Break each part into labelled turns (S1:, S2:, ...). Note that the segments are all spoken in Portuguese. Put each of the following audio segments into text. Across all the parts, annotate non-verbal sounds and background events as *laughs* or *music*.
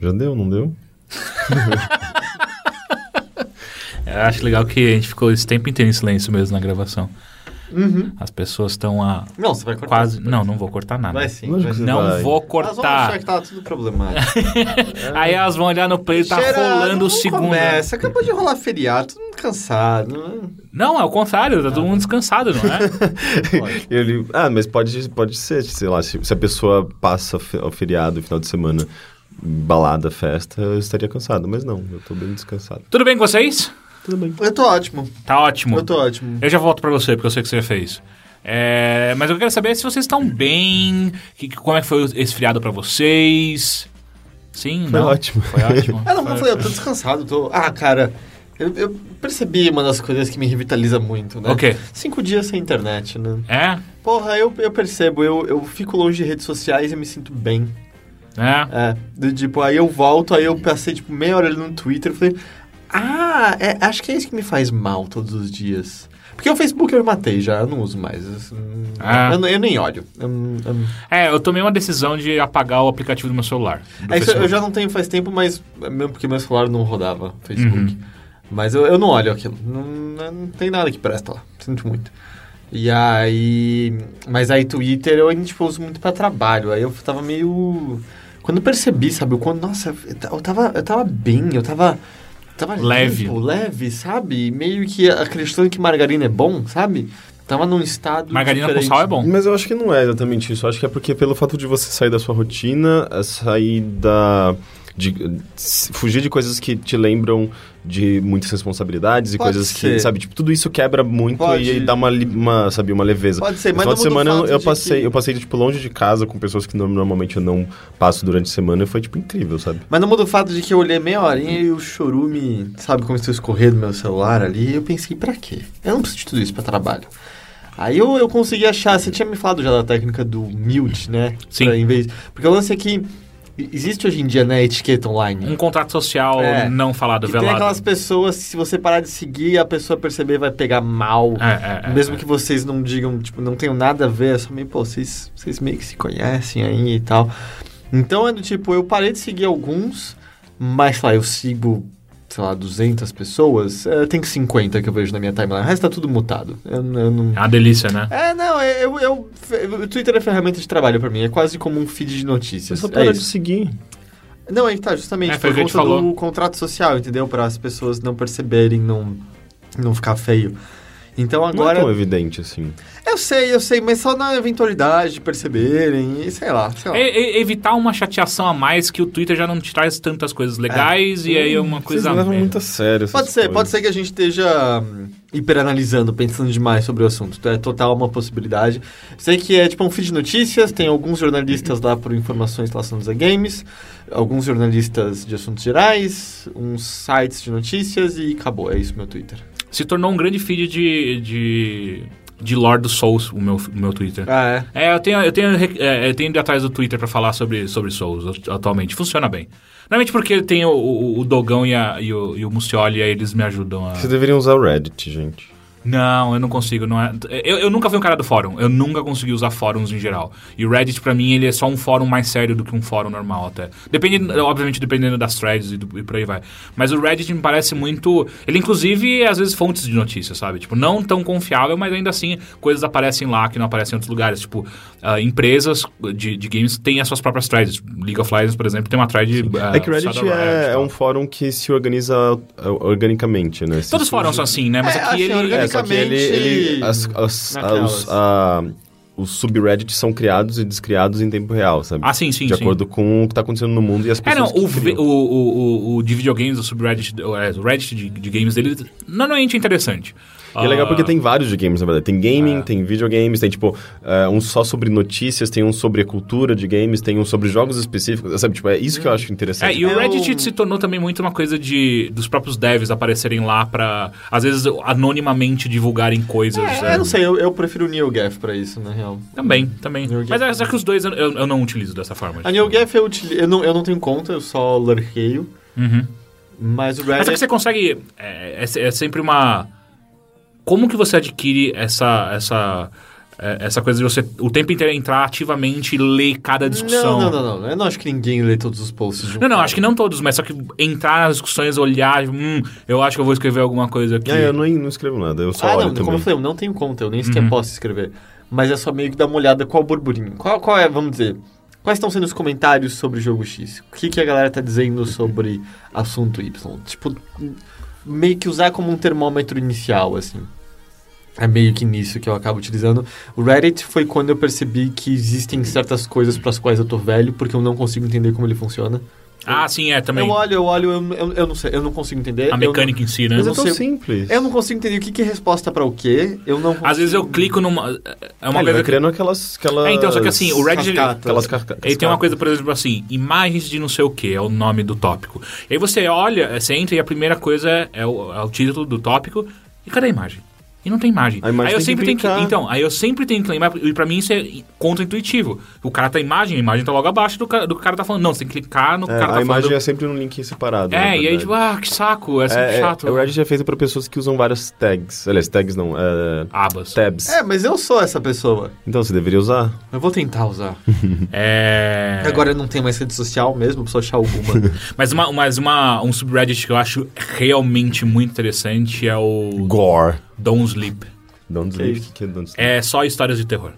S1: Já deu, não deu?
S2: Eu acho legal que a gente ficou esse tempo inteiro em silêncio mesmo na gravação.
S3: Uhum.
S2: As pessoas estão a
S3: Não, você vai cortar.
S2: quase. Não, não vou cortar nada.
S3: Vai sim.
S1: Lógico
S3: Vai
S1: que
S3: sim.
S1: você
S2: não
S1: vai.
S2: vou
S3: Elas vão achar
S2: cortar.
S3: que tá tudo problemático.
S2: Aí elas vão olhar no play e tá
S3: Cheira,
S2: rolando
S3: não
S2: o segundo.
S3: Começa, acabou de rolar feriado, todo mundo cansado.
S2: Não, é o contrário, tá todo mundo descansado, não
S3: *laughs*
S2: é?
S1: Ele, ah, mas pode, pode ser, sei lá, se, se a pessoa passa fe- o feriado, final de semana, balada, festa, eu estaria cansado. Mas não, eu tô bem descansado.
S2: Tudo bem com vocês?
S1: Tudo bem.
S3: Eu tô ótimo.
S2: Tá ótimo.
S3: Eu tô ótimo.
S2: Eu já volto pra você, porque eu sei que você fez. É, mas eu quero saber se vocês estão bem, que, que- como é que foi esse feriado pra vocês. Sim,
S1: Foi
S2: não?
S1: ótimo.
S2: Foi
S3: *laughs*
S2: ótimo.
S3: Ah, não,
S2: Foi-
S3: mas eu falei, eu tô descansado, tô. Ah, cara, eu, eu percebi uma das coisas que me revitaliza muito, né?
S2: O quê?
S3: Cinco dias sem internet, né?
S2: É?
S3: Porra, eu, eu percebo, eu, eu fico longe de redes sociais e me sinto bem.
S2: É?
S3: É, do tipo, aí eu volto, aí eu passei tipo meia hora ali no Twitter e falei, ah, é, acho que é isso que me faz mal todos os dias. Porque o Facebook eu matei já, eu não uso mais. assim,
S2: Ah.
S3: eu, não- eu nem olho. Hum, hum.
S2: É, eu tomei uma decisão de apagar o aplicativo do meu celular. do
S3: É isso, eu
S2: Facebook.
S3: já não tenho faz tempo, mas é mesmo porque meu celular não rodava Facebook.
S2: Uhum.
S3: Mas eu, eu não olho aquilo. Não, não- não tem nada que presta lá. Sinto muito. E aí. Mas aí Twitter eu ainda tipo, uso muito pra trabalho. Aí eu tava meio. Quando eu percebi, sabe, o quanto. Nossa, eu ta- eu tava, eu tava bem, eu tava. Tava
S2: Leve.
S3: limpo, leve, sabe? Meio que acreditando que margarina é bom, sabe? Tava num estado.
S2: Margarina com
S3: diferente. Hum.
S2: sal é bom.
S1: Mas eu acho que não é exatamente isso. Eu acho que é porque pelo fato de você sair da sua rotina, é sair da. De, s- fugir de coisas que te lembram de muitas responsabilidades e
S3: Pode
S1: coisas que,
S3: ser.
S1: sabe, tipo, tudo isso quebra muito
S3: Pode.
S1: e aí dá uma, li- uma, sabe, uma leveza.
S3: Pode ser,
S1: Esse
S3: mas
S1: final de
S3: não muda o
S1: semana eu,
S3: fato
S1: eu
S3: de
S1: passei,
S3: que-
S1: eu passei, tipo, longe de casa com pessoas que no- normalmente eu não passo durante a semana e foi, tipo, incrível, sabe?
S3: Mas não muda o fato de que eu olhei meia horinha e o chorume, sabe, começou a escorrer do meu celular ali. E eu pensei, pra quê? Eu não preciso de tudo isso pra trabalho. Aí eu, eu consegui achar, você tinha me falado já da técnica do mute, né?
S2: Sim.
S3: Pra, em vez, porque o lance é que existe hoje em dia, né, etiqueta online.
S2: Um contrato social
S3: É.
S2: não falado,
S3: Que tem
S2: velado.
S3: aquelas pessoas que se você parar de seguir, a pessoa perceber vai pegar mal.
S2: É, é, é,
S3: Mesmo
S2: é.
S3: que vocês não digam, tipo, não tenham nada a ver, é só meio, pô, vocês, vocês meio que se conhecem aí e tal. Então é do tipo, eu parei de seguir alguns, mas, sei lá, eu sigo, sei lá, 200 pessoas, eh, tem 50 que eu vejo na minha timeline, o resto tá tudo mutado. Eu, n- eu não...
S2: É uma delícia, né?
S3: É, não, eu, eu, eu- o Twitter é ferramenta de trabalho pra mim, é quase como um feed de
S1: Você
S3: notícias.
S1: só
S3: é
S1: para de
S3: isso.
S1: seguir.
S3: Não, aí que tá, justamente
S2: É, foi
S3: por
S2: o que a gente
S3: conta
S2: falou.
S3: do contrato social, entendeu? Para as pessoas não perceberem, não, não ficar feio. Então
S1: Agora...
S3: agora.
S1: Não é tão evidente, assim.
S3: eu sei, eu sei, mas só na eventualidade de perceberem e sei lá, sei lá.
S2: E- e- evitar uma chateação a mais que o Twitter já não te traz tantas coisas legais e aí é uma coisa.
S1: Vocês levam
S2: menos.
S1: muito a sério essas
S3: Pode ser,
S1: coisas.
S3: pode ser que a gente esteja hum, hiperanalisando, pensando demais sobre o assunto. É total uma possibilidade. Sei que é tipo um feed de notícias, tem alguns jornalistas lá por informações relacionadas a games, alguns jornalistas de assuntos gerais, uns sites de notícias e acabou. É isso meu Twitter.
S2: Se tornou um grande feed de. de, de lore do Souls, o meu, o meu Twitter.
S3: Ah, é.
S2: É, eu tenho, eu tenho, re- é, eu tenho ido atrás do Twitter pra falar sobre, sobre Souls at- atualmente. Funciona bem. Normalmente porque tem o, o, o Dogão e, a- e o, e o Mucioli, aí eles me ajudam a.
S1: Vocês deveriam usar o Reddit, gente.
S2: Não, eu não consigo. Não é... eu, eu nunca fui um cara do fórum. Eu nunca consegui usar fóruns em geral. E o Reddit, pra mim, ele é só um fórum mais sério do que um fórum normal até. Depende, obviamente, dependendo das threads e, do, e por aí vai. Mas o Reddit me parece muito... Ele, inclusive, é, às vezes, fontes de notícias, sabe? Tipo, não tão confiável, mas ainda assim, coisas aparecem lá que não aparecem em outros lugares. Tipo, ah, empresas de, de games têm as suas próprias threads. League of Legends, por exemplo, tem uma thread... ah,
S1: É que o Reddit
S2: Shadow tá.
S1: é,
S2: e
S1: é
S2: tal.
S1: um fórum que se organiza é, organicamente, né? Se
S2: Todos os
S1: surge-
S2: fóruns são assim, né? Mas
S3: É,
S2: aqui
S3: assim,
S2: ele...
S1: É, só que ele... ele as, as,
S3: Naquelas.
S1: os, a- os subreddits são criados e descriados em tempo real, sabe?
S2: Ah, sim, sim,
S1: De
S2: sim.
S1: acordo com o que tá acontecendo no mundo e as
S2: É,
S1: pessoas
S2: não,
S1: que
S2: o, ve-
S1: criam.
S2: o, o, o, o de videogames, o subreddit, o, é, o Reddit de, de games dele, normalmente é interessante.
S1: E é legal
S2: Ah, É.
S1: porque tem vários de games, na verdade. Tem gaming, tem videogames, tem, tipo, é, um só sobre notícias, tem um sobre cultura de games, tem um sobre jogos específicos, sabe? Tipo, é isso que eu acho
S2: É,
S1: interessante.
S2: e o
S3: Eu-
S2: Reddit se tornou também muito uma coisa de dos próprios devs aparecerem lá pra, às vezes, anonimamente divulgarem coisas.
S3: É,
S2: né?
S3: eu não sei, eu, eu prefiro o NeoGaf pra isso, na real.
S2: Também, também.
S3: New
S2: Mas
S3: Gaf.
S2: é só que os dois eu, eu, eu não utilizo dessa forma. tipo.
S3: A NeoGaf eu, utili- eu, não, eu não tenho conta, eu só lurkeio,
S2: Uhum.
S3: mas
S2: Mas
S3: o
S2: é que
S3: Reddit...
S2: você consegue. É, é se- é sempre uma. Como que você adquire essa. essa é, essa coisa de você o tempo inteiro entrar ativamente e ler cada discussão.
S3: Não, não, não, não. Eu não acho que ninguém lê todos os posts de um
S2: Não, não,
S3: cara.
S2: acho que não todos, mas só que entrar nas discussões, olhar, hum, eu acho que eu vou escrever alguma coisa aqui.
S1: Ah, eu não, não escrevo nada, eu só
S3: Ah,
S1: olho
S3: não, como
S1: também.
S3: eu falei, eu não tenho conta, eu nem sequer
S2: Uhum.
S3: posso escrever. Mas é só meio que dar uma olhada qual o burburinho. Qual, qual é, vamos dizer, quais estão sendo os comentários sobre o jogo X? O que, que a galera tá dizendo
S2: Uhum.
S3: sobre assunto Y? Tipo, meio que usar como um termômetro inicial, assim. É meio que nisso que eu acabo utilizando. O Reddit foi quando eu percebi que existem certas coisas para as quais eu tô velho, porque eu não consigo entender como ele funciona.
S2: Ah, sim, é também.
S3: Eu olho, eu olho, eu, eu, eu não sei, eu não consigo entender.
S2: A
S3: eu não-
S2: mecânica em si, né?
S1: Mas
S3: Mas eu
S1: é
S3: não
S1: tão
S3: sei-
S1: simples.
S3: eu não consigo entender o que, que é resposta pra o quê. Eu não
S2: Às vezes eu clico numa. É uma
S1: Ah, ele
S2: coisa
S1: vai
S2: que.
S1: criando aquelas, aquelas...
S2: É, então, só que assim, o Reddit. ele-
S3: Cascata.
S1: Aquelas carcas.
S2: Ele tem uma coisa, por exemplo, assim, imagens de não sei o que, é o nome do tópico. E aí você olha, você entra e a primeira coisa é, é o, é o título do tópico, e cadê a imagem? E não tem imagem.
S1: A imagem
S2: aí
S1: tem que
S2: eu sempre tenho que.
S1: brincar.
S2: Então, aí eu sempre tenho que lembrar, e pra mim isso é contra-intuitivo. O cara tá imagem, a imagem tá logo abaixo do cara, do cara tá falando. Não, você tem que clicar no que o
S1: É,
S2: cara tá
S1: a imagem
S2: falando.
S1: é sempre num link separado. na
S2: É, e aí,
S1: verdade.
S2: tipo, ah, que saco, é sempre
S1: É, é,
S2: chato.
S1: O Reddit é feito pra pessoas que usam várias tags. Aliás, tags não, é,
S2: Abas.
S1: tabs.
S3: É, mas eu sou essa pessoa.
S1: Então você deveria usar.
S3: Eu vou tentar usar.
S2: É.
S3: Agora eu não tenho mais rede social mesmo, preciso achar alguma.
S2: *laughs* Mas, uma, mas uma, um subreddit que eu acho realmente muito interessante é o
S1: Gore. um
S2: Don't Sleep.
S1: Don't
S3: Que
S1: sleep,
S3: isso?
S1: que don't sleep.
S2: É só histórias de terror.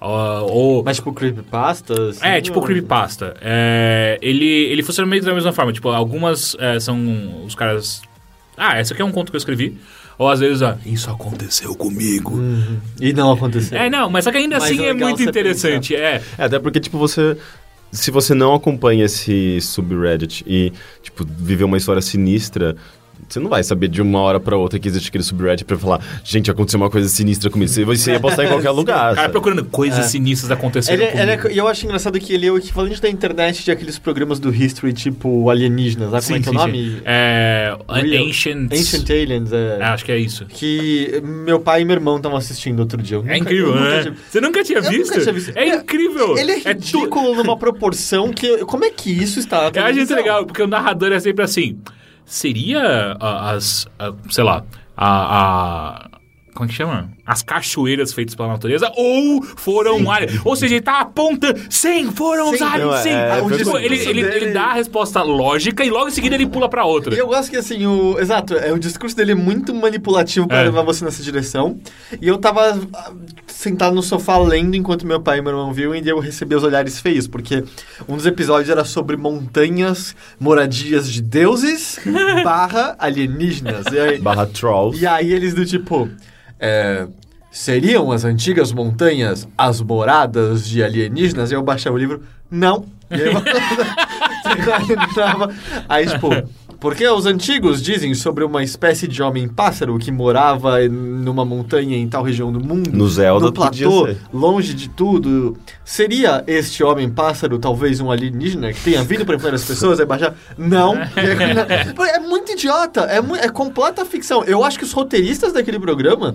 S2: Ah, ou.
S3: mas tipo, assim, creepypastas?
S2: é, tipo o Creepypasta. É, ele, ele funciona meio que da mesma forma. Tipo, algumas é, são os caras. Ah, esse aqui é um conto que eu escrevi. Ou às vezes, ó, isso aconteceu comigo.
S3: E não aconteceu.
S2: É, não, mas só que ainda
S3: Hum. Mas
S2: assim
S3: é
S2: é
S3: legal
S2: muito
S3: você Assim,
S2: interessante. É.
S1: É, até porque, tipo, você. Se você não acompanha esse subreddit e, tipo, viver uma história sinistra. Você não vai saber de uma hora pra outra que existe aquele subreddit pra falar, gente, aconteceu uma coisa sinistra comigo. Você você ia postar em
S2: *laughs*
S1: qualquer lugar.
S2: Cara
S1: sabe?
S2: procurando coisas sinistras acontecendo.
S3: Ele, é- ele é-
S2: comigo.
S3: e eu acho engraçado que ele é o equivalente da internet de aqueles programas do History, tipo alienígenas, sabe como é que é o nome?
S2: É,
S3: Real.
S2: Ancient.
S3: Ancient Aliens, é.
S2: É, acho que é isso.
S3: Que meu pai e meu irmão estavam assistindo outro dia. Eu
S2: É
S3: nunca-
S2: incrível,
S3: eu nunca
S2: né?
S3: tive-
S2: Você nunca tinha
S3: Eu
S2: visto?
S3: nunca tinha visto.
S2: É incrível.
S3: Ele é
S2: tu-
S3: ridículo numa proporção que. Como é que isso está?
S2: Eu
S3: na
S2: acho isso
S3: televisão?
S2: legal, porque o narrador é sempre assim. Seria ah, as. ah, sei lá. A. a- como é que chama? As cachoeiras feitas pela natureza ou foram aliens. Ou seja, ele tá apontando. Sim, foram os
S3: Sim.
S2: aliens,
S1: Não, é-
S2: sim.
S1: é,
S2: Tipo,
S1: foi
S2: ele,
S1: isso
S2: ele-
S3: dele.
S2: ele dá a resposta lógica e logo em seguida ele pula pra outra.
S3: E eu gosto que, assim, o... Exato, é, o discurso dele é muito manipulativo pra
S2: É.
S3: levar você nessa direção. E eu tava ah, sentado no sofá lendo enquanto meu pai e meu irmão viam e eu recebi os olhares feios, porque um dos episódios era sobre montanhas, moradias
S2: *laughs*
S3: de deuses, barra alienígenas. E aí,
S1: Barra trolls.
S3: e aí eles do tipo... é, Seriam as antigas montanhas as moradas de alienígenas? E eu baixava o livro, não. E aí *laughs* eu entrava. Aí, tipo, porque os antigos dizem sobre uma espécie de homem-pássaro que morava em- numa montanha em tal região do mundo,
S1: No Zelda
S3: no
S1: podia
S3: platô,
S1: ser.
S3: longe de tudo. Seria este homem-pássaro talvez um alienígena que tenha vindo para enfrentar as pessoas? Aí baixar,
S2: *laughs*
S3: não. E aí- Pô, é muito idiota, é, mu- é completa ficção. Eu acho que os roteiristas daquele programa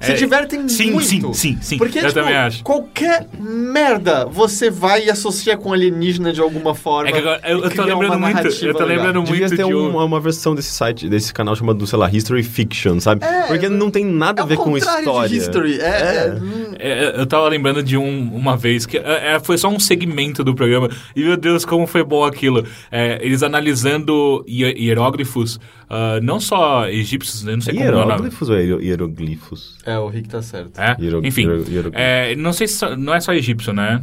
S3: se
S2: É,
S3: divertem
S2: sim,
S3: muito.
S2: sim, sim, sim.
S3: Porque,
S2: Eu
S3: tipo,
S2: também acho.
S3: qualquer merda você vai e associa com alienígena de alguma forma.
S2: É que agora- eu-
S3: e
S2: eu tô
S3: cria
S2: lembrando
S3: uma
S2: muito, eu
S3: narrativa
S2: tô
S3: legal.
S2: lembrando
S1: Devia
S2: muito
S1: ter
S2: de um-
S1: uma, uma versão desse site, desse canal chamado, sei lá, History Fiction, sabe? Porque não tem nada a ver
S3: é o
S1: com
S3: contrário
S1: história.
S3: de history. É, é.
S2: É, eu tava lembrando de um- uma vez que é, é, foi só um segmento do programa e meu Deus como foi bom aquilo É, eles analisando hie- hieróglifos ah, não só egípcios né? não sei como é o nome
S1: Hieróglifos ou hiero- hieroglifos?
S3: É, o Rick tá certo.
S2: é?
S1: Hiero-
S2: enfim
S1: hiero- hieroglifos.
S2: é, não sei se só- não é só egípcio né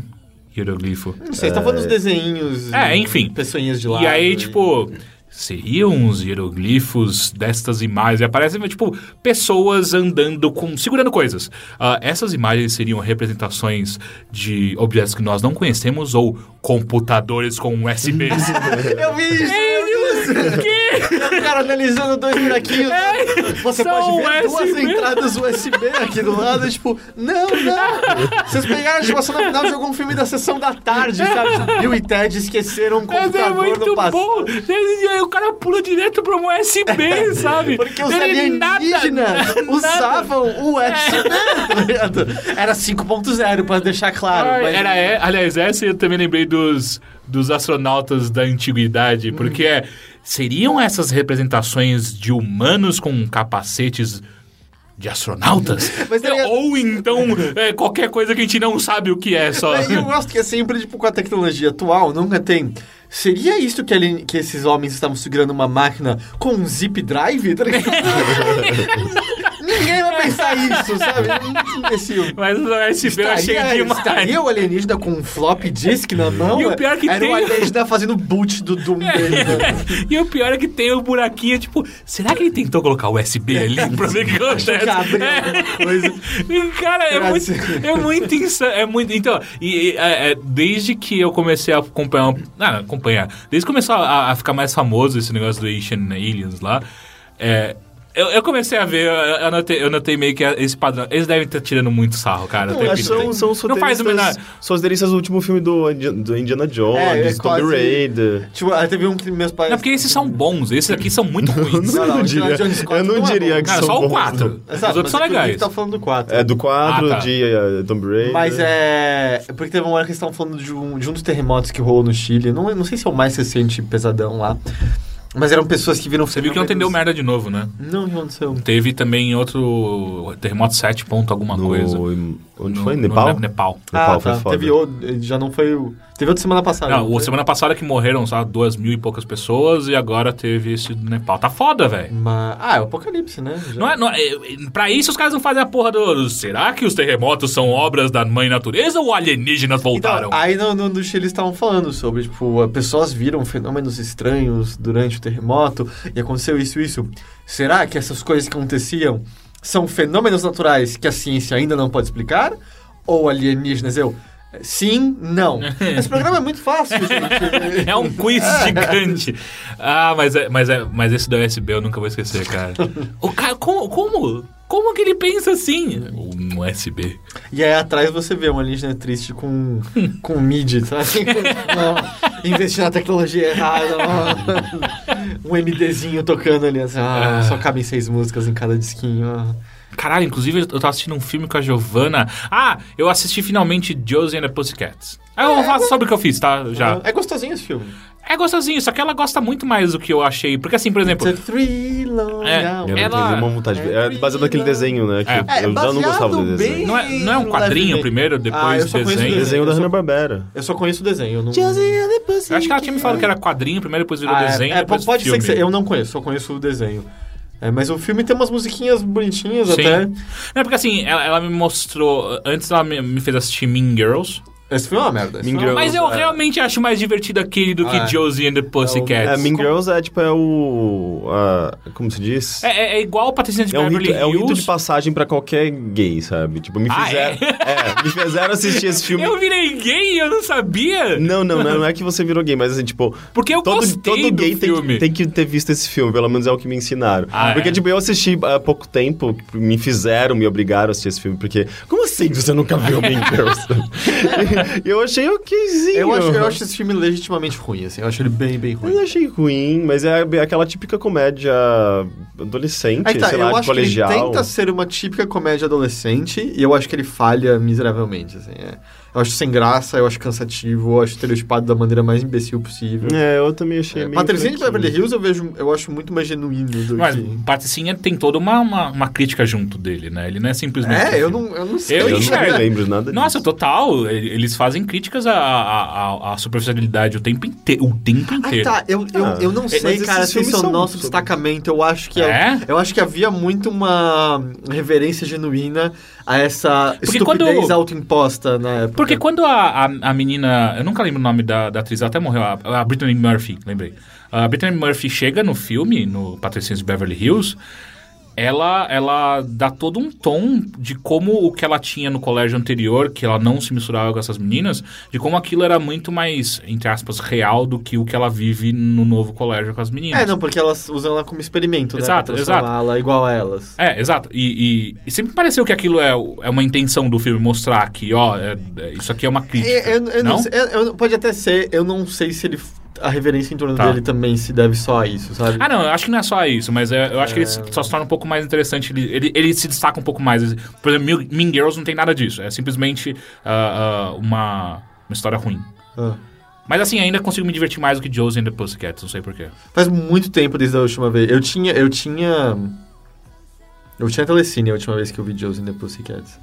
S2: hieroglifo
S3: Não sei, você tá falando dos desenhinhos.
S2: É,
S3: e
S2: enfim.
S3: Pessoinhas de lado.
S2: e aí tipo seriam os hieroglifos destas imagens e aparecem tipo pessoas andando com segurando coisas Ah, essas imagens seriam representações de objetos que nós não conhecemos ou computadores com
S3: *laughs*
S2: USBs
S3: *laughs* Eu vi isso!
S2: É que?
S3: O cara analisando dois buraquinhos.
S2: É
S3: Você
S2: são
S3: pode ver duas
S2: USB.
S3: entradas USB aqui do lado, e tipo, não, não. Vocês pegaram tipo, a estimação na final de algum filme da sessão da tarde, sabe? Bill e Ted esqueceram um
S2: Mas é
S3: computador
S2: muito
S3: no passado.
S2: bom. E aí O cara pula direto pra um
S3: *laughs*
S2: USB, sabe?
S3: Porque os
S2: Ele nada-
S3: alienígenas
S2: nada-
S3: usavam o USB. tá ligado? *laughs* Era 5.0, pra deixar claro.
S2: Ai,
S3: mas-
S2: Era, é, aliás, essa eu também lembrei dos, dos astronautas da
S3: Hum.
S2: antiguidade, porque é, seriam essas representações de humanos com capacetes de astronautas?
S3: *laughs* Mas tá
S2: Eu-
S3: ligado?
S2: Ou então é, qualquer coisa que a gente não sabe o que é só.
S3: E eu gosto que é sempre, tipo, com a tecnologia atual, nunca tem. Seria isso que, ali- que esses homens estavam segurando uma máquina com um zip drive? Tá
S2: *laughs*
S3: ligado? Ninguém vai pensar isso, sabe? Esse,
S2: Mas o USB eu achei
S3: estaria,
S2: demais.
S3: estaria o alienígena com um flop disk na mão?
S2: E o pior que
S3: Era
S2: tem-
S3: o alienígena fazendo boot do
S2: *laughs*
S3: Doom dele. né?
S2: E o pior é que tem o buraquinho, tipo, será que ele tentou colocar o USB ali pra ver o que
S3: *laughs*
S2: acontece? É,
S3: que abriu alguma coisa.
S2: *laughs* Cara, é
S3: Será
S2: muito,
S3: que-
S2: é muito insano. É muito, então, e, e, é, é, desde que eu comecei a acompanhar. Ah, acompanhar. Desde que começou a, a ficar mais famoso esse negócio do Asian Aliens lá. é, eu, eu comecei a ver, eu, eu, notei, eu notei meio que esse padrão. Eles devem estar tirando muito sarro, cara. o tempo
S1: Acho que
S2: inteiro.
S1: são, são os
S2: não faz o menor.
S1: roteiristas- são os roteiristas do último filme do, Indi- do Indiana Jones,
S3: É, é quase-
S1: Tomb Raider.
S3: tipo, aí teve um que meus pais...
S2: Não, porque esses são bons, esses aqui
S1: *laughs*
S2: são muito ruins.
S3: Não, não,
S1: Eu
S3: o Indiana Jones
S1: diria-
S3: 4
S1: eu não
S3: não é
S1: diria
S3: bom.
S1: é que
S2: Cara,
S1: são
S2: só o
S1: bons.
S2: 4. Os
S3: Exato,
S2: outros são
S3: mas é que o
S2: legais.
S3: Nick tá falando do 4.
S1: É né? do 4
S2: Ah, tá.
S1: de eh, Tomb Raider.
S3: Mas é. é Porque teve uma hora que eles estavam falando de um, de um dos terremotos que rolou no Chile. Não, não sei se é o mais recente pesadão lá. Mas eram pessoas que viram.
S2: Você viu que
S1: é
S2: ontem deu merda de novo, né?
S3: Não, não aconteceu.
S2: Teve também outro terremoto 7 ponto alguma
S1: no,
S2: coisa.
S1: Onde
S2: No-
S1: foi?
S2: no
S1: Nepal?
S2: Nepal.
S1: Nepal
S3: Ah,
S1: foi
S3: tá.
S1: foda.
S3: Teve outro. Já não foi o. Teve outro semana passada.
S2: Não,
S3: foi?
S2: semana passada que morreram só duas mil e poucas pessoas e agora teve esse do Nepal. Tá foda, velho.
S3: Mas- Ah, é o apocalipse, né? Já-
S2: Não é, não é, é, pra isso os caras não fazem a porra do. Será que os terremotos são obras da mãe natureza ou alienígenas voltaram?
S3: Então, aí no, no, no Chile eles estavam falando sobre, tipo, a- pessoas viram fenômenos estranhos durante o terremoto e aconteceu isso e isso. Será que essas coisas que aconteciam são fenômenos naturais que a ciência ainda não pode explicar? Ou alienígenas? Eu, sim, não. Esse programa é muito fácil, gente.
S2: É um
S3: *laughs*
S2: quiz gigante. Ah, mas, é, mas, é, mas esse da USB eu nunca vou esquecer,
S3: *laughs*
S2: cara. O cara, como, como? Como que ele pensa assim? Um USB.
S3: E aí atrás você vê uma alienígena triste com, *laughs* com mid, sabe? Não, investir na tecnologia errada. ó. Um MDzinho tocando ali. Assim, ah,
S2: Ah.
S3: Só cabem seis músicas em cada disquinho. ó.
S2: Caralho, inclusive eu tava assistindo um filme com a Giovanna. Ah, eu assisti finalmente Josie and the Pussycats. Ah, eu vou falar sobre o que eu fiz, tá? Já.
S3: É gostosinho esse filme.
S2: É gostosinho, só que ela gosta muito mais do que eu achei. Porque assim, por exemplo...
S3: It's a three long
S2: É,
S1: Eu
S3: hours.
S1: não
S2: Ela-
S1: tenho nenhuma vontade de ver. É baseado naquele desenho, né? que
S2: É.
S1: eu- eu já não
S3: baseado
S1: gostava do desenho.
S3: bem
S2: Não é, não é um
S3: no
S2: quadrinho
S3: live-
S2: primeiro,
S3: Ah, eu
S2: depois
S3: só conheço
S1: O
S2: desenho?
S3: dois.
S1: desenho da
S3: Eu sou-
S1: Hanna-Barbera.
S3: Eu só conheço o desenho. Eu não...
S2: Eu acho que ela tinha me falado que era quadrinho primeiro, depois virou
S3: Ah, é-
S2: desenho,
S3: é,
S2: depois
S3: pode
S2: filme.
S3: ser que você... Eu não conheço, só conheço o desenho. É, mas o filme tem umas musiquinhas bonitinhas
S2: Sim.
S3: até.
S2: Não, é porque assim, ela, ela me mostrou... Antes ela me, me fez assistir Mean Girls.
S3: Esse filme é uma merda. esse
S1: Mean
S3: filme é uma-
S2: Mas eu realmente acho mais divertido aquele do que
S3: Ah, é.
S2: Josie and the Pussycats.
S1: É, Mean Girls é tipo, é o... a- como se diz?
S2: É, é, é igual Patricinha de
S1: É um,
S2: Beverly
S1: rito, é um rito
S2: Hills.
S1: de passagem pra qualquer gay, sabe? Tipo, me
S2: Ah, é?
S1: fizeram... é, me fizeram assistir esse filme...
S2: Eu virei gay e eu não sabia.
S1: Não, não, não, não é que você virou gay, mas assim, tipo...
S2: Porque eu
S1: Todo,
S2: gostei
S1: todo
S2: do
S1: gay tem,
S2: filme.
S1: tem que ter visto esse filme, pelo menos é o que me ensinaram.
S2: Ah,
S1: porque,
S2: é?
S1: tipo, eu assisti há pouco tempo, me fizeram, me obrigaram a assistir esse filme, porque... Como assim você nunca viu Mean
S2: *laughs*
S1: Girls? *laughs* E eu achei okzinho.
S3: Eu acho, eu acho esse filme legitimamente ruim, assim. Eu acho ele bem, bem
S1: Eu não
S3: ruim.
S1: achei ruim, mas é aquela típica comédia adolescente,
S3: Aí tá,
S1: sei
S3: eu
S1: lá, de
S3: acho
S1: colegial.
S3: que ele tenta ser uma típica comédia adolescente e eu acho que ele falha miseravelmente, assim. é. Eu acho sem graça, eu acho cansativo, eu acho estereotipado da maneira mais imbecil possível.
S1: É, eu também achei meio
S3: Patricinha de
S1: fraquinho.
S3: Beverly Hills eu vejo, eu acho muito mais genuíno do
S2: Mas
S3: que.
S2: Patricinha tem toda uma, uma, uma crítica junto dele, né? Ele não é simplesmente... um
S3: É, eu
S2: filme.
S3: não, eu não sei.
S2: Eu
S1: Eu não
S2: enxergo.
S1: me lembro de nada
S2: Nossa,
S1: disso.
S2: total. e- Eles fazem críticas à, à, à- à superficialidade o tempo inteiro. O tempo
S3: Ah,
S2: inteiro.
S3: tá. Eu, eu,
S1: Ah,
S3: eu não sei,
S1: esses
S3: cara, se
S1: filmes
S3: esse é o
S1: são
S3: nosso
S1: sobre-
S3: destacamento. Eu acho que
S2: É?
S3: eu acho que havia muito uma reverência genuína a essa
S2: Porque
S3: estupidez
S2: quando-
S3: autoimposta na época.
S2: Porque quando a, a, a menina... Eu nunca lembro o nome da, da atriz. Ela até morreu. A, a Brittany Murphy, lembrei. A Brittany Murphy chega no filme, no Patricinha de Beverly Hills... Ela, ela dá todo um tom de como o que ela tinha no colégio anterior, que ela não se misturava com essas meninas, de como aquilo era muito mais, entre aspas, real do que o que ela vive no novo colégio com as meninas.
S3: É, não, porque elas usam ela como experimento, né?
S2: Exato,
S3: pra transformá-la igual a elas.
S2: É, exato. E, e- e sempre pareceu que aquilo é, o- é uma intenção do filme mostrar que, ó, é- é- isso aqui é uma crítica.
S3: É, Eu, eu não?
S2: não?
S3: sei- eu- eu- pode até ser, eu não sei se ele. A reverência em torno
S2: Tá.
S3: dele também se deve só a isso, sabe?
S2: Ah, não, eu acho que não é só isso, mas é- eu acho que ele se- só se torna um pouco mais interessante. Ele, ele, ele se destaca um pouco mais. Por exemplo, Mean- Mean Girls não tem nada disso. É simplesmente ah, ah, uma, uma história ruim.
S3: Ah.
S2: Mas assim, ainda consigo me divertir mais do que Josie and the Pussycats, não sei porquê.
S3: Faz muito tempo desde a última vez. Eu tinha. Eu tinha. Eu tinha telecine a última vez que eu vi Josie and the Pussycats.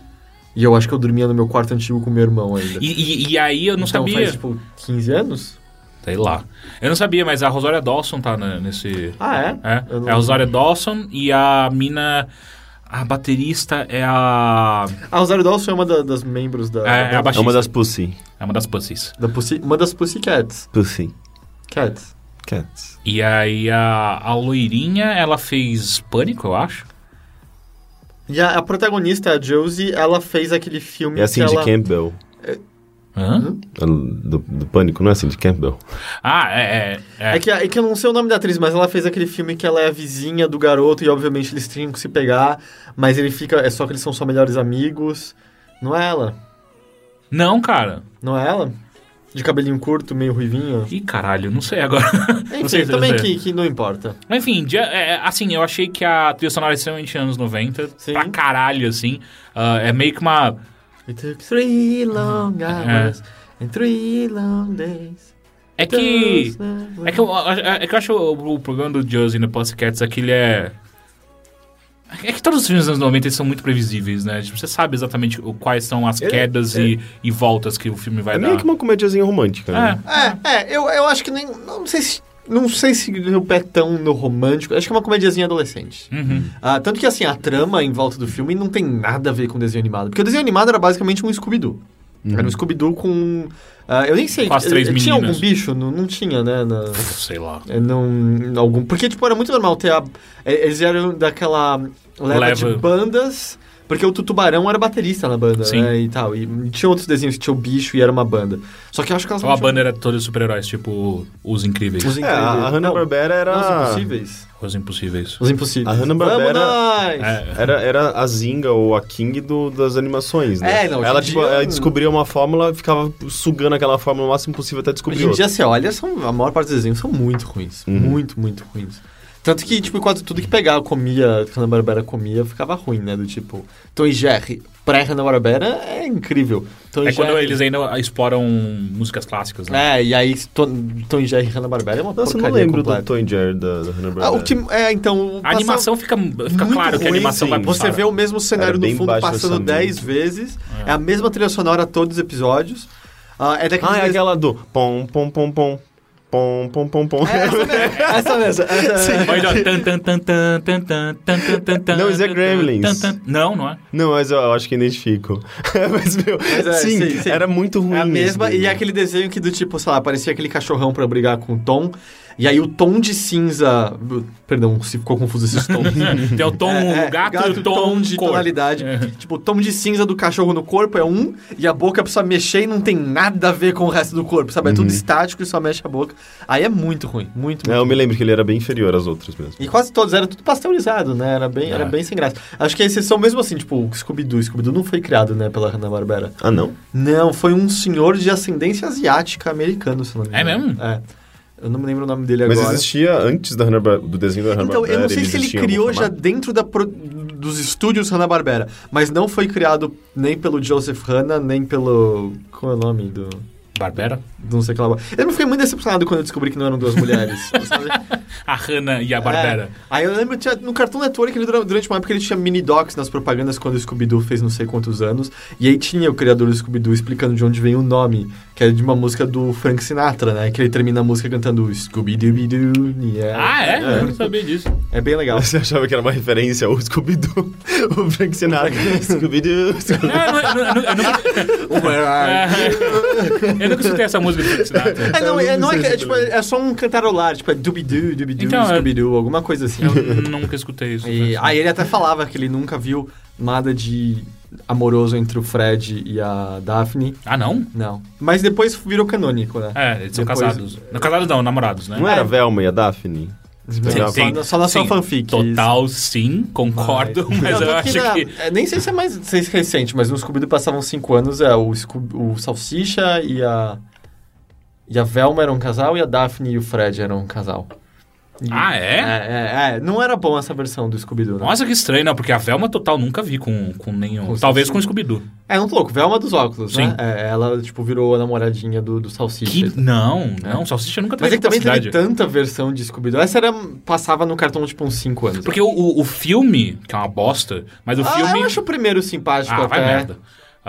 S3: E eu acho que eu dormia no meu quarto antigo com meu irmão ainda.
S2: E, e- e aí eu não
S3: então
S2: sabia.
S3: faz, tipo, 15 anos?
S2: Sei lá. Eu não sabia, mas a Rosária Dawson tá na- nesse.
S3: Ah, é? Eu
S2: É,
S3: não-
S2: é a Rosária Dawson e a mina. A baterista é a.
S3: A Rosário Dawson é uma da- das membros da...
S2: É, é a
S3: da,
S1: É uma
S2: baixista.
S1: das Pussy.
S2: É uma das pussies.
S3: da Pussy- uma das Pussycats.
S1: Pussy.
S3: Cats.
S1: Cats.
S2: E aí a, a loirinha, ela fez Pânico, eu acho.
S3: E a, a protagonista, a Josie, ela fez aquele filme
S1: É a
S3: que
S1: Cindy
S3: ela...
S1: Campbell.
S3: Uhum.
S2: Hã?
S1: A- Do, do Pânico, não é a Cindy Campbell?
S2: Ah, é. é, é.
S3: É que, é que eu não sei o nome da atriz, mas ela fez aquele filme que ela é a vizinha do garoto e obviamente eles tinham que se pegar, mas ele fica. É só que eles são só melhores amigos. Não é ela?
S2: Não, cara.
S3: Não é ela? De cabelinho curto, meio
S2: *laughs*
S3: ruivinho.
S2: Ih, caralho, não sei agora. *laughs*
S3: Enfim,
S2: não sei, não
S3: também
S2: sei.
S3: que, que não importa.
S2: Enfim, dia- é, é, assim, eu achei que a trilha sonora é extremamente anos 90.
S3: Sim.
S2: Pra caralho, assim. Ah, é meio que uma.
S3: It took three long hours and three long days.
S2: É
S3: Então,
S2: que. É que, eu, é que eu acho o, o programa do Josie no Pussycats é que ele é. É que todos os filmes dos anos 90 eles são muito previsíveis, né? Tipo, você sabe exatamente o- quais são as
S1: Ele-
S2: quedas E, e voltas que o filme vai
S1: É
S2: dar.
S1: meio que uma comediazinha romântica, né?
S2: É.
S3: É, é, eu, eu acho que nem. Não sei se. Não sei se o pé é tão no romântico. Acho que é uma comediazinha adolescente.
S2: Uhum.
S3: Ah, tanto que assim, a trama em volta do filme não tem nada a ver com desenho animado. Porque o desenho animado era basicamente um Scooby-Doo. Era
S1: Uhum.
S3: um Scooby-Doo com. ah, eu nem sei.
S2: Com as
S3: eh,
S2: três
S3: Tinha
S2: meninas.
S3: algum bicho? Não, não tinha, né? na-
S2: Pff, Sei lá.
S3: eh, não, algum, porque, tipo, era muito normal ter a. eh, Eles eram daquela leva, de
S2: Leva.
S3: bandas. Porque o Tutubarão era baterista na banda,
S2: Sim.
S3: né? E tal. E tinha outros desenhos que tinha o bicho e era uma banda. Só que eu acho que elas
S2: Ou a banda era todos super-heróis, tipo Os Incríveis.
S3: Os
S2: Os,
S1: É, a a
S3: incríveis. Não,
S1: Hanna-Barbera
S3: não, os
S1: era...
S3: impossíveis.
S2: Impossíveis.
S3: Os impossíveis.
S1: A Hanna-Barbera-
S3: Vamos nós!
S2: É.
S1: Era, era a Zinga ou a King do- das animações, né?
S3: É, não, hoje
S1: ela,
S3: em
S1: tipo,
S3: dia-
S1: ela descobria uma fórmula, ficava sugando aquela fórmula o máximo possível até descobrir
S3: Hoje em
S1: outra.
S3: dia você olha, são, a maior parte dos desenhos são muito ruins.
S1: Uhum.
S3: Muito, muito ruins. Tanto que, tipo, quase tudo que pegava, comia, que a Hanna-Barbera comia, ficava ruim, né? Do tipo, Tom e Jerry, pré-Hanna-Barbera é incrível. Tom e
S2: É quando
S3: Jerry-
S2: eles ainda exploram músicas clássicas, né?
S3: É, e aí Tom, Tom e Jerry e Hanna-Barbera é uma
S1: Nossa, eu não
S3: porcaria
S1: lembro
S3: completa.
S1: do Tom e Jerry da, da Hanna-Barbera.
S3: Ah, o que, é, então...
S2: A animação fica, fica
S3: muito
S2: claro que a
S3: ruim,
S2: animação
S1: sim.
S2: vai pro
S3: Você
S2: saco.
S3: vê o mesmo cenário
S1: é Era
S3: no
S1: bem
S3: fundo
S1: baixo
S3: passando
S1: orçamento.
S3: 10 vezes. É. a mesma trilha sonora todos os episódios. Ah, é daqueles...
S1: Ah, é
S3: desenhos-
S1: aquela do pom, pom, pom, pom. Pom, pom, pom, pom.
S3: É,
S1: *laughs*
S3: *laughs* Essa mesmo. Essa mesmo.
S2: Mas, ó, tan, tan, tan, tan, tan, tan, tan, tan, tan,
S1: Não, isso é
S2: tan,
S1: Gremlins.
S2: tan, tan. Não, não é.
S1: Não, mas eu, eu acho que identifico. *laughs* mas, meu,
S3: é,
S1: sim,
S3: sim, sim.
S1: era muito ruim.
S3: É a mesma,
S1: isso
S2: né?
S1: daí.
S3: e é aquele desenho que do tipo, sei lá, parecia aquele cachorrão pra brigar com o Tom, e aí o tom de cinza. Perdão, se ficou confuso esses tons.
S2: Tem *laughs* o tom
S3: É, é,
S2: gato, e o tom,
S3: de
S2: cor. É.
S3: tonalidade. Tipo, o tom de cinza do cachorro no corpo é um, e a boca precisa mexer e não tem nada a ver com o resto do corpo, sabe? É
S2: Uhum.
S3: tudo estático e só mexe a boca. Aí é muito ruim, muito, muito
S1: É, eu
S3: ruim.
S1: me lembro que ele era bem inferior às outras mesmo.
S3: E quase todos eram tudo pasteurizado, né? Era bem, era
S2: É.
S3: bem sem graça. Acho que a exceção mesmo assim, tipo, o Scooby-Doo. Scooby-Doo não foi criado, né, pela Hanna-Barbera.
S1: Ah, não?
S3: Não, foi um senhor de ascendência asiática americano, se não me
S2: É
S3: engano.
S2: mesmo?
S3: É. Eu não me lembro o nome dele
S1: Mas
S3: agora.
S1: existia antes da Hanna do desenho da Hanna-Barbera.
S3: Então, eu não sei se ele
S1: existia em
S3: criou
S1: algum
S3: já
S1: formato?
S3: dentro da pro- dos estúdios Hanna-Barbera, mas não foi criado nem pelo Joseph Hanna, nem pelo... Qual é o nome do...
S2: Barbera?
S3: do Não sei que lá. Eu me fiquei muito decepcionado quando eu descobri que não eram
S2: *laughs*
S3: duas mulheres. sabe?
S2: A Hannah e a Barbera.
S3: É. Aí eu lembro, tinha, no Cartoon Network, ele, dura- durante uma época, ele tinha mini-docs nas propagandas quando o Scooby-Doo fez não sei quantos anos. E aí tinha o criador do Scooby-Doo explicando de onde vem o nome, que é de uma música do Frank Sinatra, né? Que ele termina a música cantando Scooby-Doo, yeah.
S2: Ah, é? Eu não sabia disso.
S3: É
S2: *laughs*
S3: bem
S1: *laughs*
S3: legal.
S1: Você achava que era uma referência ao Scooby-Doo, *laughs* o Frank
S3: *laughs*
S1: Sinatra. Scooby-Doo. Scooby-
S2: É, eu, não- eu não- eu nunca, é, *laughs* eu nunca escutei essa música do Frank Sinatra.
S3: É, não, é, não é, que- é,
S1: Eu
S3: tipo, é só um cantarolar, tipo, é Doobie-Doo, Doobie-Doo,
S2: Então, é- um
S3: Scooby-Doo, alguma coisa assim.
S2: Eu nunca escutei isso. do Frank
S3: E,
S2: Sinatra.
S3: aí ele até falava que ele nunca viu nada de amoroso entre o Fred e a Daphne.
S2: Ah, não?
S3: Não. Mas depois virou canônico, né?
S2: É, eles são
S3: Depois- é?
S2: casados. Não, casados não, namorados, né?
S1: Não era a Velma e a Daphne?
S3: Só-
S2: sim,
S3: só na sua
S2: sim.
S3: fanfic.
S2: Total, sim, concordo, mas,
S3: Não,
S2: eu
S3: tanto
S2: acho
S3: que na-
S2: que...
S3: é, Nem sei se é mais se é recente, mas no Scooby-Doo passavam 5 anos, é, o, Scoob- o Salsicha e a... E a Velma eram um casal e a Daphne e o Fred eram um casal. E-
S2: Ah, é?
S3: É, é, é. Não era bom essa versão do Scooby-Doo, né?
S2: Nossa, que estranho, não, porque a Velma total nunca vi com, com nenhum.
S3: Com
S2: Talvez
S3: Salsicha.
S2: com o Scooby-Doo.
S3: É um louco, Velma dos óculos,
S2: Sim.
S3: né? É, ela, tipo, virou a namoradinha do, do Salsicha.
S2: Que- Não, não,
S3: É.
S2: Salsicha nunca
S3: Mas
S2: teve
S3: é que também
S2: capacidade.
S3: teve tanta versão de Scooby-Doo. Essa era, passava no cartão, tipo, uns 5 anos.
S2: Porque o, o, o filme, que é uma bosta, mas o
S3: ah,
S2: filme.
S3: eu acho o primeiro simpático
S2: Ah,
S3: até.
S2: vai merda.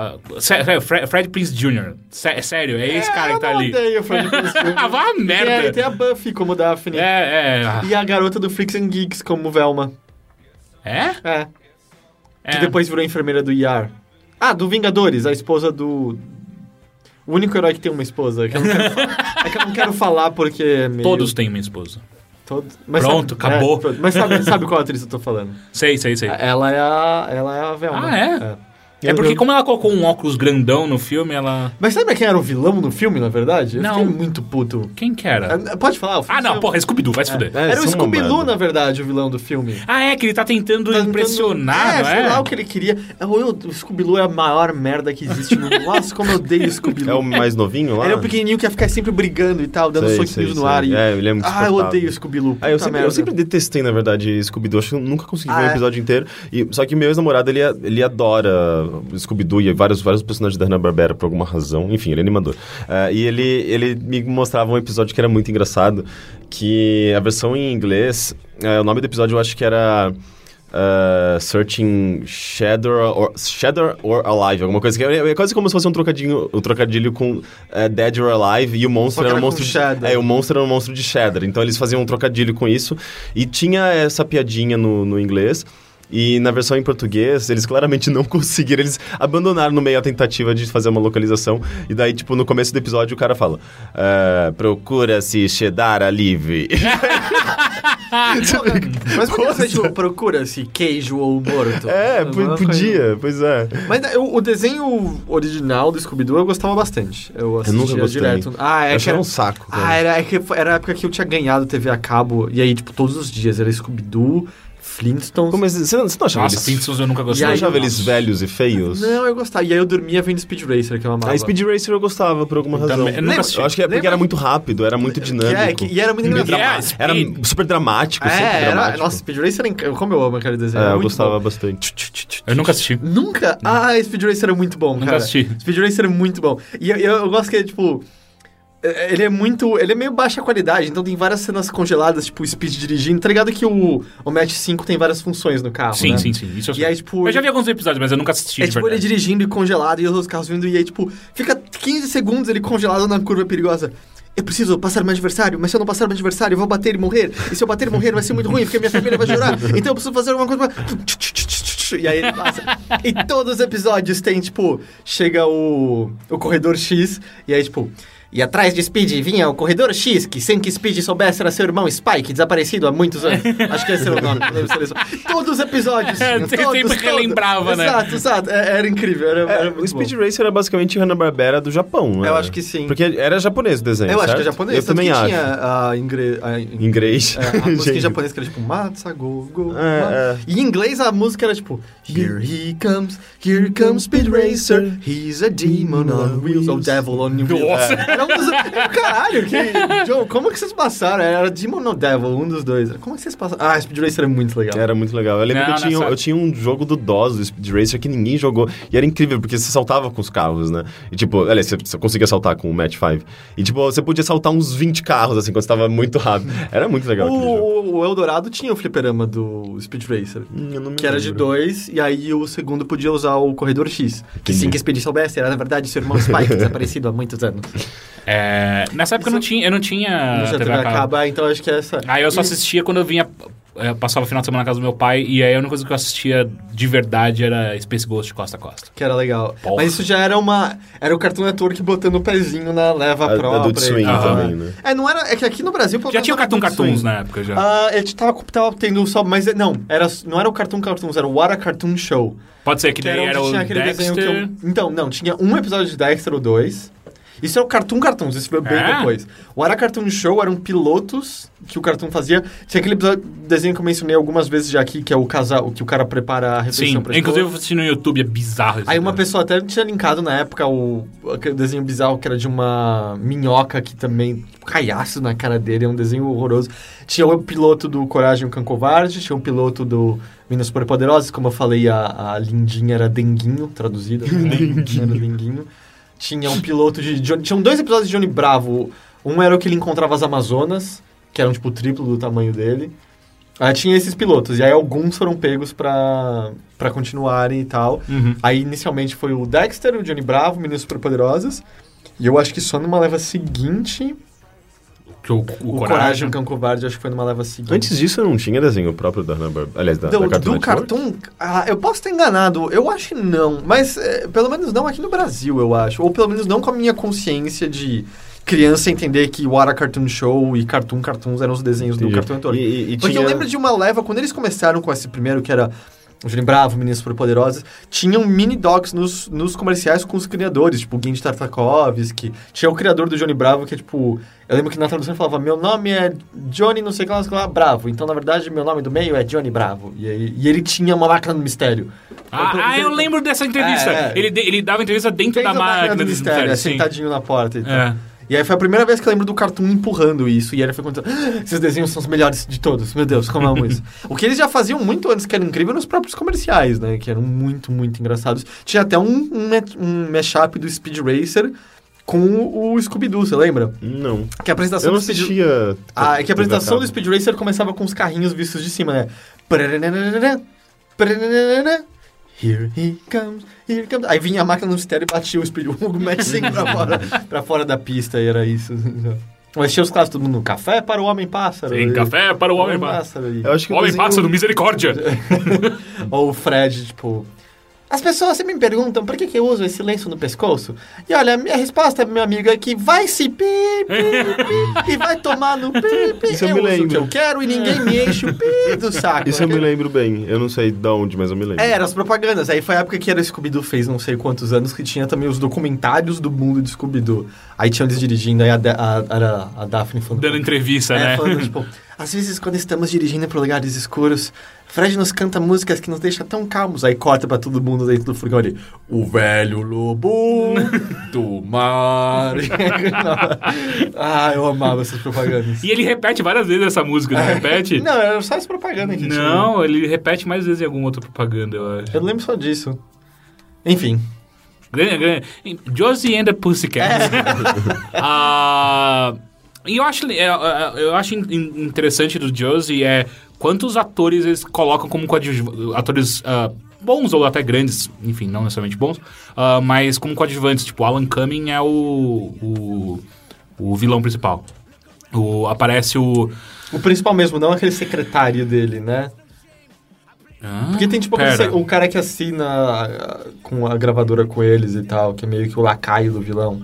S2: Ah, sé- sério, Fre- Fred Prince Jr. Sé- é sério, é esse cara que tá
S3: eu não
S2: ali. *laughs*
S3: odeio o Fred Prinze
S2: Ah, vá a
S3: Tem a-
S2: merda.
S3: é Tem a Buffy como Daphne.
S2: É, é. ah,
S3: E a garota do Freaks and Geeks como Velma.
S2: É?
S3: É.
S2: É.
S3: Que depois virou enfermeira do IAR. Ah, do Vingadores, a esposa do. O único herói que tem uma esposa. Que eu não quero
S2: *laughs*
S3: falar, é que eu não quero falar porque. é meio-
S2: Todos têm minha esposa.
S3: Todos. Mas
S2: Pronto,
S3: sabe- é,
S2: acabou.
S3: pronto. mas sabe, sabe qual atriz eu tô falando?
S2: Sei, sei, sei.
S3: Ela é a, ela é a Velma.
S2: Ah, é? É porque como ela colocou um óculos grandão no filme, ela.
S3: Mas sabe quem era o vilão no filme, na verdade? Eu
S2: Não.
S3: fiquei muito puto.
S2: Quem que era?
S3: É, Pode falar? o
S2: Ah, não,
S3: filme-
S2: porra, é Scooby-Doo, vai se fuder.
S1: É,
S3: Era o
S1: são uma
S3: Scooby-Doo,
S1: merda.
S3: na verdade, o vilão do filme.
S2: Ah, é, que ele tá tentando
S3: Tá tentando-
S2: impressionar, não
S3: é,
S2: é?
S3: sei lá o que ele queria. Eu, eu, o Scooby-Doo é a maior merda que existe no mundo. Nossa, como eu odeio o
S1: É o
S3: Scooby-Doo.
S1: mais novinho lá?
S3: Ele é o pequenininho que ia ficar sempre brigando e tal, dando
S1: Sei,
S3: soquinhos
S1: sei,
S3: no
S1: sei.
S3: ar. E...
S1: É, ele é muito
S3: Ah, eu
S1: insuportável.
S3: odeio o Scooby-Doo.
S1: Ah, eu,
S3: puta
S1: sempre, eu
S3: merda.
S1: sempre detestei, na verdade, Scooby-Doo. Acho que eu nunca consegui
S3: Ah,
S1: ver o
S3: é?
S1: episódio inteiro. E, só que meu ex-namorado, ele, a- ele adora Scooby-Doo e vários, vários personagens da Hanna-Barbera por alguma razão. Enfim, ele é animador. Ah, e ele, ele me mostrava um episódio que era muito engraçado, que a versão em inglês... ah, o nome do episódio eu acho que era... ah, searching Shadow or, Shadow or Alive, alguma coisa que é, é quase como se fosse um trocadilho, um trocadilho com ah, Dead or Alive e o monstro
S3: que
S1: era um
S3: era com
S1: monstro. de-
S3: Shadow.
S1: é, o monstro era um monstro de cheddar. Então eles faziam um trocadilho com isso. E tinha essa piadinha no, no inglês. E na versão em português, eles claramente não *laughs* conseguiram. Eles abandonaram no meio a tentativa de fazer uma localização. E daí, tipo, no começo do episódio, o cara fala: "Ah, Procura-se cheddar alive.
S2: *laughs*
S3: Mas por que você, tipo, procura-se queijo ou morto?
S1: é, pu-
S3: Alguma coisa.
S1: podia, pois é.
S3: Mas né, eu- o desenho original do Scooby-Doo eu gostava bastante. Eu assistia
S1: nunca gostei.
S3: direto. Ah, é
S1: Eu
S3: que
S1: achava
S3: era...
S1: um saco.
S3: Ah,
S1: Cara.
S3: era, é que foi- era a época que eu tinha ganhado TV a cabo. E aí, tipo, todos os dias era Scooby-Doo, Flintstones.
S1: Pô, Mas você não, você não achava,
S2: Nossa, é
S1: eles,
S2: Simpsons eu nunca
S1: você
S2: gostei.
S1: não
S3: aí,
S1: achava eles velhos e feios?
S3: Não, eu gostava. E aí eu dormia vendo Speed Racer, que eu amava.
S1: A É, Speed Racer eu gostava por alguma
S2: Eu
S1: razão.
S2: também- eu nunca assisti.
S1: eu acho que é porque
S3: Lembra-
S1: era muito rápido, era muito dinâmico.
S3: Que é, que- e era muito
S1: Meio
S3: engraçado.
S1: drama-
S2: Speed.
S1: Era super dramático, sempre
S3: É, era,
S1: dramático.
S3: nossa, Speed Racer era incrível. Como eu amo aquele desenho.
S1: É,
S3: era
S1: eu
S3: muito
S1: gostava Hum.
S3: bom.
S1: bastante.
S2: Eu nunca assisti.
S3: Nunca? Ah, Speed Racer era muito bom,
S2: Nunca
S3: cara.
S2: assisti.
S3: Speed Racer é muito bom. E eu, eu- eu gosto que é, tipo... é- Ele é muito... Ele é meio baixa qualidade, então tem várias cenas congeladas, tipo, o Speed dirigindo. Tá ligado que o, o Match 5 tem várias funções no carro,
S2: Sim,
S3: né?
S2: sim, sim. Isso eu
S3: E aí,
S2: sei.
S3: tipo...
S2: Eu já vi alguns episódios, mas eu nunca assisti.
S3: É
S2: de
S3: tipo ele
S2: verdade.
S3: dirigindo e congelado e os outros carros vindo, e aí, tipo, fica 15 segundos ele congelado na curva perigosa. Eu preciso passar meu adversário, mas se eu não passar meu adversário, eu vou bater e morrer. E se eu bater e morrer, vai ser muito ruim, porque minha família
S2: *laughs*
S3: vai chorar. Então eu preciso fazer alguma coisa. pra- E aí ele passa. E todos os episódios tem, tipo, chega o, o corredor X, e aí, tipo. E atrás de Speed vinha o Corredor X, que sem que Speed soubesse era seu irmão Spike, desaparecido há muitos anos. Acho que esse é o nome. não lembro se era isso. Todos os episódios.
S2: *laughs* É,
S3: tinham,
S2: sempre
S3: todos, todos.
S2: relembrava, né?
S3: Exato, exato. É, Era incrível. Era,
S1: É,
S3: era
S1: o
S3: muito
S1: Speed
S3: bom.
S1: Racer era basicamente Hanna-Barbera do Japão, né?
S3: Eu acho que sim.
S1: Porque era japonês o desenho,
S3: Eu acho que é
S1: certo?
S3: japonês.
S1: Eu
S3: tanto
S1: também
S3: que
S1: acho.
S3: Tinha a ingre... a
S1: *laughs*
S3: in-
S1: Inglês.
S3: é, a música em
S1: *laughs* Gente,
S3: japonês que era tipo Matsago, go,
S1: É,
S3: ma-
S1: é.
S3: E em inglês a múca era tipo Here he comes, here comes Speed Racer, he's a demon on wheels, ou devil on wheels.
S2: Nossa.
S3: É. Era um dos... *laughs* Caralho, que... Joe, como que vocês passaram? Era demon ou devil, um dos dois. Como que vocês passaram? Ah, Speed Racer é muito legal.
S1: Era muito legal. Eu lembro
S2: Não,
S1: que eu tinha,
S2: nessa-
S1: eu tinha um jogo do DOS, do Speed Racer, que ninguém jogou. E era incrível, porque você saltava com os carros, né? E tipo, olha, você, você conseguia saltar com o Match 5. E tipo, você podia saltar uns 20 carros, assim, quando você tava muito rápido. Era muito legal
S3: O,
S1: aquele jogo.
S3: o- o Eldorado tinha o fliperama do Speed Racer.
S1: Hum, eu não me
S3: Que era de
S1: lembro.
S3: dois, e aí o segundo podia usar o corredor X. Que
S1: Entendi.
S3: sim que Speed soubesse, era na verdade seu
S2: *laughs*
S3: irmão Spike, desaparecido há muitos anos.
S2: Ah, É, nessa época eu não tinha, eu não tinha
S3: Não já
S2: TV
S3: teve
S2: a cabo.
S3: acaba, então acho que é essa.
S2: Aí Ah, eu só
S3: E-
S2: assistia quando eu vinha... eh, Passava o final de semana na casa do meu pai e aí a única coisa que eu assistia de verdade era Space Ghost Costa a Costa.
S3: Que era legal.
S2: Porra.
S3: Mas isso já era uma. Era o Cartoon Network botando o pezinho na leva
S1: A-
S3: própria.
S1: Adult Swim
S3: Ah.
S1: também, né?
S3: É, não era. É que aqui no Brasil. pelo
S2: Já
S3: menos,
S2: tinha o
S3: era
S2: Cartoon
S3: Adult Swim.
S2: Cartoons né? na época já.
S3: Ah, eu tava, tava tendo só. Mas é- não, era, não era o Cartoon Cartoons, era o Ara Cartoon Show.
S2: Pode ser que
S3: Que era
S2: daí
S3: onde
S2: era o
S3: tinha aquele desenho que
S2: Dexter...
S3: eu... Então, não, tinha um episódio de Dexter ou dois. Isso é o Cartoon Cartoons, isso veio bem
S2: É?
S3: depois. O Ara Cartoon Show eram pilotos que o Cartoon fazia. Tinha aquele episódio- desenho que eu mencionei algumas vezes já aqui, que é o casal, o que o cara prepara a
S2: Sim,
S3: refeição pra
S2: inclusive eu
S3: esposa.
S2: assisti no YouTube, é bizarro. esse
S3: Aí uma
S2: episódio.
S3: pessoa até tinha linkado na época o aquele desenho bizarro que era de uma minhoca que também tipo, caiaço na cara dele, é um desenho horroroso. Tinha o piloto do Coragem o Cão Covarde, tinha o piloto do Minas Superpoderosas, como eu falei, a, a Lindinha era Denguinho, traduzida. né? Denguinho. Era Denguinho. Tinha um piloto de Johnny... Tinham dois episódios de Johnny Bravo. Um era o que ele encontrava as Amazonas, que eram, tipo, o triplo do tamanho dele. Aí tinha esses pilotos, e aí alguns foram pegos pra, pra continuarem e tal.
S2: Uhum.
S3: Aí inicialmente foi o Dexter, o Johnny Bravo, Meninas Superpoderosas. E eu acho que só numa leva seguinte.
S2: Que o, o
S3: O, Coragem,
S2: Coragem.
S3: Cão Covarde, acho que é um- foi numa leva seguinte.
S1: Antes disso, não tinha desenho próprio da Hanna-Barbera. Aliás, da,
S3: do,
S1: da Cartoon
S3: do
S1: Network?
S3: Cartoon. Ah, eu posso estar enganado, eu acho que não. Mas é, pelo menos não aqui no Brasil, eu acho. Ou pelo menos não com a minha consciência de criança entender que o Ara Cartoon Show e Cartoon Cartoons eram os desenhos
S1: Entendi.
S3: do Cartoon Network.
S1: E, e- e
S3: Porque
S1: tinha...
S3: eu lembro de uma leva, quando eles começaram com esse primeiro, que era o Johnny Bravo, Meninas Superpoderosas, tinham mini-docs nos, nos comerciais com os criadores, tipo o Gint Tartakovsky, tinha o criador do Johnny Bravo, que é tipo... Eu lembro que na tradução ele falava, meu nome é Johnny não sei o que lá, não sei o que lá, Bravo. Então, na verdade, meu nome do meio é Johnny Bravo. E, aí, e ele tinha uma máquina do mistério. Então,
S2: Ah, ah, eu lembro dessa entrevista.
S3: É, é.
S2: Ele, de- ele dava entrevista dentro
S3: Dentro
S2: da máquina do mistério.
S3: é,
S2: sim.
S3: sentadinho na porta e tal.
S2: É.
S3: E aí foi a primeira vez que eu lembro do Cartoon empurrando isso. E aí ele foi contando, "Ah, esses desenhos são os melhores de todos. Meu Deus, como
S1: *laughs*
S3: amo isso. o que eles já faziam muito antes, que era incrível, nos próprios comerciais, né? Que eram muito, muito engraçados. Tinha até um, um, met- um mashup do Speed Racer com o Scooby-Doo, você lembra?
S1: Não.
S3: Que a apresentação
S1: Eu não
S3: do Speed...
S1: assistia.
S3: Ah, é que a apresentação do
S1: TV
S3: Speed Racer começava com os carrinhos vistos de cima, né? Prarararararã, prarararararã, Here he comes, here he comes. Aí vinha a máquina no mistério e batia o Speed
S2: *laughs*
S3: o Match 5 pra fora, pra fora da pista, e era isso. Mas tinha os clássicos todo mundo no café para o homem pássaro.
S2: Tem
S3: e-
S2: café para o homem pássaro.
S3: e-
S1: Eu acho que o
S2: Homem
S1: desenho-
S2: pássaro,
S3: *laughs*
S2: misericórdia.
S3: Ou o Fred, tipo. As pessoas sempre me perguntam por que, que eu uso esse lenço no pescoço. E olha, a minha resposta, meu amigo, é que vai se pi, pi, pi, e vai tomar no pi, pi.
S1: Isso eu
S3: eu
S1: me
S3: uso o que
S1: lembro.
S3: eu quero e ninguém me enche o pi
S1: *laughs*
S3: do saco.
S1: Isso eu me lembro bem. Eu não sei de onde, mas eu me lembro.
S3: É, eram as propagandas. Aí foi a época que era o Scooby-Doo fez não sei quantos anos, que tinha também os documentários do mundo de Scooby-Doo. Aí tinham eles dirigindo, aí a, Da- a, era a Daphne falando...
S2: Dando entrevista,
S3: É,
S2: né? *laughs*
S3: falando, tipo, às vezes quando estamos dirigindo para lugares escuros, Fred nos canta músicas que nos deixam tão calmos. Aí corta pra todo mundo dentro do furgão ali. O
S2: *laughs*
S3: velho lobo do mar. *laughs* ah, eu amava essas propagandas.
S2: E ele repete várias vezes essa música, não repete?
S3: É. Não, era só as propagandas que tinha.
S2: Não, ele repete mais vezes em alguma outra propaganda, eu acho.
S3: Eu lembro só disso. Enfim.
S2: Grande, grande. Josie and the
S3: É.
S2: Pussycats. *laughs* Ah, e eu acho, é, é, eu acho in- in- interessante do Josie é quantos atores eles colocam como coadjuv- atores ah, bons ou até grandes, enfim, não necessariamente bons, ah, mas como coadjuvantes. Tipo, Alan Cumming é o, o, o vilão principal. O, aparece o...
S3: O principal mesmo, não aquele secretário dele, né?
S2: Ah,
S3: Porque tem tipo aquele
S2: pera.
S3: se- o cara que assina a- a- com a gravadora com eles e tal, que é meio que o lacaio do vilão.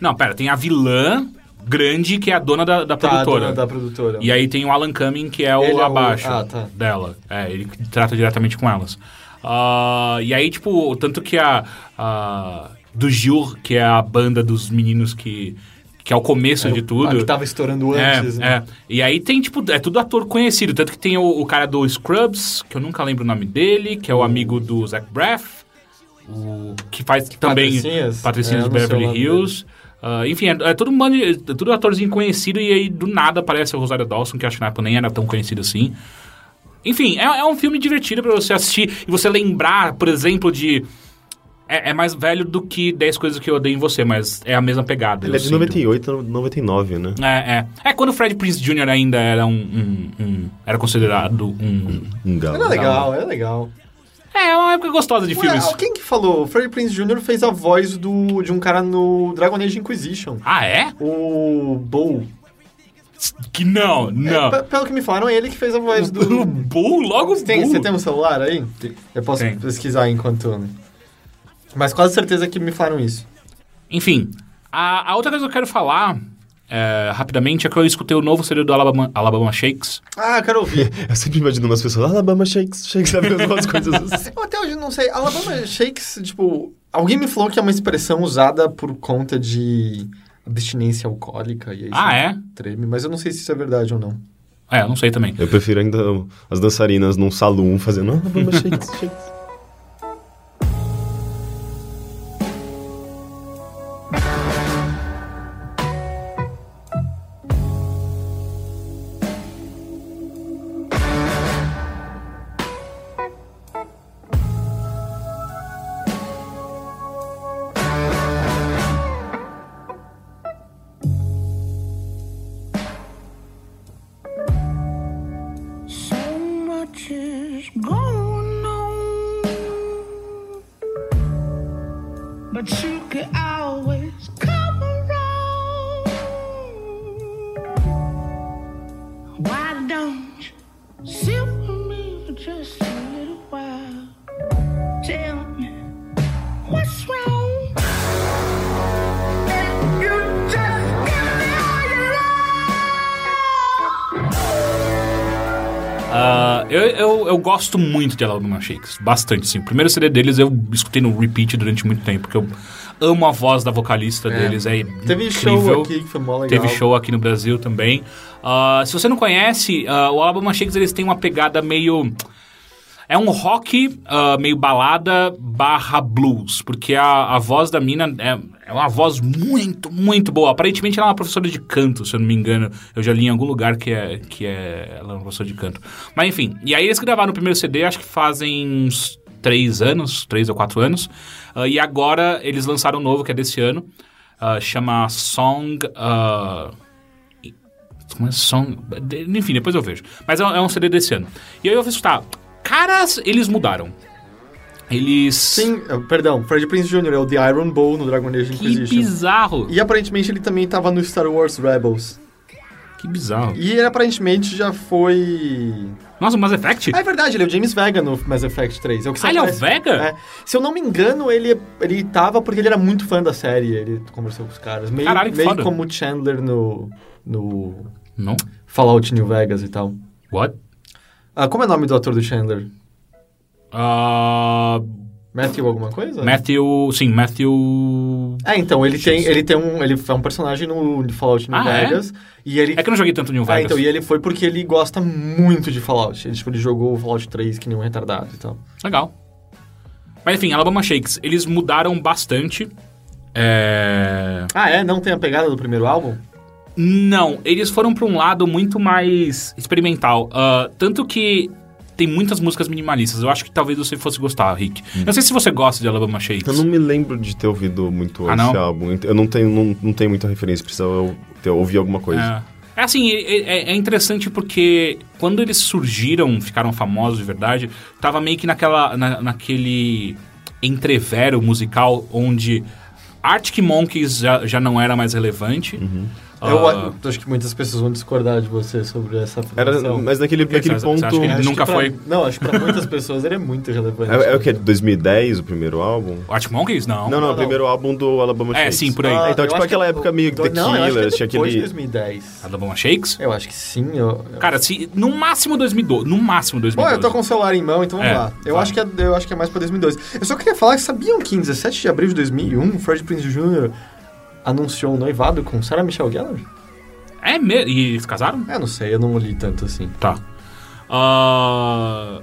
S2: Não, pera, tem a vilã grande que é a dona da, da
S3: Tá, a
S2: produtora.
S3: dona Da produtora.
S2: E aí tem o Alan Cumming, que é o
S3: Ele é o-
S2: abaixo
S3: ah, tá.
S2: dela. É, ele que trata diretamente com elas. Ah, e aí, tipo, tanto que a, a- Do Gil, que é a banda dos meninos que. que é o começo de tudo.
S3: Ah, que tava estourando
S2: É,
S3: antes, né?
S2: é. E aí tem, tipo, é tudo ator conhecido. Tanto que tem o, o cara do Scrubs, que eu nunca lembro o nome dele, que é o amigo do Zach Braff, o que faz também
S3: Patricinhas?
S2: Patricinhas
S3: É,
S2: de
S3: eu não sei
S2: Beverly
S3: o nome
S2: Hills. Ah, enfim, é, é todo um bando de- é tudo atorzinho conhecido e aí do nada aparece o Rosário Dawson, que acho que na época nem era tão conhecido assim. Enfim, é, é um filme divertido pra você assistir e você lembrar, por exemplo, de... É, é mais velho do que 10 coisas que eu odeio em você, mas é a mesma pegada.
S1: Ele
S2: eu
S1: é de
S2: sinto.
S1: 98, 99, né?
S2: É, é. É quando o Fred Prince Jr. ainda era um. um- um- era considerado um.
S1: Não.
S3: Era é legal, era legal.
S2: É, uma época gostosa de
S3: Ué,
S2: filmes.
S3: alguém que falou, o Freddie Prince Jr. fez a voz do, de um cara no Dragon Age Inquisition.
S2: Ah, é?
S3: O Bo.
S2: Que não, não. *laughs*
S3: Pe- Pelo que me falaram, é ele que fez a voz
S2: O
S3: do...
S2: Bull, logo o
S3: Você tem,
S2: Bull.
S3: você tem um celular aí? Eu posso
S2: Tem.
S3: pesquisar enquanto... Mas quase certeza que me falaram isso.
S2: Enfim, a, a outra coisa que eu quero falar é, rapidamente é que eu escutei o novo CD do Alabama, Alabama Shakes.
S3: Ah, eu
S2: *laughs*
S3: quero ouvir.
S1: Eu sempre imagino *laughs* umas pessoas, Alabama Shakes, Shakes, sabe? Algumas coisas assim.
S3: Eu até hoje não sei. Alabama Shakes, tipo, Alguém me falou que é uma expressão usada por conta de abstinência alcoólica e aí
S2: Ah, é?
S3: você treme, mas eu não sei se isso é verdade ou não.
S2: É, eu não sei também.
S1: Eu prefiro ainda as dançarinas num salão fazendo. "Ah, vamos, shakes, shakes."
S4: So much is going on, but you can always come around. Why don't you sit with me for just a little while? Tell me what's wrong. If you just give me all your love.
S2: Ah, eu, eu, eu gosto muito de Alabama Shakes, bastante sim. O primeiro CD deles eu escutei no repeat durante muito tempo, porque eu amo a voz da vocalista deles, é
S3: Teve
S2: incrível.
S3: show aqui que foi mó legal.
S2: Teve show aqui no Brasil também. Ah, se você não conhece, ah, o Alabama Shakes eles têm uma pegada meio. É um rock ah, meio balada barra blues, porque a, a voz da mina é, é uma voz muito, muito boa. Aparentemente ela é uma professora de canto, se eu não me engano. Eu já li em algum lugar que é, que é ela é uma professora de canto. Mas enfim, e aí eles gravaram o primeiro CD, acho que fazem uns três anos, três ou quatro anos. Ah, e agora eles lançaram um novo, que é desse ano. ah, chama Song... ah, como é som? Enfim, depois eu vejo. Mas é um, é um CD desse ano. E aí eu fiz, tá, caras, eles mudaram. Eles.
S3: Sim, eh, perdão, Fred Prince Jr. é o The Iron Bowl no Dragon Age
S2: que
S3: Inquisition.
S2: bizarro.
S3: E aparentemente ele também tava no Star Wars Rebels.
S2: Que bizarro.
S3: E ele aparentemente já foi.
S2: Nossa, o Mass Effect?
S3: Ah, é verdade, ele é o James Vega no Mass Effect 3. É o que
S2: Ah, ele é o
S3: aparece-
S2: Vega?
S3: É. Se eu não me engano, ele, ele tava porque ele era muito fã da série. Ele conversou com os caras. Meio,
S2: Caralho, que
S3: meio
S2: foda.
S3: como o Chandler no, no
S2: Não?
S3: Fallout New Vegas e tal.
S2: What?
S3: Ah, como é o nome do ator do Chandler?
S2: Ah,
S3: Matthew alguma coisa?
S2: Matthew. Sim, Matthew.
S3: É, então, ele tem, ele tem um. Ele é um personagem no Fallout New
S2: Ah, é?
S3: Vegas. E ele.
S2: É que eu não joguei tanto New
S3: Ah,
S2: Vegas.
S3: então, e ele foi porque ele gosta muito de Fallout. Ele, tipo, ele jogou o Fallout 3 que nem um retardado e tal.
S2: Legal. Mas enfim, Alabama Shakes, eles mudaram bastante. É.
S3: Ah, é? Não tem a pegada do primeiro álbum?
S2: Não, eles foram pra um lado muito mais experimental. Ah, tanto que tem muitas músicas minimalistas. Eu acho que talvez você fosse gostar, Rick. Eu não sei se você gosta de Alabama Shakes.
S1: Hum. Eu não me lembro de ter ouvido muito
S2: Ah,
S1: esse
S2: não?
S1: álbum. Eu não tenho, não, não tenho muita referência, precisava eu ter- ouvir alguma coisa.
S2: É. É assim, é, é- é interessante porque quando eles surgiram, ficaram famosos de verdade, tava meio que naquela, na- naquele entrevero musical onde Arctic Monkeys já, já não era mais relevante.
S1: Uhum.
S2: Ah,
S3: Eu a- acho que muitas pessoas vão discordar de você sobre essa
S1: Era,
S3: afirmação.
S1: mas naquele,
S2: que
S1: naquele
S2: você acha? Você acha
S1: ponto.
S2: que ele
S3: Acho
S2: nunca
S3: que pra-
S2: foi.
S3: Não, acho que pra muitas pessoas ele é muito relevante.
S1: É, é o que? 2010 o primeiro álbum?
S2: Arctic Monkeys? Não.
S1: Não, não,
S3: não.
S1: o primeiro álbum do Alabama
S2: É,
S1: Shakes.
S2: sim, por aí.
S3: Ah,
S1: Então,
S3: eu
S1: tipo,
S3: acho
S1: aquela
S3: que-
S1: época meio The
S3: não, eu acho que é
S1: Killers, tinha
S3: depois de
S1: aquele...
S3: 2010.
S2: Alabama Shakes?
S3: Eu acho que sim. Eu... eu-
S2: Cara, se, no máximo 2012. No máximo 2012.
S3: Bom, eu tô com o celular em mão, então vamos
S2: É,
S3: lá. Eu
S2: vai.
S3: acho, que é, eu acho que é mais pra 2002. Eu só queria falar que sabiam que em 17 de abril de 2001, o um, Fred Prinze Jr. anunciou um noivado com Sarah Michelle Gellar?
S2: É mesmo? E eles casaram?
S3: É, não sei, eu não li tanto assim.
S2: Tá. Ah,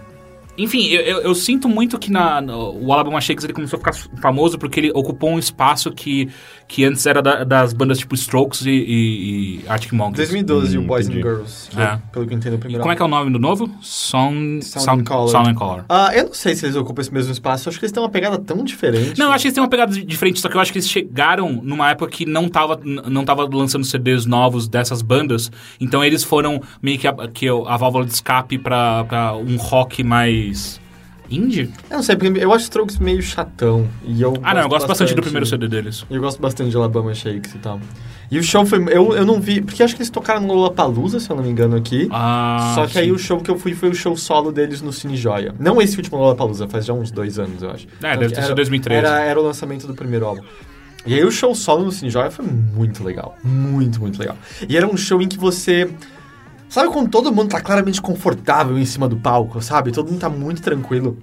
S2: Enfim, eu, eu- eu sinto muito que na, no- o Alabama Shakes ele começou a ficar famoso porque ele ocupou um espaço que, que antes era da- das bandas tipo Strokes e, e, e Arctic Monkeys.
S3: 2012,
S1: Hum,
S3: o Boys
S1: entendi.
S3: and Girls, que
S2: É.
S3: é, pelo que eu entendo, o primeiro
S2: Como é que é o nome do novo? Sound,
S3: Sound
S2: Sound-
S3: and Color.
S2: Sound and Color.
S3: Ah, eu não sei se eles ocupam esse mesmo espaço, eu acho que eles têm uma pegada tão diferente.
S2: Não, eu acho que eles têm uma pegada di- diferente, só que eu acho que eles chegaram numa época que não tava, n- não tava lançando CDs novos dessas bandas, então eles foram meio que a, que eu- a válvula de escape pra, pra um rock mais indie?
S3: Eu não sei, porque eu acho Strokes meio chatão. E eu
S2: Ah, não, eu gosto bastante do primeiro CD deles.
S3: Eu gosto bastante de Alabama Shakes e tal. E o show foi. Eu, eu não vi. Porque acho que eles tocaram no Lollapalooza, se eu não me engano, aqui.
S2: Ah,
S3: Só que aí
S2: sim.
S3: o show que eu fui foi o show solo deles no Cine Joia. Não esse último Lollapalooza, faz já uns dois anos, eu acho. Então,
S2: É, deve ter sido
S3: era-
S2: 2013.
S3: Era, era o lançamento do primeiro álbum. E aí o show solo no Cine Joia foi muito legal. Muito, muito legal. E era um show em que você... Sabe quando todo mundo tá claramente confortável em cima do palco, sabe? Todo mundo tá muito tranquilo.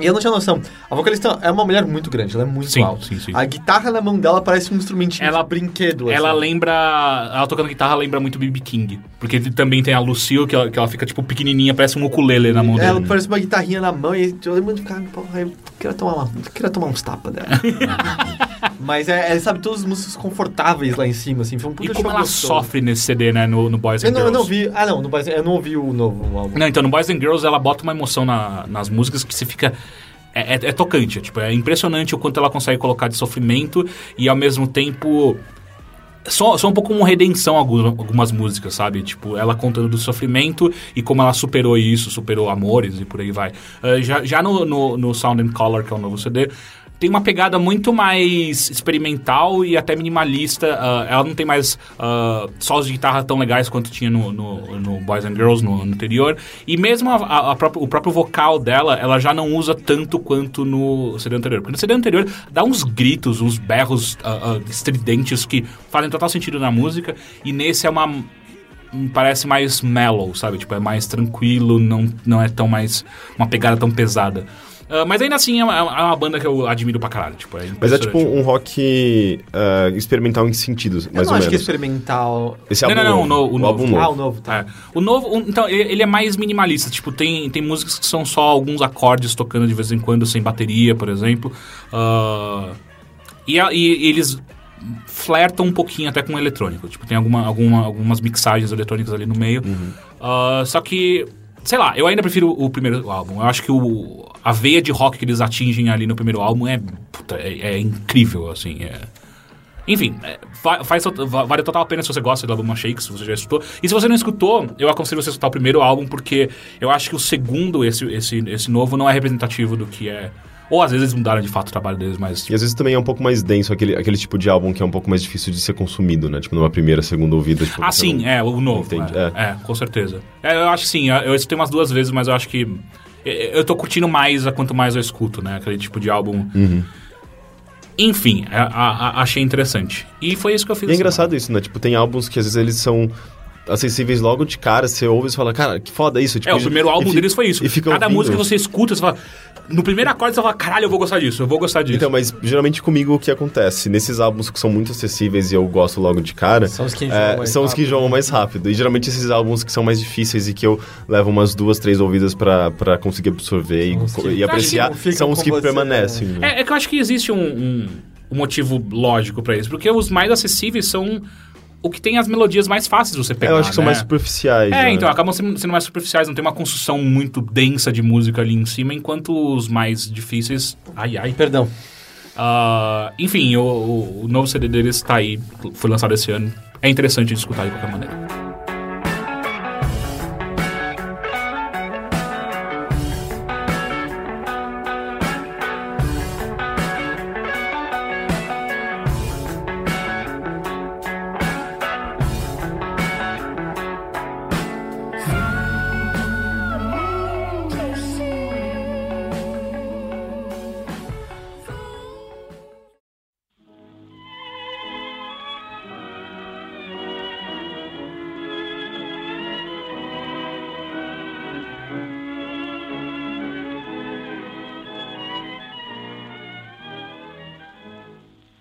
S3: E eu não tinha noção. A vocalista é uma mulher muito grande, ela é muito
S2: Sim,
S3: alta.
S2: sim, sim.
S3: A guitarra na mão dela parece um instrumentinho
S2: Ela-
S3: de brinquedo.
S2: Ela
S3: assim.
S2: lembra. Ela tocando guitarra lembra muito B.B. King. Porque ele também tem a Lucille, que ela, que ela fica, tipo, pequenininha, parece um ukulele na mão
S3: É, Ela
S2: dele.
S3: parece uma guitarrinha na mão e eu lembro de cara, "Ah, porra, eu queria tomar, uma, eu queria tomar uns
S2: *laughs*
S3: tapas dela. Mas é, é, sabe, todas as músicas confortáveis lá em cima, assim, foi um
S2: E
S3: puta
S2: como
S3: show
S2: ela
S3: gostoso.
S2: sofre nesse CD, né? No, no Boys and
S3: Eu não, eu
S2: Girls.
S3: não vi. Ah, não, no Brasil, eu não ouvi o novo álbum.
S2: Não, então, no Boys and Girls ela bota uma emoção na- nas músicas que você fica. É, é- é tocante, é, tipo, é impressionante o quanto ela consegue colocar de sofrimento e ao mesmo tempo. Só, só um pouco como redenção algumas, algumas músicas, sabe? Tipo, ela contando do sofrimento e como ela superou isso, superou amores e por aí vai. Ah, já já no, no, no Sound and Color, que é o novo CD, tem uma pegada muito mais experimental e até minimalista. ah, ela não tem mais ah, solos de guitarra tão legais quanto tinha no, no, no Boys and Girls, no, no anterior. E mesmo a- a- a própria- o próprio vocal dela, ela já não usa tanto quanto no CD anterior. Porque no CD anterior dá uns gritos, uns berros ah, ah, estridentes que fazem total sentido na música. E nesse é uma hum, parece mais mellow, sabe? Tipo, é mais tranquilo, não, não é tão mais. uma pegada tão pesada. Ah, mas ainda assim é uma, é uma banda que eu admiro pra caralho. Tipo, é
S1: Mas é
S2: impressionante.
S1: tipo um rock ah, experimental em que sentido, mais
S3: Eu
S1: ou
S3: não acho
S1: menos.
S3: que é experimental.
S1: Esse
S2: Não,
S1: álbum
S2: não, não,
S1: novo,
S2: o no- o
S1: álbum
S2: novo.
S3: Ah, o novo, tá.
S2: É. O novo, o- então, ele ele é mais minimalista. Tipo, tem, tem músicas que são só alguns acordes tocando de vez em quando, sem bateria, por exemplo. Ah, e, a- e- e eles flertam um pouquinho até com o eletrônico. Tipo, tem alguma, alguma- algumas mixagens eletrônicas ali no meio. Ah, só que, sei lá, eu ainda prefiro o primeiro álbum. Eu acho que o, a veia de rock que eles atingem ali no primeiro álbum é, puta, é, é incrível, assim. é- enfim, é, fa- faz, to- va- vale total a pena se você gosta do álbum Shake, se você já escutou. E se você não escutou, eu aconselho você a escutar o primeiro álbum, porque eu acho que o segundo, esse, esse, esse novo, não é representativo do que é. Ou às vezes eles mudaram de fato o trabalho deles, mas.
S1: E às vezes também é um pouco mais denso aquele, aquele tipo de álbum que é um pouco mais difícil de ser consumido, né? Tipo, numa primeira, segunda ouvida. Tipo,
S2: Ah,
S1: você
S2: sim,
S1: não-
S2: é, o novo.
S1: Entendi,
S2: É, é, com certeza. É, eu acho que sim, eu eu escutei umas duas vezes, mas eu acho que. Eu eu tô curtindo mais a quanto mais eu escuto, né? Aquele tipo de álbum.
S1: Uhum.
S2: Enfim, é, a- a- a- achei interessante. E foi isso que eu fiz.
S1: E é
S2: assim. essa
S1: engraçado isso, né? Tipo, tem álbuns que às vezes eles são acessíveis logo de cara, você ouve e você fala, cara, que foda isso. Tipo,
S2: É, o
S1: e-
S2: primeiro
S1: e
S2: álbum
S1: fi-
S2: deles foi isso.
S1: E fica
S2: Cada
S1: ouvindo.
S2: música que você escuta, você fala. No primeiro acorde você fala, caralho, eu vou gostar disso, eu vou gostar disso.
S1: Então, mas geralmente comigo o que acontece? Nesses álbuns que são muito acessíveis e eu gosto logo de cara.
S3: São os que enjoam
S1: é,
S3: mais
S1: são os que
S3: rápido. né?
S1: enjoam mais rápido. E geralmente esses álbuns que são mais difíceis e que eu levo umas duas, três ouvidas pra, pra conseguir absorver e,
S3: São os que-
S1: co- e
S3: Eu acho
S1: apreciar,
S3: que não ficam
S1: são os
S3: com
S1: que
S3: você,
S1: permanecem. né?
S2: É, é que eu acho que existe um, um- um motivo lógico pra isso, porque os mais acessíveis são o que tem as melodias mais fáceis de você
S1: É,
S2: pegar.
S1: eu acho que são
S2: né?
S1: mais superficiais.
S2: É,
S1: né?
S2: então, acabam sendo sendo mais superficiais, não tem uma construção muito densa de música ali em cima, enquanto os mais difíceis. Ai, ai.
S3: Perdão.
S2: Ah, enfim, o, o- o novo CD deles tá aí, foi lançado esse ano. É interessante de escutar de qualquer maneira.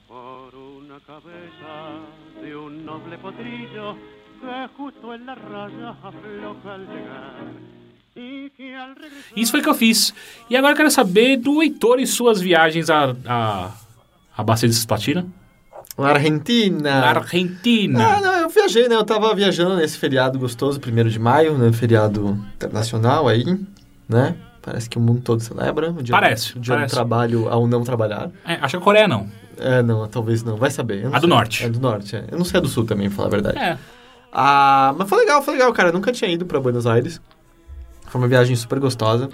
S5: por una cabeza de un noble potrillo que justo en la raya afloja al llegar y que al regresar
S2: Isso foi o que eu fiz. E agora eu quero saber do Heitor e suas viagens a. a, a Bacia de Cisplatina?
S3: Argentina. Ah,
S2: Argentina.
S3: não, eu viajei, né? Eu tava viajando nesse feriado gostoso, 1 de maio, né? Feriado internacional aí, né? Parece que o mundo todo celebra. O dia
S2: Parece,
S3: O dia
S2: parece.
S3: do trabalho ao não trabalhar.
S2: É, acho que a Coreia não.
S3: É, não, talvez não. Vai saber. eu não
S2: A do
S3: sei.
S2: norte.
S3: É do norte, é. Eu não sei a do sul também, pra falar a verdade.
S2: É.
S3: Ah, mas foi legal, foi legal, cara. Eu nunca tinha ido pra Buenos Aires. Foi uma viagem super gostosa.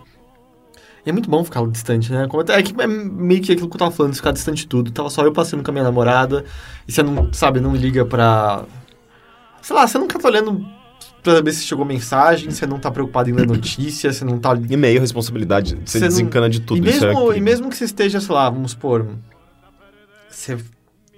S3: E é muito bom ficar distante, né? Como- É que é meio que aquilo que eu tava falando, ficar distante de tudo. Tava só eu passando com a minha namorada. E você não, sabe, não liga pra. Sei lá, você nunca tá olhando pra saber se chegou mensagem, você não tá preocupado em ler *laughs* notícia, você não tá
S1: E-mail, responsabilidade. Você
S3: Você não-
S1: desencana de tudo.
S3: e
S1: isso
S3: mesmo,
S1: é
S3: e
S1: incrível.
S3: mesmo que você esteja, sei lá, vamos supor, você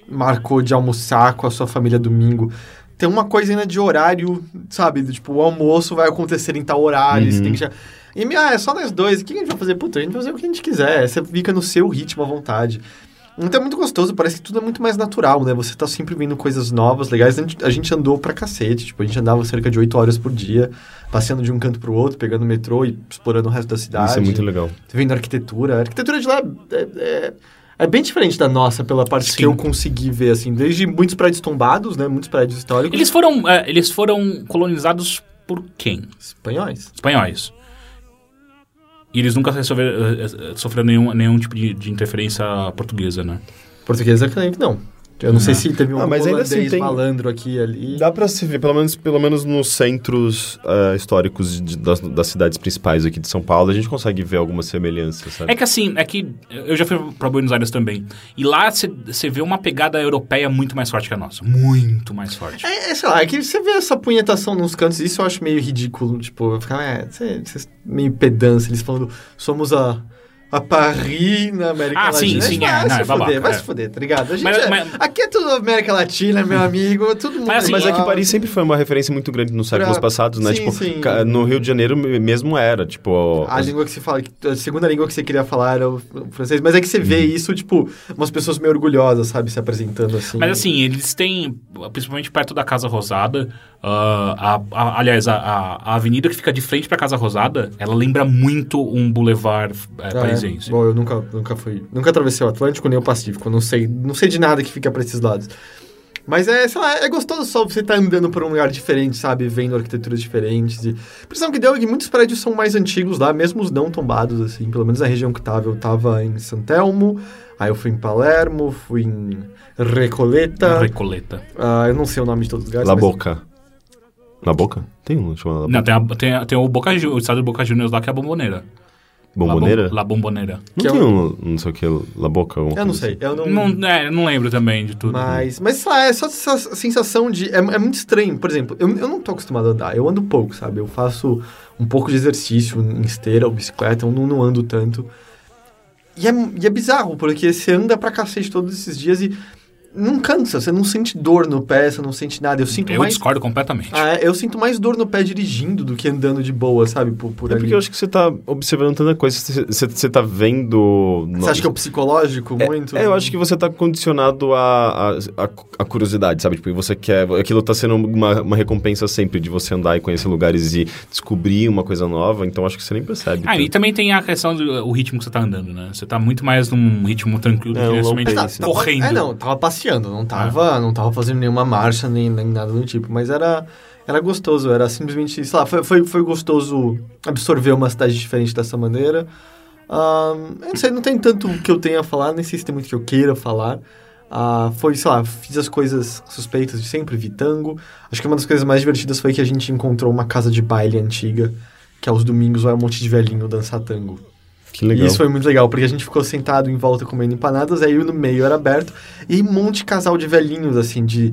S3: marcou de almoçar com a sua família domingo, tem uma coisa ainda de horário, sabe? Do Tipo, o almoço vai acontecer em tal horário,
S1: Uhum.
S3: você tem que já... E me- ah, é só nós dois. O que a gente vai fazer? Puta, a gente vai fazer o que a gente quiser. Você fica no seu ritmo à vontade. Então é muito gostoso, parece que tudo é muito mais natural, né? Você tá sempre vendo coisas novas, legais. A gente, a gente andou pra cacete, tipo, a gente andava cerca de 8 horas por dia, passeando de um canto pro outro, pegando o metrô e explorando o resto da cidade.
S1: Isso é muito legal.
S3: Vendo a arquitetura. A arquitetura de lá é, é- é bem diferente da nossa, pela parte
S2: Sim.
S3: que eu consegui ver, assim. Desde muitos prédios tombados, né? Muitos prédios históricos.
S2: Eles foram, é, eles foram colonizados por quem?
S3: Espanhóis.
S2: Espanhóis. E eles nunca resolveram, eh, eh, sofreram nenhum, nenhum tipo de, de interferência portuguesa, né?
S3: Português é claro que não. Eu não, sei se teve um
S1: Ah, mas ainda
S3: holandês
S1: assim tem-
S3: malandro aqui e ali.
S1: Dá pra se ver, pelo menos, pelo menos nos centros ah, históricos de- das, das cidades principais aqui de São Paulo, a gente consegue ver alguma semelhança, sabe?
S2: É que assim, é que eu já fui pra Buenos Aires também. E lá você vê uma pegada europeia muito mais forte que a nossa. Muito mais forte.
S3: É, é, sei lá, é que você vê essa punhetação nos cantos, isso eu acho meio ridículo. Tipo, eu ficava, é, vocês meio pedância, eles falando, somos a. A Paris na América
S2: Ah,
S3: Latina.
S2: sim, sim,
S3: Vai
S2: é, não,
S3: se
S2: é babaca,
S3: fuder, vai
S2: é.
S3: se fuder, tá ligado? A gente
S2: Mas-
S3: é-
S2: mas-
S3: Aqui é tudo América Latina, meu amigo, é todo mundo.
S2: Mas assim,
S1: Mas é que
S3: igual.
S1: Paris sempre foi uma referência muito grande nos séculos
S3: Pra-
S1: passados, né?
S3: Sim,
S1: tipo,
S3: sim.
S1: ca- no Rio de Janeiro me- mesmo era, tipo...
S3: A língua que você fala, que- a segunda língua que você queria falar era o o francês, mas é que você vê isso, tipo, umas pessoas meio orgulhosas, sabe, se apresentando assim.
S2: Mas assim, eles têm, principalmente perto da Casa Rosada, ah, a- a- aliás, a, a- a avenida que fica de frente pra Casa Rosada, ela lembra muito um boulevard eh,
S3: Ah, é.
S2: parisiense.
S3: Bom, eu nunca, nunca fui. Nunca atravessei o Atlântico nem o Pacífico. Não sei, não sei de nada que fica pra esses lados. Mas é, sei lá, é gostoso só você estar andando por um lugar diferente, sabe? Vendo arquiteturas diferentes. E... A impressão que deu é que muitos prédios são mais antigos lá, mesmo os não tombados, assim. Pelo menos na região que tava. Eu tava em Santelmo, aí eu fui em Palermo, fui em Recoleta.
S2: Recoleta.
S3: ah, eu não sei o nome de todos os lugares.
S1: La
S3: mas-
S1: Boca. Na Boca? Tem um chamado La Boca?
S2: Não, tem, a- tem, a- tem o, Boca, Ju- o estado de Boca Juniors lá que é a Bomboneira.
S1: Bomboneira?
S2: La, Bom- La Bomboneira.
S1: Não
S3: Que é
S1: tem
S3: o-
S1: um, não sei o que, La Boca? alguma
S3: Eu não
S1: coisa assim.
S3: sei. Eu não,
S2: Não, é, não lembro também de tudo.
S3: Então- Mas, mas sei lá, é só essa sensação de. É, é muito estranho. Por exemplo, eu, eu não tô acostumado a andar. Eu ando pouco, sabe? Eu faço um pouco de exercício em esteira ou bicicleta. Eu não, não ando tanto. E é, e é bizarro, porque você anda pra cacete todos esses dias e não cansa. Você não sente dor no pé, você não sente nada. Eu sinto
S2: eu
S3: mais.
S2: discordo completamente.
S3: Ah, é, eu sinto mais dor no pé dirigindo do que andando de boa, sabe? Por, por
S1: É
S3: ali.
S1: porque eu acho que você tá observando tanta coisa, você- você você tá vendo...
S3: Você acha que é o psicológico muito?
S1: É, eu acho que você tá condicionado à à- à- à curiosidade, sabe? Tipo, e você quer. Aquilo tá sendo uma, uma recompensa sempre de você andar e conhecer lugares e descobrir uma coisa nova, então acho que você nem percebe.
S2: Ah, e
S1: tanto.
S2: também tem a questão do o ritmo que você tá andando, né? Você tá muito mais num ritmo tranquilo do
S1: É,
S2: que
S1: um low
S2: necessariamente
S1: pace.
S3: Tá,
S1: Isso.
S3: tava-
S2: correndo.
S3: É, não, tava passeando, não tava, não tava fazendo nenhuma marcha, nem, nem nada do tipo, mas era, era gostoso, era simplesmente, sei lá, foi, foi, foi gostoso absorver uma cidade diferente dessa maneira. Ahn, eu não sei, não tem tanto que eu tenha a falar, nem sei se tem muito que eu queira falar. Ah, foi, sei lá, fiz as coisas suspeitas de sempre, vi tango. Acho que uma das coisas mais divertidas foi que a gente encontrou uma casa de baile antiga, que aos domingos vai um monte de velhinho dançar tango.
S1: Que legal.
S3: E isso foi muito legal, porque a gente ficou sentado em volta comendo empanadas, aí no meio era aberto, e um monte de casal de velhinhos, assim, de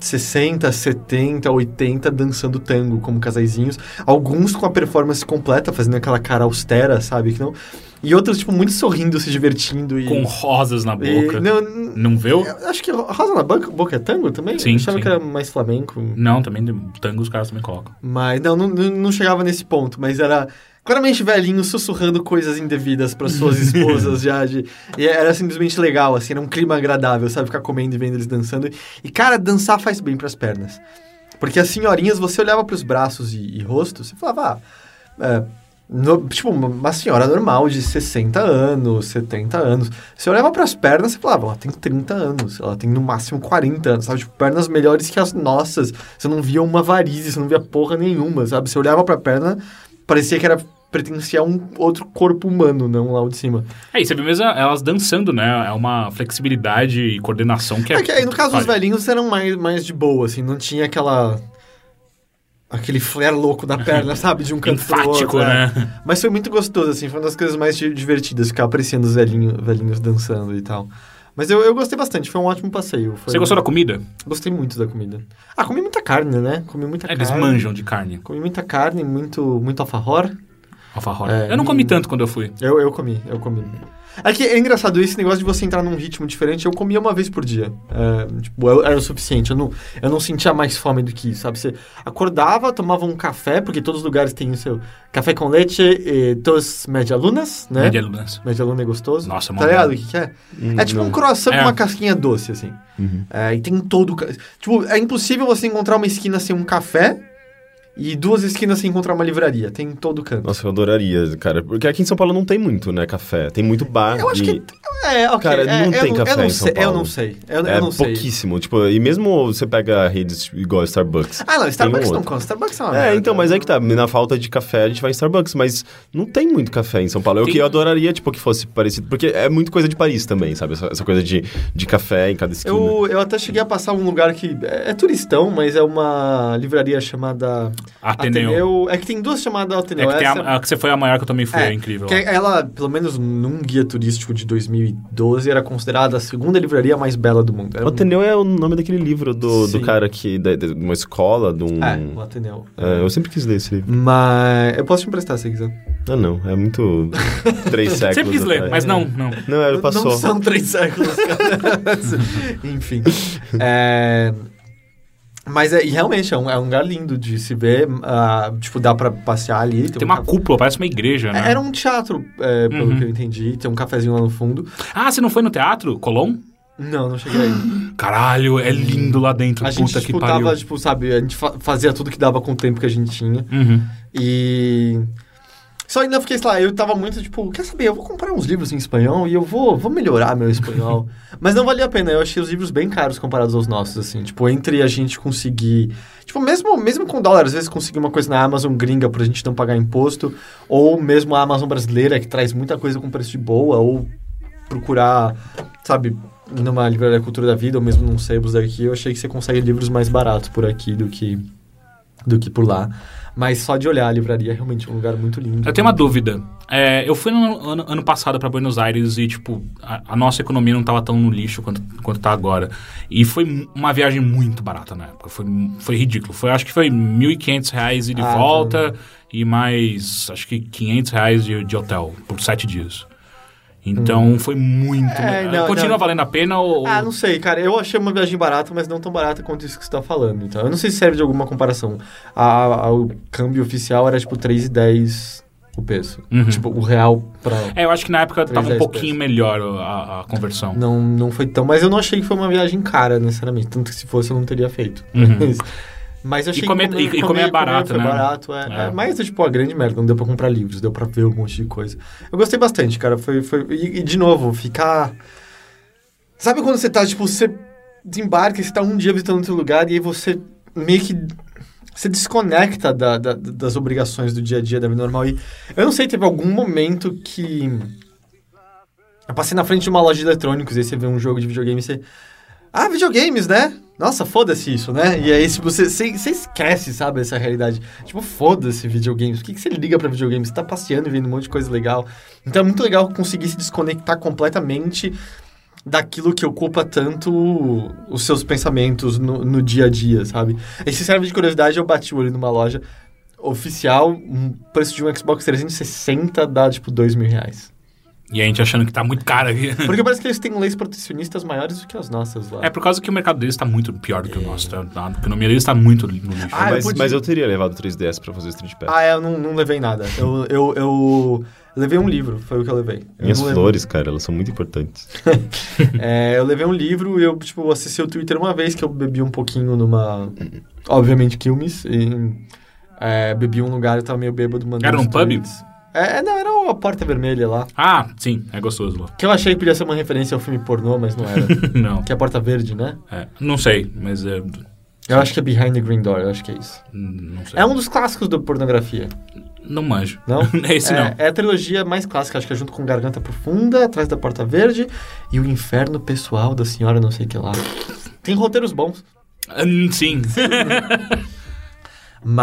S3: 60, 70, 80, dançando tango como casaizinhos. Alguns com a performance completa, fazendo aquela cara austera, sabe? Que não... E outros, tipo, muito sorrindo, se divertindo e...
S2: Com rosas na
S3: e-
S2: boca.
S3: não, n-
S2: Não viu?
S3: eu acho que ro- Rosa na Boca, boca é tango também?
S2: Sim,
S3: Eu achava
S2: sim.
S3: que era mais flamenco.
S2: Não, também tem- tango os caras também colocam.
S3: Mas não, não, não não chegava nesse ponto, mas era claramente velhinho sussurrando coisas indevidas para suas esposas já de, e era simplesmente legal assim, era um clima agradável, sabe, ficar comendo e vendo eles dançando. E cara, dançar faz bem para as pernas. Porque as senhorinhas, você olhava para os braços e, e rosto, você falava, ah, é, no- tipo, uma, uma senhora normal de 60 anos, 70 anos. Você olhava para as pernas e falava, ela tem 30 anos, ela tem no máximo 40 anos, sabe? Tipo, pernas melhores que as nossas. Você não via uma varize, você não via porra nenhuma, sabe? Você olhava pra perna, parecia que era pertencia a um outro corpo humano, não lá o de cima.
S2: É, e você vê mesmo elas dançando, né? É uma flexibilidade e coordenação que é.
S3: É que aí, no caso, os
S2: vale.
S3: velhinhos eram mais, mais de boa, assim, não tinha aquela. aquele flare louco
S2: *laughs*
S3: da perna, sabe? De um canto pro
S2: Enfático,
S3: outro, é.
S2: né?
S3: Mas foi muito gostoso, assim, foi uma das coisas mais di- divertidas, ficar apreciando os velhinho, velhinhos dançando e tal. Mas eu, eu gostei bastante, foi um ótimo passeio. foi-
S2: Você gostou da comida?
S3: Gostei muito da comida. Ah, comi muita carne, né? Comi muita
S2: É, eles
S3: carne.
S2: manjam de carne.
S3: Comi muita carne, muito, muito alfajor.
S2: Alfajor.
S3: É,
S2: eu não comi
S3: hum.
S2: tanto quando eu fui.
S3: Eu, eu comi, eu comi. É que é engraçado esse negócio de você entrar num ritmo diferente. Eu comia uma vez por dia. É, tipo, eu- era o suficiente. Eu não, eu não sentia mais fome do que isso, sabe? Você acordava, tomava um café, porque todos os lugares têm o seu café com leite e todos medialunas, né?
S2: Média Lunas.
S3: Medialuna é gostoso.
S2: Nossa,
S3: Tá
S2: mano.
S3: ligado o que, que é?
S1: Hum,
S3: é tipo um croissant
S2: É.
S3: com uma casquinha doce, assim.
S1: Uhum.
S3: É, e tem todo... ca- Tipo, é impossível você encontrar uma esquina sem um café e duas esquinas sem encontrar uma livraria. Tem em todo canto.
S1: Nossa, eu adoraria, cara. Porque aqui em São Paulo não tem muito, né, café. Tem muito bar.
S3: Eu acho
S1: e
S3: que. É, ok.
S1: Cara,
S3: é,
S1: não
S3: eu
S1: tem
S3: não,
S1: café
S3: eu não
S1: em São
S3: sei, Eu
S1: Paulo.
S3: não sei. Eu, eu
S1: é
S3: não sei.
S1: pouquíssimo. Tipo, e mesmo você pega redes igual Starbucks.
S3: Ah, não, Starbucks
S1: Tem um
S3: não
S1: outro.
S3: conta. Starbucks é uma
S1: É,
S3: merda.
S1: então, mas é que tá. Na falta de café, a gente vai em Starbucks, mas não tem muito café em São Paulo. Eu
S2: Tem-
S1: que eu adoraria, tipo, que fosse parecido. Porque é muito coisa de Paris também, sabe? Essa, essa coisa de, de café em cada esquina.
S3: Eu, eu até cheguei a passar um lugar que é, é turistão, mas é uma livraria chamada
S2: Ateneu.
S3: É que tem duas chamadas Ateneu.
S2: É que tem
S3: Essa-
S2: a, a que você foi a maior que eu também fui, é, incrível.
S3: que ela, pelo menos num guia turístico de 2012, era considerada a segunda livraria mais bela do mundo. Era
S1: O Ateneu é o nome daquele livro do, do
S3: Sim.
S1: cara que. da- de uma escola, de um.
S3: Um... É, o Ateneu.
S1: É, eu sempre quis ler esse livro.
S3: Mas eu posso te emprestar se quiser.
S1: Ah, não. É
S3: *laughs*
S1: muito. Três séculos.
S2: Sempre quis ler,
S3: É.
S1: atrás.
S2: mas não, não.
S1: Não, ele passou.
S3: Não são três
S1: *laughs*
S3: séculos, cara. Enfim. É, Mas é, e realmente é um, é um lugar lindo de se ver. ah, tipo, dá pra passear ali.
S2: Tem
S3: um
S2: uma
S3: café-
S2: cúpula, parece uma igreja, né?
S3: É, Era um teatro, é, pelo
S2: Uhum.
S3: que eu entendi. Tem um cafezinho lá no fundo.
S2: Ah, você não foi no teatro? Colom?
S3: Não, não cheguei aí.
S2: Caralho, é lindo lá dentro,
S3: A gente
S2: puta que
S3: disputava,
S2: pariu.
S3: tipo, sabe, a gente fa- fazia tudo que dava com o tempo que a gente tinha.
S2: Uhum.
S3: E. Só ainda fiquei, sei lá, eu tava muito tipo, quer saber, eu vou comprar uns livros em espanhol e eu vou, vou melhorar meu espanhol. Mas não valia a pena, eu achei os livros bem caros comparados aos nossos, assim. Tipo, entre a gente conseguir. Tipo, mesmo, mesmo com dólar, às vezes conseguir uma coisa na Amazon gringa pra gente não pagar imposto, ou mesmo a Amazon brasileira, que traz muita coisa com preço de boa, ou procurar, sabe, numa livraria cultura da vida, ou mesmo num sebos daqui, eu achei que você consegue livros mais baratos por aqui do que, do que por lá. Mas só de olhar a livraria é realmente um lugar muito lindo.
S2: Eu tenho uma dúvida. É, eu fui no ano, ano passado pra Buenos Aires e, tipo, a, a nossa economia não tava tão no lixo quanto, quanto tá agora. E foi m- uma viagem muito barata na época. Foi, m- foi ridículo. Foi, acho que foi R$ 1.500 reais e de
S3: Ah, tá.
S2: volta e mais, acho que R$ 500 reais de, de hotel por sete dias. Então, foi muito...
S3: Hum. É, não,
S2: Continua
S3: não.
S2: valendo a pena ou...
S3: Ah, não sei, cara. Eu achei uma viagem barata, mas não tão barata quanto isso que você tá falando. Então, eu não sei se serve de alguma comparação. A, a- o câmbio oficial era tipo 3,10 o peso.
S2: Uhum.
S3: Tipo, o real pra.
S2: É, eu acho que na época tava um
S3: 3,10
S2: pouquinho melhor a, a conversão.
S3: Não, não foi tão. Mas eu não achei que foi uma viagem cara, necessariamente. Tanto que se fosse, eu não teria feito.
S2: Uhum.
S3: Mas, *laughs* mas eu achei
S2: comer-
S3: que
S2: e- e comer é barato,
S3: foi
S2: né?
S3: barato, é.
S2: É.
S3: É, Mas, tipo, a grande merda. Não deu pra comprar livros, deu pra ver um monte de coisa. Eu gostei bastante, cara. Foi, foi... E, e, de novo, ficar. Sabe quando você tá, tipo, você desembarca, você tá um dia visitando outro lugar e aí você meio que. Você desconecta da- da- das obrigações do dia a dia, da vida normal. E eu não sei, teve algum momento que. Eu passei na frente de uma loja de eletrônicos, aí você vê um jogo de videogame e você. Ah, videogames, né? Nossa, foda-se isso, né? E aí, tipo, você, você, você esquece, sabe, essa realidade. Tipo, foda-se videogames. Por que, que você liga pra videogames? Você tá passeando e vendo um monte de coisa legal. Então é muito legal conseguir se desconectar completamente daquilo que ocupa tanto os seus pensamentos no, no dia a dia, sabe? E se serve de curiosidade, eu bati o olho numa loja oficial, um preço de um Xbox 360 dá, tipo, dois mil reais.
S2: E a gente achando que tá muito caro aqui.
S3: Porque parece que eles têm leis protecionistas maiores do que as nossas lá.
S2: É por causa que o mercado deles tá muito pior do que o nosso. tá? A economia deles tá muito no lixo.
S3: Ah, eu
S1: mas,
S3: podia-
S1: mas eu teria levado 3DS pra fazer Street Pass.
S3: Ah, é, eu não, não levei nada. Eu, eu, eu levei um livro, foi o que eu levei. Eu
S1: Minhas
S3: não levei-
S1: flores, cara, elas são muito importantes.
S3: É, eu levei um livro e eu, tipo, acessei o Twitter uma vez que eu bebi um pouquinho numa... Obviamente, Quilmes. E, é, bebi em um lugar, eu tava meio bêbado. mandando
S2: Era um
S3: uns
S2: pub?
S3: tweets. É, não, era a Porta Vermelha lá.
S2: Ah, sim, é gostoso lá.
S3: Que eu achei que podia ser uma referência ao filme pornô, mas
S1: *laughs*
S3: não era.
S2: *laughs* não,
S3: que é a Porta Verde, né?
S2: é, não sei, mas é,
S3: Eu acho que é Behind the Green Door, eu acho que é isso.
S2: não
S1: Tá.
S2: sei.
S3: É um dos clássicos da pornografia.
S2: Não manjo.
S3: Não?
S2: é esse
S3: é,
S2: *laughs* não.
S3: é a trilogia mais clássica, acho que é junto com Garganta Profunda, Atrás da Porta Verde e O Inferno Pessoal da Senhora Não Sei Que Lá. Tem roteiros bons.
S2: Hum, Sim.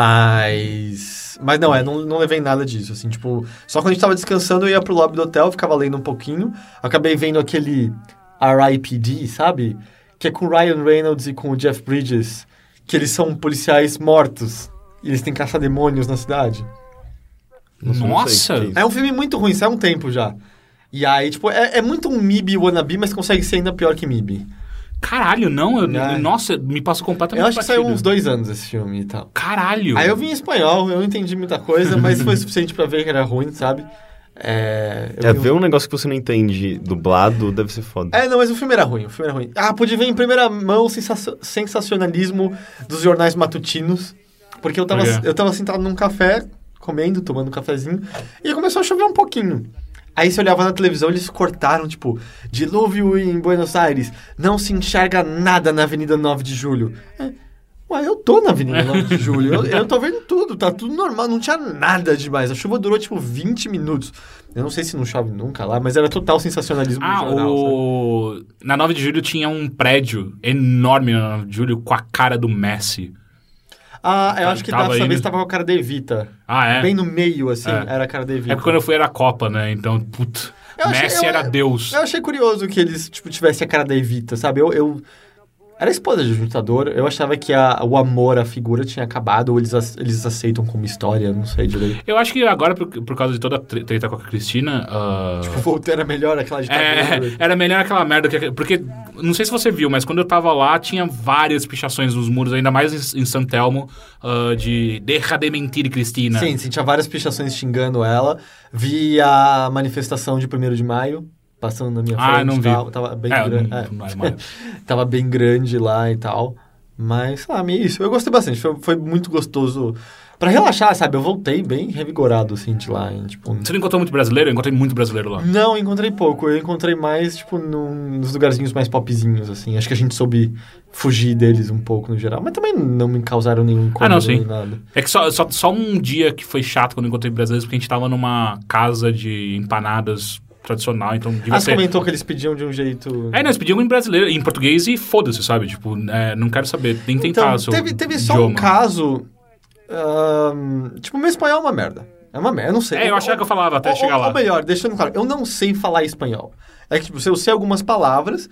S3: Mas. Mas não, é, não, não levei nada disso, assim, tipo. Só quando a gente tava descansando, eu ia pro lobby do hotel, ficava lendo um pouquinho. Acabei vendo aquele R.I.P.D., sabe? Que é com o Ryan Reynolds e com o Jeff Bridges, que eles são policiais mortos. E eles têm caça-demônios na cidade.
S1: Nossa, não sei o que
S2: Nossa!
S1: é isso.
S3: É um filme muito ruim, sai há um tempo já. E aí, tipo, é, é muito um MIB wannabe, mas consegue ser ainda pior que MIB.
S2: Caralho, não. eu-
S3: Não.
S2: Nossa, me passou completamente
S3: Ah. Eu acho que saiu
S2: Tá batido.
S3: uns dois anos esse filme e tal.
S2: Caralho.
S3: Aí eu vi em espanhol, eu não entendi muita coisa, mas foi suficiente pra ver que era ruim, sabe? É, eu
S1: É,
S3: vi um-
S1: ver um negócio que você não entende dublado deve ser foda.
S3: É, não, mas o filme era ruim, o filme era ruim. Ah, pude ver em primeira mão o sensa- sensacionalismo dos jornais matutinos, porque eu tava,
S2: Por quê?
S3: eu tava sentado num café, comendo, tomando um cafezinho, e começou a chover um pouquinho. Aí você olhava na televisão, eles cortaram, tipo, dilúvio em Buenos Aires, não se enxerga nada na Avenida 9 de Julho. É, Ué, eu tô na Avenida 9 de Julho, eu, eu tô vendo tudo, tá tudo normal, não tinha nada demais. A chuva durou, tipo, 20 minutos. Eu não sei se não chove nunca lá, mas era total sensacionalismo
S2: Ah,
S3: do jornal, sabe?
S2: o... Na 9 de julho tinha um prédio enorme na 9 de julho com a cara do Messi.
S3: Ah, eu acho que
S2: Tava
S3: dessa
S2: indo.
S3: vez tava com a cara da Evita.
S2: Ah, é?
S3: Bem no meio, assim,
S2: É.
S3: era a cara da Evita.
S2: É porque quando eu fui era a Copa, né? Então, putz.
S3: Eu achei-
S2: Messi
S3: eu-
S2: era Deus.
S3: Eu achei curioso que eles, tipo, tivessem a cara da Evita, sabe? Eu... eu- Era a esposa de um ditador, eu achava que a- o amor à figura tinha acabado, ou eles, ac- eles aceitam como história, não sei direito.
S2: Eu
S3: *laughs*
S2: acho que agora, por, por causa de toda a tre- treta com a Cristina. ah,
S3: O Voltaire era melhor aquela ditadura.
S2: É, era melhor aquela merda que. Porque, não sei se você viu, mas quando eu tava lá, tinha várias pichações nos muros, ainda mais em, em San Telmo, ah, de Deja de mentir, Cristina.
S3: Sim, sim, tinha várias pichações xingando ela. Vi a manifestação de 1 de maio, passando na minha frente.
S2: Ah, não vi.
S3: Tava, tava bem
S2: É,
S3: grande.
S2: não-
S3: é.
S2: não é maio.
S3: tava bem grande lá e tal. Mas, ah, é isso. Eu gostei bastante. Foi, foi muito gostoso pra relaxar, sabe? Eu voltei bem revigorado, assim, de lá. Em, tipo,
S2: Você não encontrou muito brasileiro? Eu encontrei muito brasileiro lá.
S3: não, encontrei pouco. Eu encontrei mais, tipo, num- nos lugarzinhos mais popzinhos, assim. Acho que a gente soube fugir deles um pouco no geral. Mas também não me causaram nenhum incômodo
S2: Ah, não, sim.
S3: nem nada.
S2: É que só, só, só um dia que foi chato quando eu encontrei brasileiros, porque a gente tava numa casa de empanadas tradicional, então devia
S3: Ah, você
S2: ser...
S3: comentou que eles pediam de um jeito.
S2: É, não, eles pediam em brasileiro, em português e foda-se, sabe? Tipo, é, não quero saber, nem tentar o seu
S3: Então, teve, teve só um
S2: idioma.
S3: caso. ahn, tipo, meu espanhol é uma merda. É uma merda, eu não sei.
S2: É, eu achava que eu falava até
S3: ou,
S2: chegar
S3: ou-
S2: lá.
S3: Ou melhor, deixando claro, eu não sei falar espanhol. É que, tipo, eu sei algumas palavras.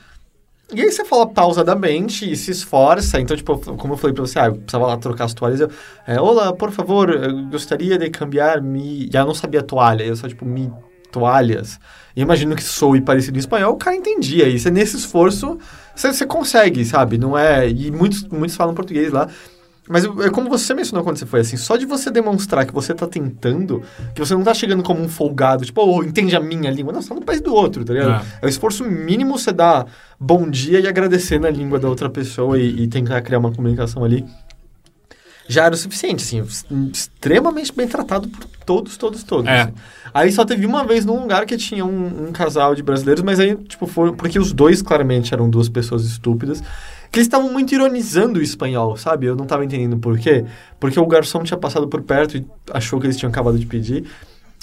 S3: E aí você fala pausadamente e se esforça. Então, tipo, como eu falei pra você, ah, eu precisava lá trocar as toalhas. Eu, é, Olá, por favor, eu gostaria de cambiar mi... Já não sabia toalha, eu só, tipo, mi toalhas. E imagino que soe parecido em espanhol, o cara entendia. E você, nesse esforço, você, você consegue, sabe? Não é... E muitos, muitos falam português lá. Mas eu- é como você mencionou quando você foi assim, só de você demonstrar que você tá tentando, que você não tá chegando como um folgado, tipo, oh, entende a minha língua. Não, você tá no país do outro, tá ligado? É, o esforço mínimo você dar bom dia e agradecer na língua da outra pessoa e, e tentar criar uma comunicação ali. Já era o suficiente, assim, es- extremamente bem tratado por todos, todos, todos.
S2: É.
S3: assim. Aí só teve uma vez num lugar que tinha um, um casal de brasileiros, mas aí, tipo, foram. Porque os dois claramente eram duas pessoas estúpidas. Que eles estavam muito ironizando o espanhol, sabe? Eu não tava entendendo por quê. Porque o garçom tinha passado por perto e achou que eles tinham acabado de pedir.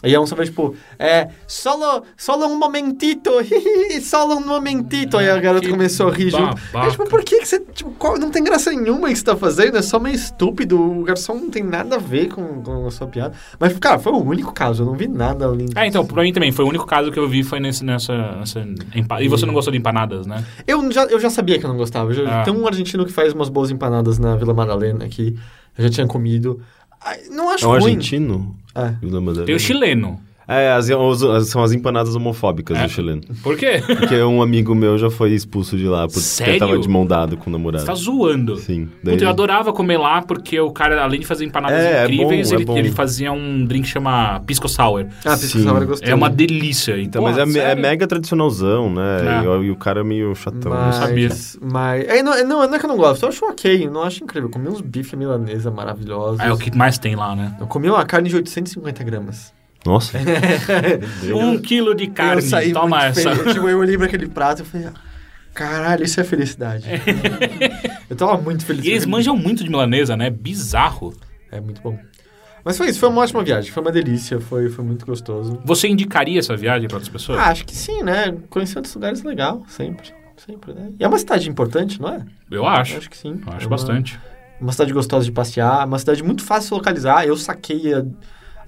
S3: E é um sobre, tipo, é. Solo, solo um momentito, *laughs* solo um momentito. Aí a garota
S2: Que
S3: começou a rir junto.
S2: babaca.
S3: É, tipo, por que, que você. Tipo, qual- não tem graça nenhuma que você tá fazendo, é só meio estúpido. O garçom não tem nada a ver com, com a sua piada. Mas, cara, foi o único caso, eu não vi nada além disso.
S2: É, então, pra mim também, foi o único caso que eu vi foi nesse, nessa, nessa empa- E você não gostou de empanadas, né?
S3: Eu já, eu já sabia que eu não gostava. Eu
S2: Ah.
S3: já- Tem um argentino que faz umas boas empanadas na Vila Madalena aqui. Eu já tinha comido. Ai, Não
S1: É
S3: acho
S1: um
S3: ruim.
S1: argentino?
S3: É.
S1: Eu lembro dele.
S2: Tem o chileno.
S1: É, as- os- as- são as empanadas homofóbicas
S2: É.
S1: do chileno. *laughs*
S2: Por quê?
S1: Porque um amigo meu já foi expulso de lá porque
S2: Sério?
S1: tava de mão dado com o namorado.
S2: Você tá zoando.
S1: Sim. daí
S2: Puta, eu
S1: ele-
S2: adorava comer lá porque o cara, além de fazer empanadas
S1: É, é
S2: incríveis,
S1: bom, é
S2: ele,
S1: bom.
S2: ele fazia um drink que chama Pisco Sour.
S3: Ah, pisco
S1: Sim.
S3: sour eu gostei.
S2: É uma delícia.
S1: Então,
S2: Então,
S1: mas é,
S2: Porra,
S1: me- é
S2: sério?
S1: mega tradicionalzão, né?
S2: É.
S1: E, o- e o cara é meio chatão.
S3: Mas,
S1: não sei.
S2: sabia.
S3: Mas. É, não, é- não, não é que eu não gosto, eu acho ok, eu não acho incrível. Eu comi uns bife milanesa maravilhosos.
S2: É o que mais tem lá, né?
S3: Eu comi uma carne de 850 gramas.
S1: Nossa.
S2: Um quilo de carne,
S3: eu saí
S2: toma
S3: muito
S2: essa.
S3: feliz. Tipo, eu olhei
S2: *laughs*
S3: pra aquele prato e falei, caralho, isso é felicidade. eu tava muito feliz.
S2: E eles manjam muito de milanesa, né? Bizarro.
S3: É muito bom. Mas foi isso, foi uma ótima viagem, foi uma delícia, foi, foi muito gostoso.
S2: Você indicaria essa viagem pra outras pessoas?
S3: Ah, acho que sim, né? Conhecer outros lugares é legal, sempre. Sempre, né? E é uma cidade importante, não é?
S2: eu acho.
S3: Acho que sim.
S2: Eu
S3: É
S2: acho
S3: uma-
S2: bastante.
S3: Uma cidade gostosa de passear, uma cidade muito fácil de localizar. Eu saquei a,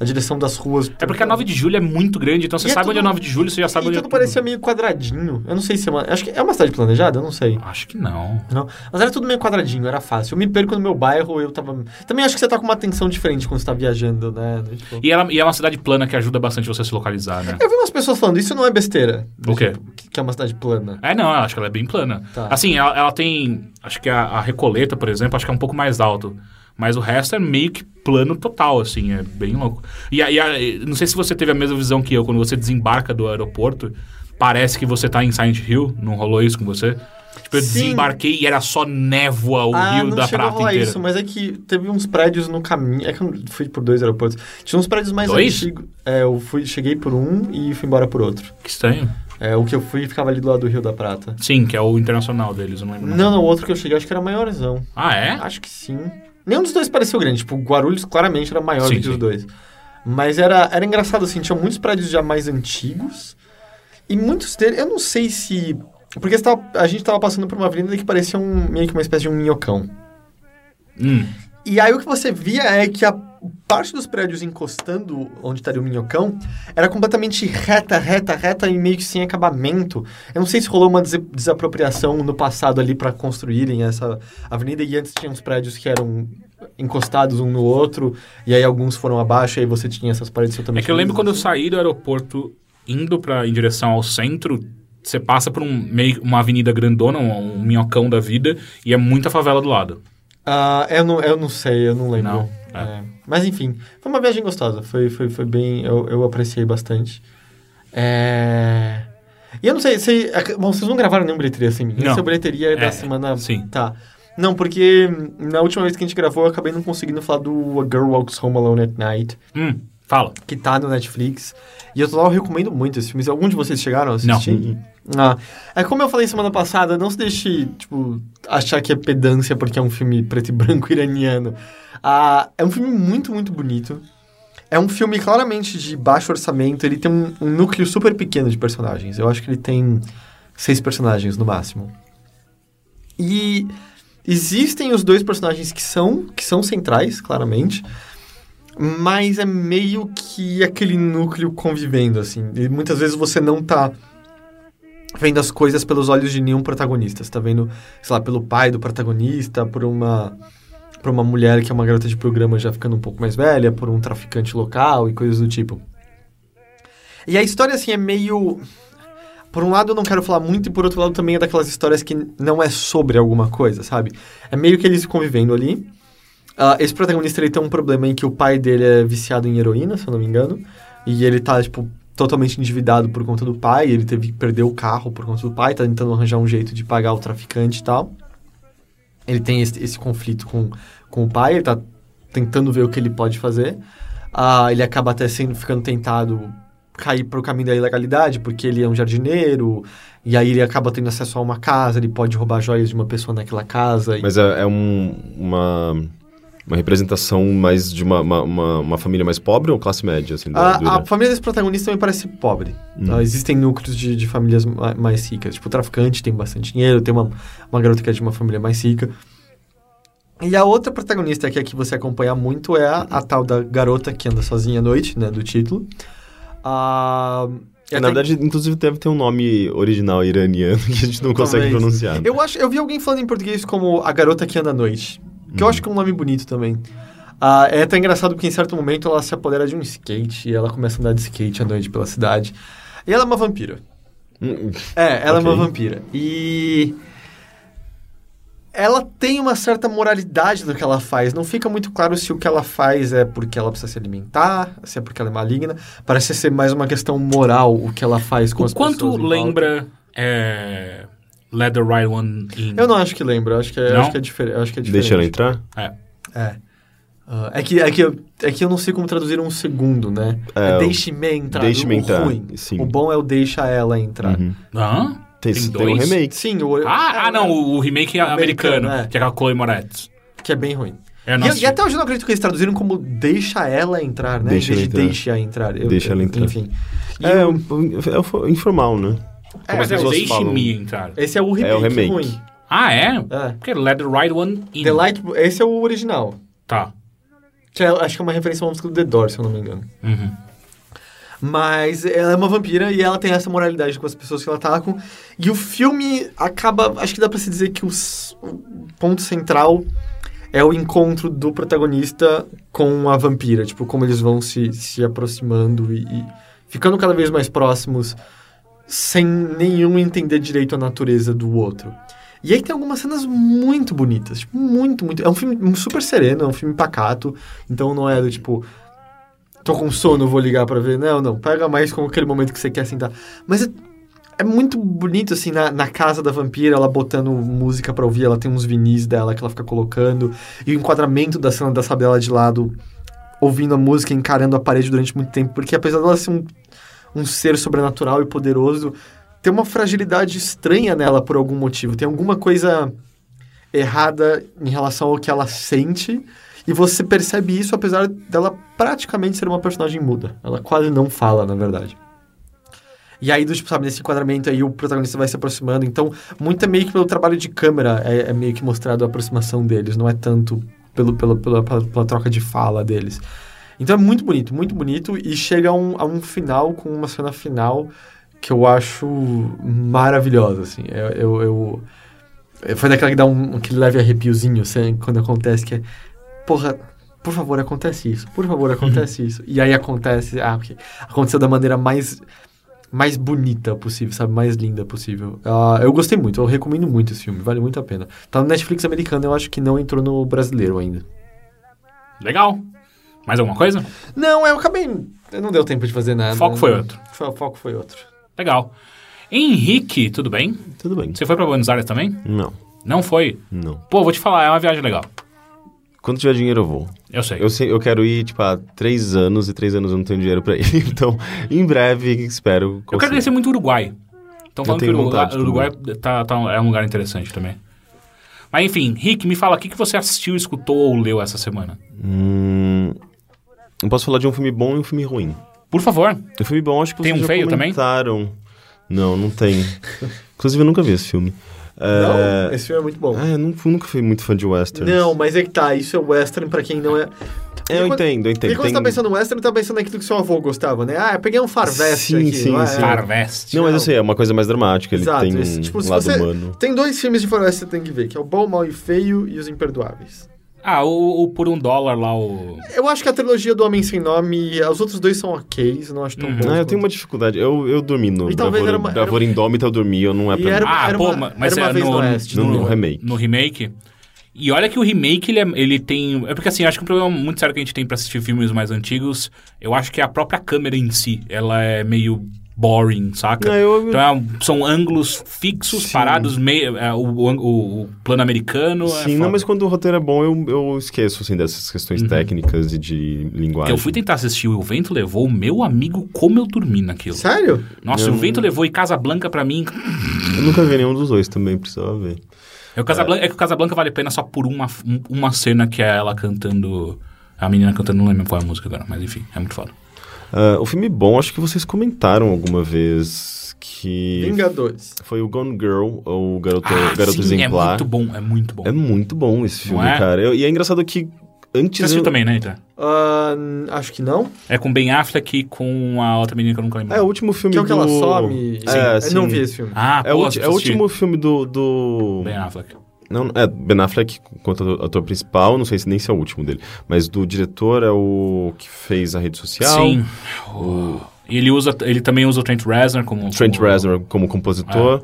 S3: a direção das ruas.
S2: É porque a 9 de julho é muito grande, então você
S3: E é
S2: sabe onde é
S3: tudo-
S2: 9 de julho, você já sabe
S3: E
S2: onde é
S3: tudo parecia meio quadradinho. Eu não sei se é uma... Acho que é uma cidade planejada, eu não sei.
S2: Acho que não.
S3: Não. Mas era tudo meio quadradinho, era fácil. Eu me perco no meu bairro, eu tava... Também acho que você tá com uma atenção diferente quando você tá viajando, né? Tipo-
S2: E, ela, e é uma cidade plana que ajuda bastante você a se localizar, né?
S3: Eu vi umas pessoas falando, isso não é besteira. Do
S2: O quê?
S3: tipo, que- que é uma cidade plana.
S2: É, não, eu acho que ela é bem plana.
S3: Tá.
S2: Assim, ela, ela tem. Acho que a, a Recoleta, por exemplo, acho que é um pouco mais alto. Mas o resto é meio que plano total, assim, é bem louco. E, a- e a- e não sei se você teve a mesma visão que eu, quando você desembarca do aeroporto, parece que você tá em Silent Hill, não rolou isso com você? Tipo, eu
S3: Sim.
S2: desembarquei e era só névoa o
S3: ah,
S2: Rio
S3: não
S2: da
S3: chegou a
S2: Prata
S3: rolar
S2: inteira.
S3: isso, mas é que teve uns prédios no caminho. É que eu fui por dois aeroportos. Tinha uns prédios mais
S2: Dois?
S3: antigos. É, eu fui, cheguei por um e fui embora por outro.
S2: Que estranho.
S3: É, o que eu fui ficava ali do lado do Rio da Prata.
S2: Sim, que é o internacional deles, eu não lembro.
S3: Não, não, o outro que eu cheguei acho que era maiorzão.
S2: Ah, é?
S3: Acho que sim. Nenhum dos dois pareceu grande. Tipo, o Guarulhos claramente era maior
S2: Sim,
S3: do que os
S2: sim.
S3: dois. Mas era, era engraçado, assim. Tinha muitos prédios já mais antigos. E muitos deles... Eu não sei se... Porque você tava- a gente tava passando por uma avenida que parecia um, meio que uma espécie de um minhocão.
S2: Hum.
S3: E aí o que você via é que a parte dos prédios encostando onde estaria o minhocão era completamente reta, reta, reta e meio que sem acabamento. Eu não sei se rolou uma des- desapropriação no passado ali pra construírem essa avenida e antes tinha uns prédios que eram encostados um no outro e aí alguns foram abaixo e aí você tinha essas
S2: É
S3: paredes totalmente...
S2: que eu lembro
S3: lisas.
S2: quando eu saí do aeroporto indo para em direção ao centro, você passa por um meio uma avenida grandona, um, um minhocão da vida e é muita favela do lado.
S3: Ah, eu não, eu não sei, eu não lembro.
S2: Não,
S3: É. Mas enfim, foi uma viagem gostosa. Foi, foi, foi bem. Eu, eu apreciei bastante. É. E eu não sei, se, bom, vocês não gravaram nenhum bilheteria sem mim.
S2: Não.
S3: Essa bilheteria é da
S2: É,
S3: semana.
S2: sim.
S3: Tá. Não, porque hum, na última vez que a gente gravou, eu acabei não conseguindo falar do A Girl Walks Home Alone at Night,
S2: Hum, fala.
S3: que tá no Netflix. E eu, tô lá, eu recomendo muito esse filme. Se Algum de vocês chegaram a
S2: Não.
S3: assistir? Ah, é como eu falei semana passada, não se deixe, tipo, achar que é pedância porque é um filme preto e branco *laughs* iraniano. Ah, é um filme muito, muito bonito. É um filme claramente de baixo orçamento, ele tem um, um núcleo super pequeno de personagens. Eu acho que ele tem seis personagens no máximo. E existem os dois personagens que são, que são centrais, claramente. Mas é meio que aquele núcleo convivendo, assim. E muitas vezes você não tá vendo as coisas pelos olhos de nenhum protagonista. Você tá vendo, sei lá, pelo pai do protagonista, por uma por uma mulher que é uma garota de programa já ficando um pouco mais velha, por um traficante local e coisas do tipo. E a história, assim, é meio... Por um lado eu não quero falar muito e por outro lado também é daquelas histórias que não é sobre alguma coisa, sabe? É meio que eles convivendo ali. Ah, esse protagonista, ele tem um problema em que o pai dele é viciado em heroína, se eu não me engano. E ele tá, tipo, totalmente endividado por conta do pai. Ele teve que perder o carro por conta do pai. Tá tentando arranjar um jeito de pagar o traficante e tal. Ele tem esse, esse conflito com, com o pai. Ele tá tentando ver o que ele pode fazer. Ah, ele acaba até sendo, ficando tentado cair pro caminho da ilegalidade, porque ele é um jardineiro. E aí ele acaba tendo acesso a uma casa. Ele pode roubar joias de uma pessoa naquela casa. e-
S1: Mas é, é um- uma, uma representação mais de uma, uma, uma- uma família mais pobre ou classe média, assim, do, do
S3: A, a
S1: Irã?
S3: família desse protagonista me parece pobre. Ah, existem núcleos de, de famílias ma- mais ricas. Tipo, o traficante tem bastante dinheiro, tem uma, uma garota que é de uma família mais rica. E a outra protagonista que aqui você acompanha muito é a, a tal da garota que anda sozinha à noite, né? Do título. Ah,
S1: É, Na verdade, inclusive, deve ter um nome original iraniano que a gente não consegue
S3: Talvez.
S1: pronunciar.
S3: Eu, acho, eu vi alguém falando em português como A Garota que Anda à Noite. Que
S1: Uhum.
S3: eu acho que é um nome bonito também. Ah, é até engraçado porque em certo momento ela se apodera de um skate e ela começa a andar de skate à noite pela cidade. E ela é uma vampira.
S1: Hum,
S3: É, ela é
S1: Ok.
S3: uma vampira. E. Ela tem uma certa moralidade do que ela faz. Não fica muito claro se o que ela faz é porque ela precisa se alimentar, se é porque ela é maligna. Parece ser mais uma questão moral o que ela faz com
S2: O
S3: as pessoas.
S2: quanto
S3: em volta.
S2: lembra é, Let the Right One In?
S3: Eu não acho que lembra, eu acho que é,
S2: Não?
S3: acho que é, difer- eu acho que é diferente.
S1: Deixa ela entrar?
S2: É.
S3: É. Ah, é, que, é, que eu, é que eu não sei como traduzir um segundo, né?
S1: É,
S3: É,
S1: o-
S3: deixe-me entrar.
S1: deixe-me
S3: o
S1: entrar,
S3: ruim.
S1: sim.
S3: O bom é o deixa ela entrar.
S1: Uhum.
S2: Hã?
S1: Tem, tem,
S2: Tem
S1: um
S2: dois?
S1: remake.
S3: Sim, o, é,
S2: Ah, ah, não, o remake americano,
S3: Americano, é.
S2: que é com a Chloe Moretz.
S3: Que é bem ruim.
S2: É,
S3: E
S2: não
S3: eu- E,
S2: assisti.
S3: até hoje eu não acredito que eles traduziram como deixa ela entrar, né?
S1: Deixa
S3: em
S1: ela
S3: vez de
S1: entrar.
S3: deixa entrar. Eu-
S1: Deixa ela entrar.
S3: Enfim. E
S1: É,
S3: o-
S1: um- é, um- informal, né?
S3: é,
S2: Como as
S3: é,
S1: pessoas falam.
S2: Deixe-me entrar.
S3: esse é o remake,
S1: É o remake.
S3: ruim.
S2: Ah, é?
S3: É.
S2: Porque Let the Right One In.
S3: The Light, esse é o original.
S2: Tá.
S3: Que é- acho que é uma referência a uma música do The Doors, se eu não me engano.
S2: Uhum.
S3: Mas ela é uma vampira e ela tem essa moralidade com as pessoas que ela tá com. E o filme acaba. Acho que dá pra se dizer que os- o ponto central é o encontro do protagonista com a vampira. Tipo, como eles vão se, se aproximando e, e ficando cada vez mais próximos sem nenhum entender direito a natureza do outro. E aí tem algumas cenas muito bonitas, tipo, muito, muito. É um filme super sereno, é um filme pacato, então não é do tipo, tô com sono, vou ligar pra ver. Não, não. Pega mais como aquele momento que você quer sentar. Mas é, é muito bonito, assim, na, na casa da vampira, ela botando música pra ouvir, ela tem uns vinis dela que ela fica colocando. E o enquadramento da cena da Sabela de lado, ouvindo a música, encarando a parede durante muito tempo. Porque apesar dela ser um, um ser sobrenatural e poderoso, tem uma fragilidade estranha nela por algum motivo. Tem alguma coisa errada em relação ao que ela sente. E você percebe isso apesar dela praticamente ser uma personagem muda. Ela quase não fala, na verdade. E aí, do tipo, sabe, nesse enquadramento aí o protagonista vai se aproximando. Então, muito é meio que pelo trabalho de câmera, é, é meio que mostrado a aproximação deles, não é tanto pelo, pelo, pela, pela, pela troca de fala deles. Então é muito bonito, muito bonito, e chega a um, a um final com uma cena final que eu acho maravilhosa, assim. Eu, eu, eu- é, foi daquela que dá um, aquele leve arrepiozinho assim, quando acontece, que é, porra, por favor, acontece isso, por favor, acontece isso. E aí acontece, ah, ok. Aconteceu da maneira mais, mais bonita possível, sabe? Mais linda possível. Ah, eu gostei muito, eu recomendo muito esse filme, vale muito a pena. Tá no Netflix americano, eu acho que não entrou no brasileiro ainda.
S2: Legal. Mais alguma coisa?
S3: Não, eu acabei. Não deu tempo de fazer nada.
S2: Foco foi outro.
S3: Fo- Foco foi outro.
S2: Legal. Henrique, tudo bem?
S1: Tudo bem.
S2: Você foi pra Buenos Aires também?
S1: Não,
S2: Não foi?
S1: não.
S2: Pô, vou te falar, é uma viagem legal.
S1: Quando tiver dinheiro, eu vou.
S2: Eu sei.
S1: Eu, sei, eu quero ir, tipo, há três anos e três anos eu não tenho dinheiro pra ir. *laughs* Então, em breve, espero.
S2: Eu quero
S1: conseguir.
S2: conhecer muito o Uruguai. Então falando que
S1: tenho
S2: o Uruguai,
S1: vontade
S2: o Uruguai tá, tá um- é um lugar interessante também. Mas enfim, Rick, me fala, o que, que você assistiu, escutou ou leu essa semana?
S1: Hum, eu posso falar de um filme bom e um filme ruim.
S2: Por favor.
S1: O filme bom, acho que
S2: Tem
S1: vocês já
S2: um feio também?
S1: comentaram. Não, não
S3: *laughs*
S1: tem. Inclusive, eu nunca vi esse filme.
S3: Não,
S1: É,
S3: esse filme é muito bom.
S1: Ah, eu nun- nunca fui muito fã de westerns.
S3: Não, mas é que tá, isso é western pra quem não é.
S1: É, eu
S3: E quando-
S1: entendo, eu entendo.
S3: E quando
S1: Tem-
S3: você tá pensando em western, tá pensando naquilo que seu avô gostava, né? Ah, eu peguei um farvest
S1: Sim,
S3: aqui.
S1: sim,
S3: não é?
S1: sim.
S3: É.
S2: Farvest.
S1: Não, mas eu sei, é uma coisa mais dramática. Ele
S3: Exato,
S1: tem um
S3: esse- tipo, se
S1: lado
S3: você-
S1: humano.
S3: Tem dois filmes de faroeste que você tem que ver, que é o Bom, Mal e Feio e Os Imperdoáveis.
S2: Ah, o, o por um dólar lá, o.
S3: Eu acho que a trilogia do Homem Sem Nome, os outros dois são ok, não acho tão
S2: Hum.
S3: bons.
S1: Ah, eu tenho uma
S3: quanto-
S1: dificuldade. Eu, eu dormi no
S3: E talvez
S1: Bravura,
S3: era uma- era-
S1: Bravura Indômita, eu dormi, eu não é
S3: E
S1: pra
S3: era um
S1: mim.
S2: Ah, pô, ma- mas
S3: era uma
S2: é
S3: vez
S2: no,
S3: no Oeste,
S1: no- no remake.
S2: No remake. E olha que o remake, ele, é- ele tem... É porque, assim, eu acho que um problema muito sério que a gente tem pra assistir filmes mais antigos, eu acho que é a própria câmera em si. Ela é meio boring, saca?
S1: Não, eu-
S2: Então, é um- são ângulos fixos, parados, meio, é, o, o ang- o- o plano americano é
S1: Sim, não,
S2: foda.
S1: mas quando o roteiro é bom, eu, eu esqueço, assim, dessas questões
S3: Uhum.
S1: técnicas e de linguagem.
S2: Eu fui tentar assistir O Vento Levou, meu amigo, como eu dormi
S3: é.
S2: naquilo.
S3: Sério?
S2: Nossa, O Vento Levou e Casa Blanca pra mim...
S1: Eu nunca vi nenhum dos dois também, precisava ver.
S2: É, o Casablanca, é. que o Casablanca vale a pena só por uma, um- uma cena que é ela cantando. A menina cantando, não lembro qual é a música agora, mas enfim, é muito foda.
S1: Ah, o filme bom, acho que vocês comentaram alguma vez que
S3: Vingadores.
S1: foi o Gone Girl, ou Garoto, Garoto
S2: sim, é
S1: Exemplar.
S2: muito bom, é muito bom.
S1: É muito bom esse filme,
S2: Não é?
S1: cara. Eu- e é engraçado que antes...
S2: Você assistiu
S1: eu-
S2: também, né, então?
S3: Ah, acho que não.
S2: É com Ben Affleck e com a outra menina que eu nunca lembro.
S1: É, o último filme
S3: Que é o que ela
S1: do-
S3: some.
S1: É,
S3: Eu não
S1: sim.
S3: vi esse filme.
S2: Ah,
S1: É, o
S2: pô,
S1: ulti- é o
S2: assisti.
S1: último filme do... do...
S2: Ben Affleck.
S1: Não, é, Ben Affleck, quanto ator principal, não sei se nem se é o último dele, mas do diretor é o que é fez a rede social.
S2: Sim. O- E ele, usa, ele também usa o Trent Reznor como...
S1: Trent
S2: como-
S1: Reznor como compositor.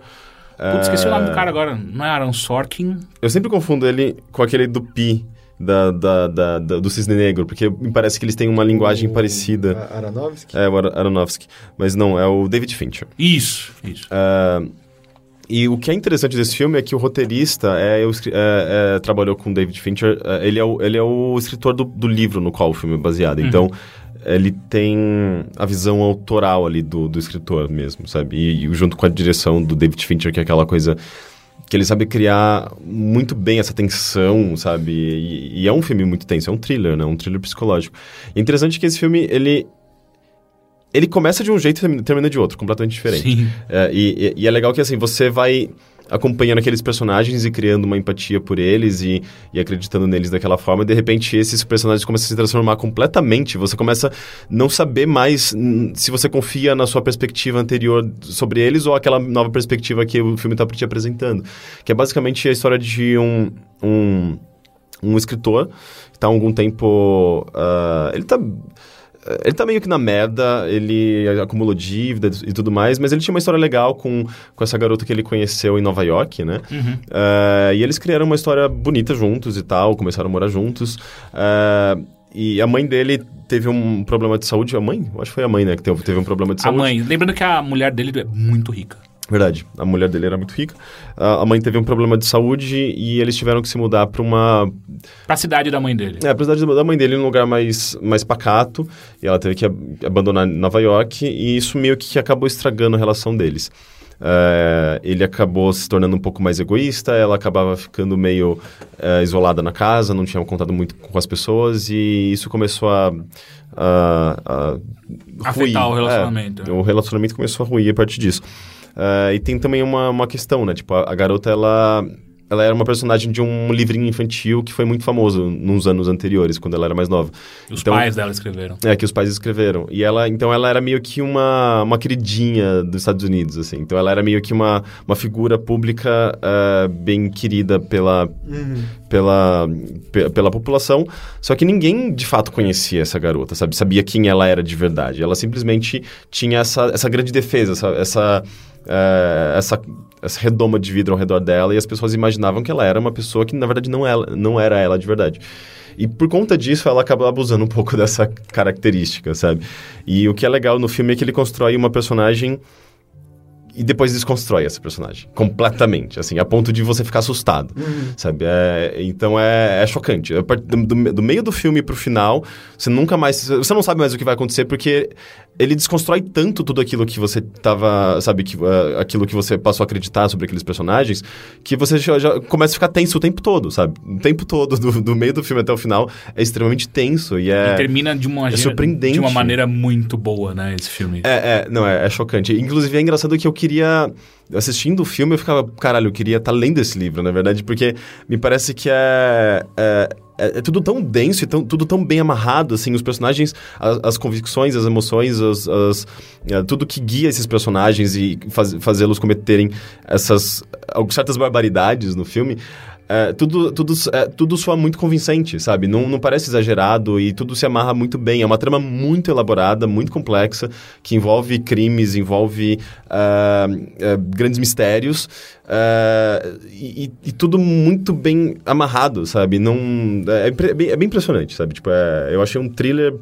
S2: Putz, esqueci o nome do
S1: É,
S2: cara agora. Não é Aaron Sorkin?
S1: Eu sempre confundo ele com aquele do Pi, da, da- da- da- do Cisne Negro, porque me parece que eles têm uma
S3: Hum,
S1: linguagem parecida.
S3: A- Aronofsky?
S1: É, o Ar- Aronofsky. Mas não, é o David Fincher.
S2: Isso, isso.
S1: É E o que é interessante desse filme é que o roteirista é, o escri- é- é, trabalhou com David Fincher. é, ele, é o, ele é o escritor do, do livro no qual o filme é baseado. Então, ele tem a visão autoral ali do, do escritor mesmo, sabe? E, e junto com a direção do David Fincher, que é aquela coisa que ele sabe criar muito bem essa tensão, sabe? E, e é um filme muito tenso, é um thriller, né? Um thriller psicológico. E é interessante que esse filme, ele... Ele começa de um jeito e termina de outro, completamente diferente.
S2: Sim.
S1: É, e, e- e é legal que assim, você vai acompanhando aqueles personagens e criando uma empatia por eles e, e acreditando neles daquela forma, e de repente esses personagens começam a se transformar completamente. Você começa a não saber mais hum, se você confia na sua perspectiva anterior sobre eles ou aquela nova perspectiva que o filme está te apresentando. Que é basicamente a história de um- um um escritor que tá há algum tempo. ah, ele tá. Ele tá meio que na merda, ele acumulou dívida e tudo mais, mas ele tinha uma história legal com, com essa garota que ele conheceu em Nova York, né?
S2: Uhum.
S1: Ah, e eles criaram uma história bonita juntos e tal, começaram a morar juntos. Ah, e a mãe dele teve um problema de saúde. A mãe? Eu acho que foi a mãe, né? Que teve teve um problema de
S2: A
S1: saúde.
S2: mãe, lembrando que a mulher dele é muito rica.
S1: Verdade. A mulher dele era muito rica. Ah, a mãe teve um problema de saúde e eles tiveram que se mudar pra uma
S2: Pra cidade da mãe dele.
S1: É, a cidade da mãe dele num lugar mais, mais pacato, e ela teve que ab- abandonar Nova York, e isso meio que acabou estragando a relação deles. É, ele acabou se tornando um pouco mais egoísta, ela acabava ficando meio é, isolada na casa, não tinha um contato muito com as pessoas, e isso começou a. a, a
S2: Afetar o relacionamento.
S1: É, o relacionamento começou a ruir a partir disso. Ah, e tem também uma, uma questão, né? Tipo, a, a garota, ela, ela era uma personagem de um livrinho infantil que foi muito famoso nos anos anteriores, quando ela era mais nova.
S2: Os
S1: então,
S2: pais dela escreveram.
S1: É, que os pais escreveram. E ela, então, ela era meio que uma, uma queridinha dos Estados Unidos, assim. Então, ela era meio que uma, uma figura pública ah, bem querida pela, pela, pe- pela população. Só que ninguém, de fato, conhecia essa garota, sabe? Sabia quem ela era de verdade. Ela simplesmente tinha essa, essa grande defesa, essa... essa ah, essa essa redoma de vidro ao redor dela e as pessoas imaginavam que ela era uma pessoa que na verdade não, ela, não era ela de verdade. E por conta disso ela acaba abusando um pouco *laughs* dessa característica, sabe? E o que é legal no filme é que ele constrói uma personagem e depois desconstrói essa personagem completamente, assim, a ponto de você ficar assustado, sabe? É, então é, é chocante. A part- Do, do- do meio do filme pro final, você nunca mais. Você não sabe mais o que vai acontecer porque ele desconstrói tanto tudo aquilo que você tava. Sabe? Que, ah, aquilo que você passou a acreditar sobre aqueles personagens, que você já, já começa a ficar tenso o tempo todo, sabe? O tempo todo, do, do meio do filme até o final, é extremamente tenso e é.
S2: E termina de uma,
S1: é
S2: gera-
S1: surpreendente.
S2: de uma maneira muito boa, né, esse filme.
S1: É, é, não, é, é chocante. Inclusive, é engraçado que eu queria. Assistindo o filme, eu ficava, caralho, eu queria estar lendo esse livro, na verdade, porque me parece que é. é é- é tudo tão denso e tão, tudo tão bem amarrado, assim, os personagens, as, as convicções, as emoções, as, as- é, tudo que guia esses personagens e faz- fazê-los cometerem essas al- certas barbaridades no filme, é, tudo, tudo, é, tudo soa muito convincente, sabe? Não, não parece exagerado e tudo se amarra muito bem. É uma trama muito elaborada, muito complexa, que envolve crimes, envolve ah, ah, grandes mistérios ah, e, e- e tudo muito bem amarrado, sabe? Não, é, impre- é bem, é bem impressionante, sabe? Tipo, é- eu achei um thriller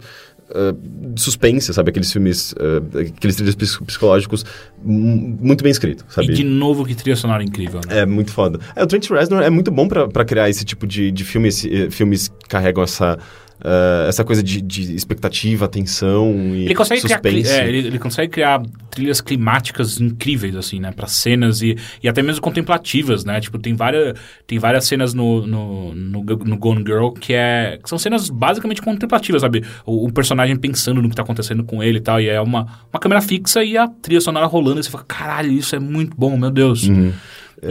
S1: ah, de suspense, sabe? Aqueles filmes, ah, aqueles thrillers pis- psicológicos mu- muito bem escritos, sabe?
S2: E de novo, que trilha sonora incrível, né?
S1: É muito foda. É, o Trent Reznor é muito bom pra pra criar esse tipo de, de filme. Esse, eh, filmes que carregam essa, eh, essa coisa de, de expectativa, tensão e
S2: Ele consegue, criar, cli-
S1: suspense.
S2: é, ele, ele consegue criar trilhas climáticas incríveis, assim, né? Pra cenas e, e até mesmo contemplativas, né? Tipo, tem, várias tem várias cenas no, no, no, G- no Gone Girl que, é, que são cenas basicamente contemplativas, sabe? O, o personagem pensando no que tá acontecendo com ele e tal. E é uma, uma câmera fixa e a trilha sonora rolando. E você fala, caralho, isso é muito bom, meu Deus. E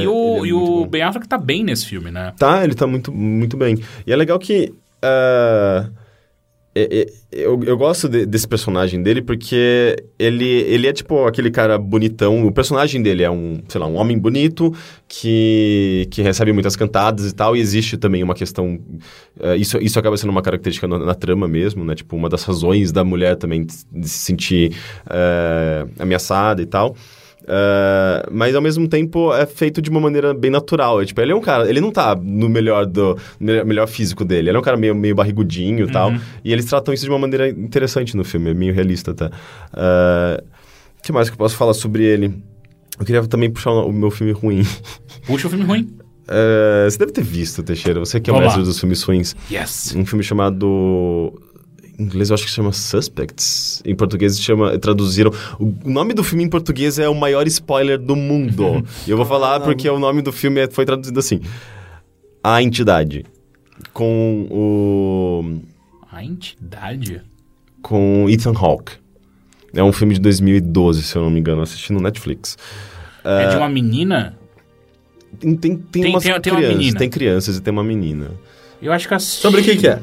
S2: o,
S1: ele é
S2: e
S1: muito
S2: o
S1: bom.
S2: Ben Affleck tá bem nesse filme, né?
S1: Tá, ele tá muito, muito bem. E é legal que. ah, é- é- eu, eu gosto de- desse personagem dele porque ele, ele é tipo aquele cara bonitão. O personagem dele é um, sei lá, um homem bonito que, que recebe muitas cantadas e tal. E existe também uma questão. ah, isso, isso acaba sendo uma característica na, na trama mesmo, né? Tipo, uma das razões da mulher também de se sentir ah, ameaçada e tal. É, mas ao mesmo tempo é feito de uma maneira bem natural. É, tipo, ele é um cara, ele não tá no melhor do no melhor físico dele. Ele é um cara meio, meio barrigudinho e
S2: Uhum.
S1: tal. E eles tratam isso de uma maneira interessante no filme, é meio realista até. É, O que mais que eu posso falar sobre ele? Eu queria também puxar o meu filme ruim. *laughs*
S2: Puxa o filme ruim.
S1: É, você deve ter visto, Teixeira. Você que é o
S2: Vamos lá.
S1: mestre dos filmes ruins.
S2: Yes.
S1: Um filme chamado. Em inglês eu acho que chama Suspects. Em português se chama. Traduziram. O nome do filme em português é o maior spoiler do
S2: *laughs*
S1: mundo. e eu vou falar porque o nome do filme é- foi traduzido assim: A Entidade. Com o.
S2: A entidade.
S1: Com Ethan Hawke. É um filme de 2012, se eu não me engano. Eu assisti no Netflix.
S2: é de uma menina
S1: Tem, tem, tem,
S2: Tem-
S1: umas
S2: tem- tem uma
S1: crianças,
S2: menina.
S1: tem crianças e tem uma menina.
S2: Eu acho que as...
S3: Sobre o que que é?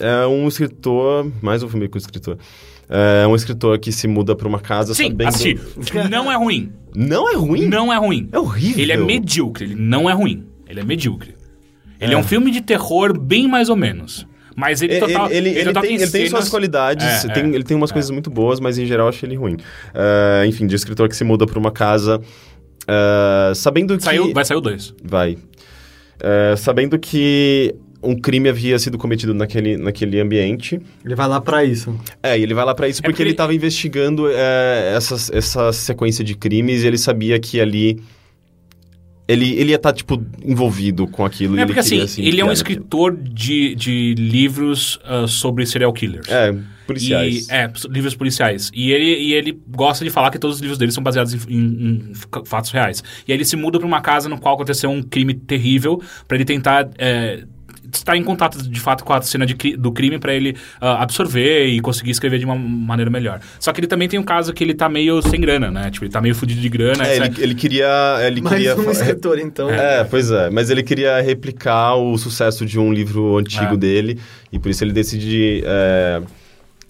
S1: É um escritor, mais um filme com escritor. É um escritor que se muda pra uma casa
S2: Sim,
S1: sabendo...
S2: assisti. Não é ruim.
S1: Não é ruim?
S2: Não é ruim.
S1: É horrível.
S2: Ele é medíocre, ele não é ruim. Ele é medíocre. Ele é, um filme de terror bem mais ou menos. Mas ele
S1: Ele,
S2: total,
S1: É, ele- ele
S2: total
S1: tem, ele tem
S2: cenas-
S1: suas qualidades,
S2: É,
S1: tem-
S2: é.
S1: ele tem umas coisas muito boas, mas em geral eu achei ele ruim. É, enfim, de escritor que se muda pra uma casa é, sabendo
S2: Saiu,
S1: que...
S2: Vai sair o dois.
S1: Vai. É, sabendo que um crime havia sido cometido naquele, naquele ambiente.
S3: Ele vai lá pra isso.
S1: É, e ele vai lá pra isso porque,
S2: porque
S1: ele
S2: ele-
S1: tava investigando é, essas- essa sequência de crimes e ele sabia que ali. Ele, ele ia estar, tipo, envolvido com aquilo. e
S2: É porque
S1: ele
S2: assim,
S1: queria,
S2: ele é um
S1: criar
S2: escritor de, de livros ah, sobre serial killers.
S1: naquilo. É, policiais.
S2: E, é, ps- livros policiais. E ele, e ele gosta de falar que todos os livros dele são baseados em, em- em fa- fatos reais. E aí ele se muda pra uma casa no qual aconteceu um crime terrível pra ele tentar. é, estar em contato de fato com a cena de cri- do crime pra ele ah, absorver e conseguir escrever de uma maneira melhor. Só que ele também tem um caso que ele tá meio sem grana, né? Tipo, ele tá meio fudido de grana.
S1: É,
S2: essa-
S1: ele, ele queria. Ele
S3: Mais
S1: queria
S3: um
S1: fa-
S3: escritor, então.
S1: É, pois é. Mas ele queria replicar o sucesso de um livro antigo
S2: É.
S1: dele. E por isso ele decide é,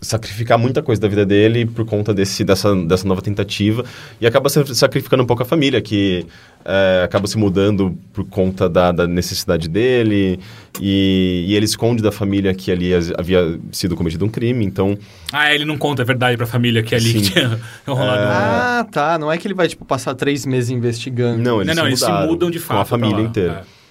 S1: sacrificar muita coisa da vida dele por conta desse, dessa, dessa nova tentativa. E acaba sa- sacrificando um pouco a família, que é, acaba se mudando por conta da, da necessidade dele. E, e ele esconde da família que ali as- havia sido cometido um crime. Então,
S2: Ah, ele não conta a verdade pra família que é ali
S1: Sim.
S2: que tinha *laughs* rolado um-
S3: Ah, tá. Não é que ele vai, tipo, passar três meses investigando.
S1: não, eles,
S2: Não, não, eles se
S1: mudaram
S2: mudam de fato.
S1: Com a
S2: pra
S1: família
S2: lá.
S1: inteira.
S2: É.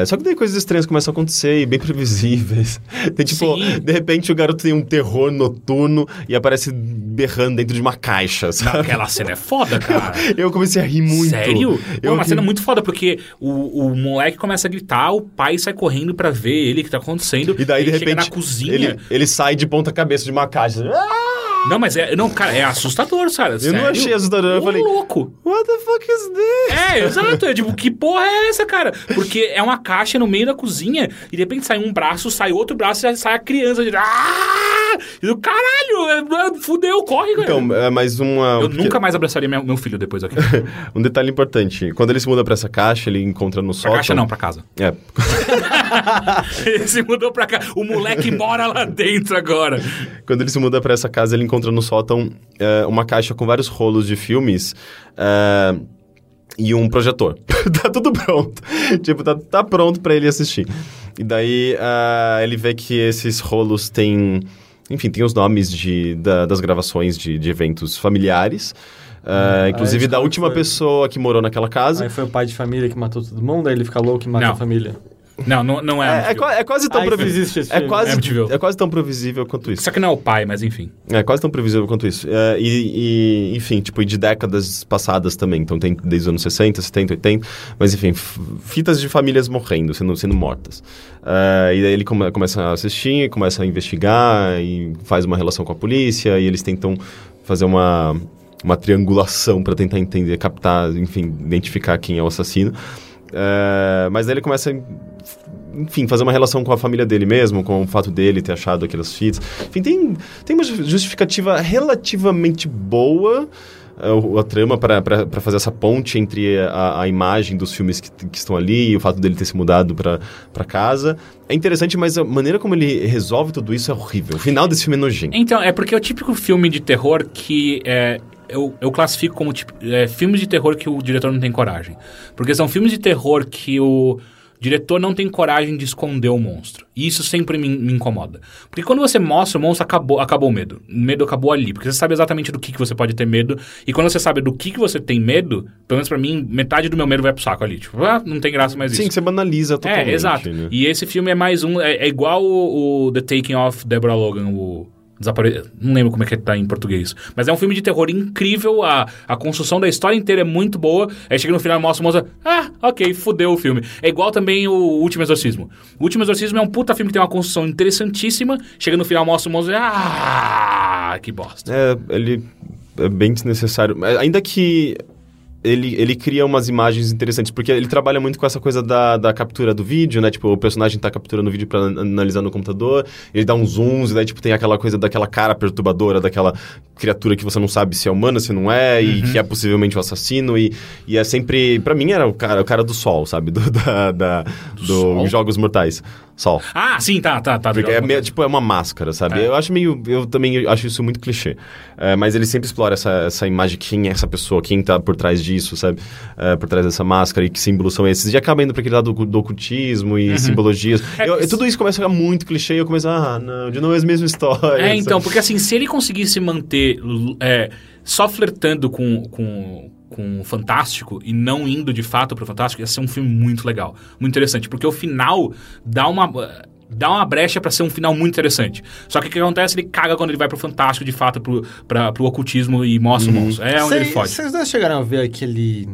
S1: É, só que daí coisas estranhas começam a acontecer e bem *laughs* previsíveis. Tem tipo,
S2: Sim.
S1: de repente o garoto tem um terror noturno e aparece berrando dentro de uma caixa, sabe?
S2: Aquela cena é foda, cara.
S1: Eu comecei a rir muito.
S2: Sério? É
S1: Eu
S2: uma
S1: ri-
S2: cena muito foda, porque o, o moleque começa a gritar, o pai sai correndo pra ver ele o que tá acontecendo.
S1: E daí,
S2: ele
S1: de repente,
S2: chega na cozinha.
S1: Ele, ele sai de ponta cabeça de uma caixa. Ah,
S2: Não, mas é. Não, cara, é assustador, cara.
S1: eu não achei assustador. Eu falei,
S2: louco.
S1: what the fuck is this?
S2: É, exato. É tipo, que porra é essa, cara? Porque é uma caixa no meio da cozinha e de repente sai um braço, sai outro braço e já sai a criança. de- Ah! E do caralho, é- fudeu, corre, cara.
S1: Então, é, mas uma...
S2: eu
S1: porque-
S2: nunca mais abraçaria meu, meu filho
S1: *laughs*
S2: depois daquilo.
S1: Um detalhe importante. Quando ele se muda pra essa caixa, ele encontra no
S2: Pra
S1: sótão...
S2: caixa não, pra casa. *laughs*
S1: É,
S2: Ele se mudou pra cá. O moleque mora lá dentro agora.
S1: Quando ele se muda pra essa casa, ele encontra no sótão é, uma caixa com vários rolos de filmes é, e um projetor. *laughs* tá tudo pronto. *laughs* tipo, tá, tá pronto pra ele assistir. E daí ah, ele vê que esses rolos têm. Enfim, tem os nomes de, da- das gravações de, de eventos familiares. ah, inclusive
S3: acho
S1: da
S3: é que
S1: última
S3: foi.
S1: pessoa que morou naquela casa.
S3: Aí foi o pai de família que matou todo mundo, aí ele fica louco e mata
S2: Não.
S3: a família.
S2: Não, não, não é.
S1: É, é
S2: Amityville.
S1: qua- é quase tão
S3: Ai,
S1: previsível.
S3: existe esse
S1: É
S3: filme.
S1: quase,
S2: É Amityville.
S1: é quase tão previsível quanto isso.
S2: Só que não é o pai, mas enfim.
S1: É, quase tão previsível quanto isso. É, e, e, enfim, tipo, e de décadas passadas também. Então tem desde os anos 60, 70, 80. Mas enfim, f- fitas de famílias morrendo, sendo, sendo mortas. É, e daí ele come- começa a assistir, começa a investigar, e faz uma relação com a polícia, e eles tentam fazer uma, uma triangulação pra tentar entender, captar, enfim, identificar quem é o assassino. É, mas daí ele começa a enfim, fazer uma relação com a família dele mesmo, com o fato dele ter achado aquelas fitas. Enfim, tem, tem uma ju- justificativa relativamente boa eh, o- a trama para fazer essa ponte entre a, a imagem dos filmes que, que estão ali e o fato dele ter se mudado para casa. É interessante, mas a maneira como ele resolve tudo isso é horrível. O final desse filme é nojento.
S2: Então, é porque é o típico filme de terror que é, eu, eu classifico como tipo, é, filmes de terror que o diretor não tem coragem. Porque são filmes de terror que o diretor não tem coragem de esconder o monstro. E isso sempre me, me incomoda. Porque quando você mostra o monstro, acabou, acabou o medo. O medo acabou ali. Porque você sabe exatamente do que, que você pode ter medo. E quando você sabe do que, que você tem medo, pelo menos pra mim, metade do meu medo vai pro saco ali. Tipo, ah, não tem graça mais isso.
S1: Sim, que você banaliza totalmente.
S2: É, exato.
S1: né?
S2: E esse filme é mais um. É, é igual o, o The Taking of Deborah Logan, o. Desapare... Não lembro como é que tá em português. Mas é um filme de terror incrível. A, a construção da história inteira é muito boa. Aí chega no final e mostra o moça. Ah, ok, fudeu o filme. É igual também o Último Exorcismo. O Último Exorcismo é um puta filme que tem uma construção interessantíssima. Chega no final mostra o moço. Ah, que bosta.
S1: É, ele é bem desnecessário. Mas Ainda É, que ele, ele cria umas imagens interessantes, porque ele trabalha muito com essa coisa da, da captura do vídeo, né? Tipo, o personagem tá capturando o vídeo pra an- analisar no computador, ele dá uns zooms, e daí, tipo, tem aquela coisa daquela cara perturbadora, daquela criatura que você não sabe se é humana, se não é, e que é possivelmente o assassino, e, e é sempre... pra mim era o cara, o cara do sol, sabe? *laughs* Do, da, da- do Jogos Mortais. Sol.
S2: Ah, sim, tá, tá, tá.
S1: Porque
S2: legal.
S1: é meio- tipo, é uma máscara, sabe? Eu acho meio. Eu também acho isso muito clichê. É, mas ele sempre explora essa, essa imagem, quem é essa pessoa, quem tá por trás disso, sabe? É, por trás dessa máscara e que símbolos são esses. E acaba indo pra aquele lado do, do ocultismo e simbologias.
S2: É,
S1: Eu-
S2: isso-
S1: tudo isso começa a ficar muito clichê e eu começo, ah, não, de novo é a mesma história.
S2: É, então,
S1: sabe?
S2: porque assim, se ele conseguisse manter l- é, só flertando com, com, com o Fantástico e não indo de fato pro Fantástico, ia ser um filme muito legal, muito interessante. Porque o final dá uma. Dá uma brecha pra ser um final muito interessante. Só que o que acontece? Ele caga quando ele vai pro Fantástico, de fato, pro, pra, pro ocultismo e mostra o monstro. É onde ele fode.
S3: Vocês dois chegaram a ver aquele.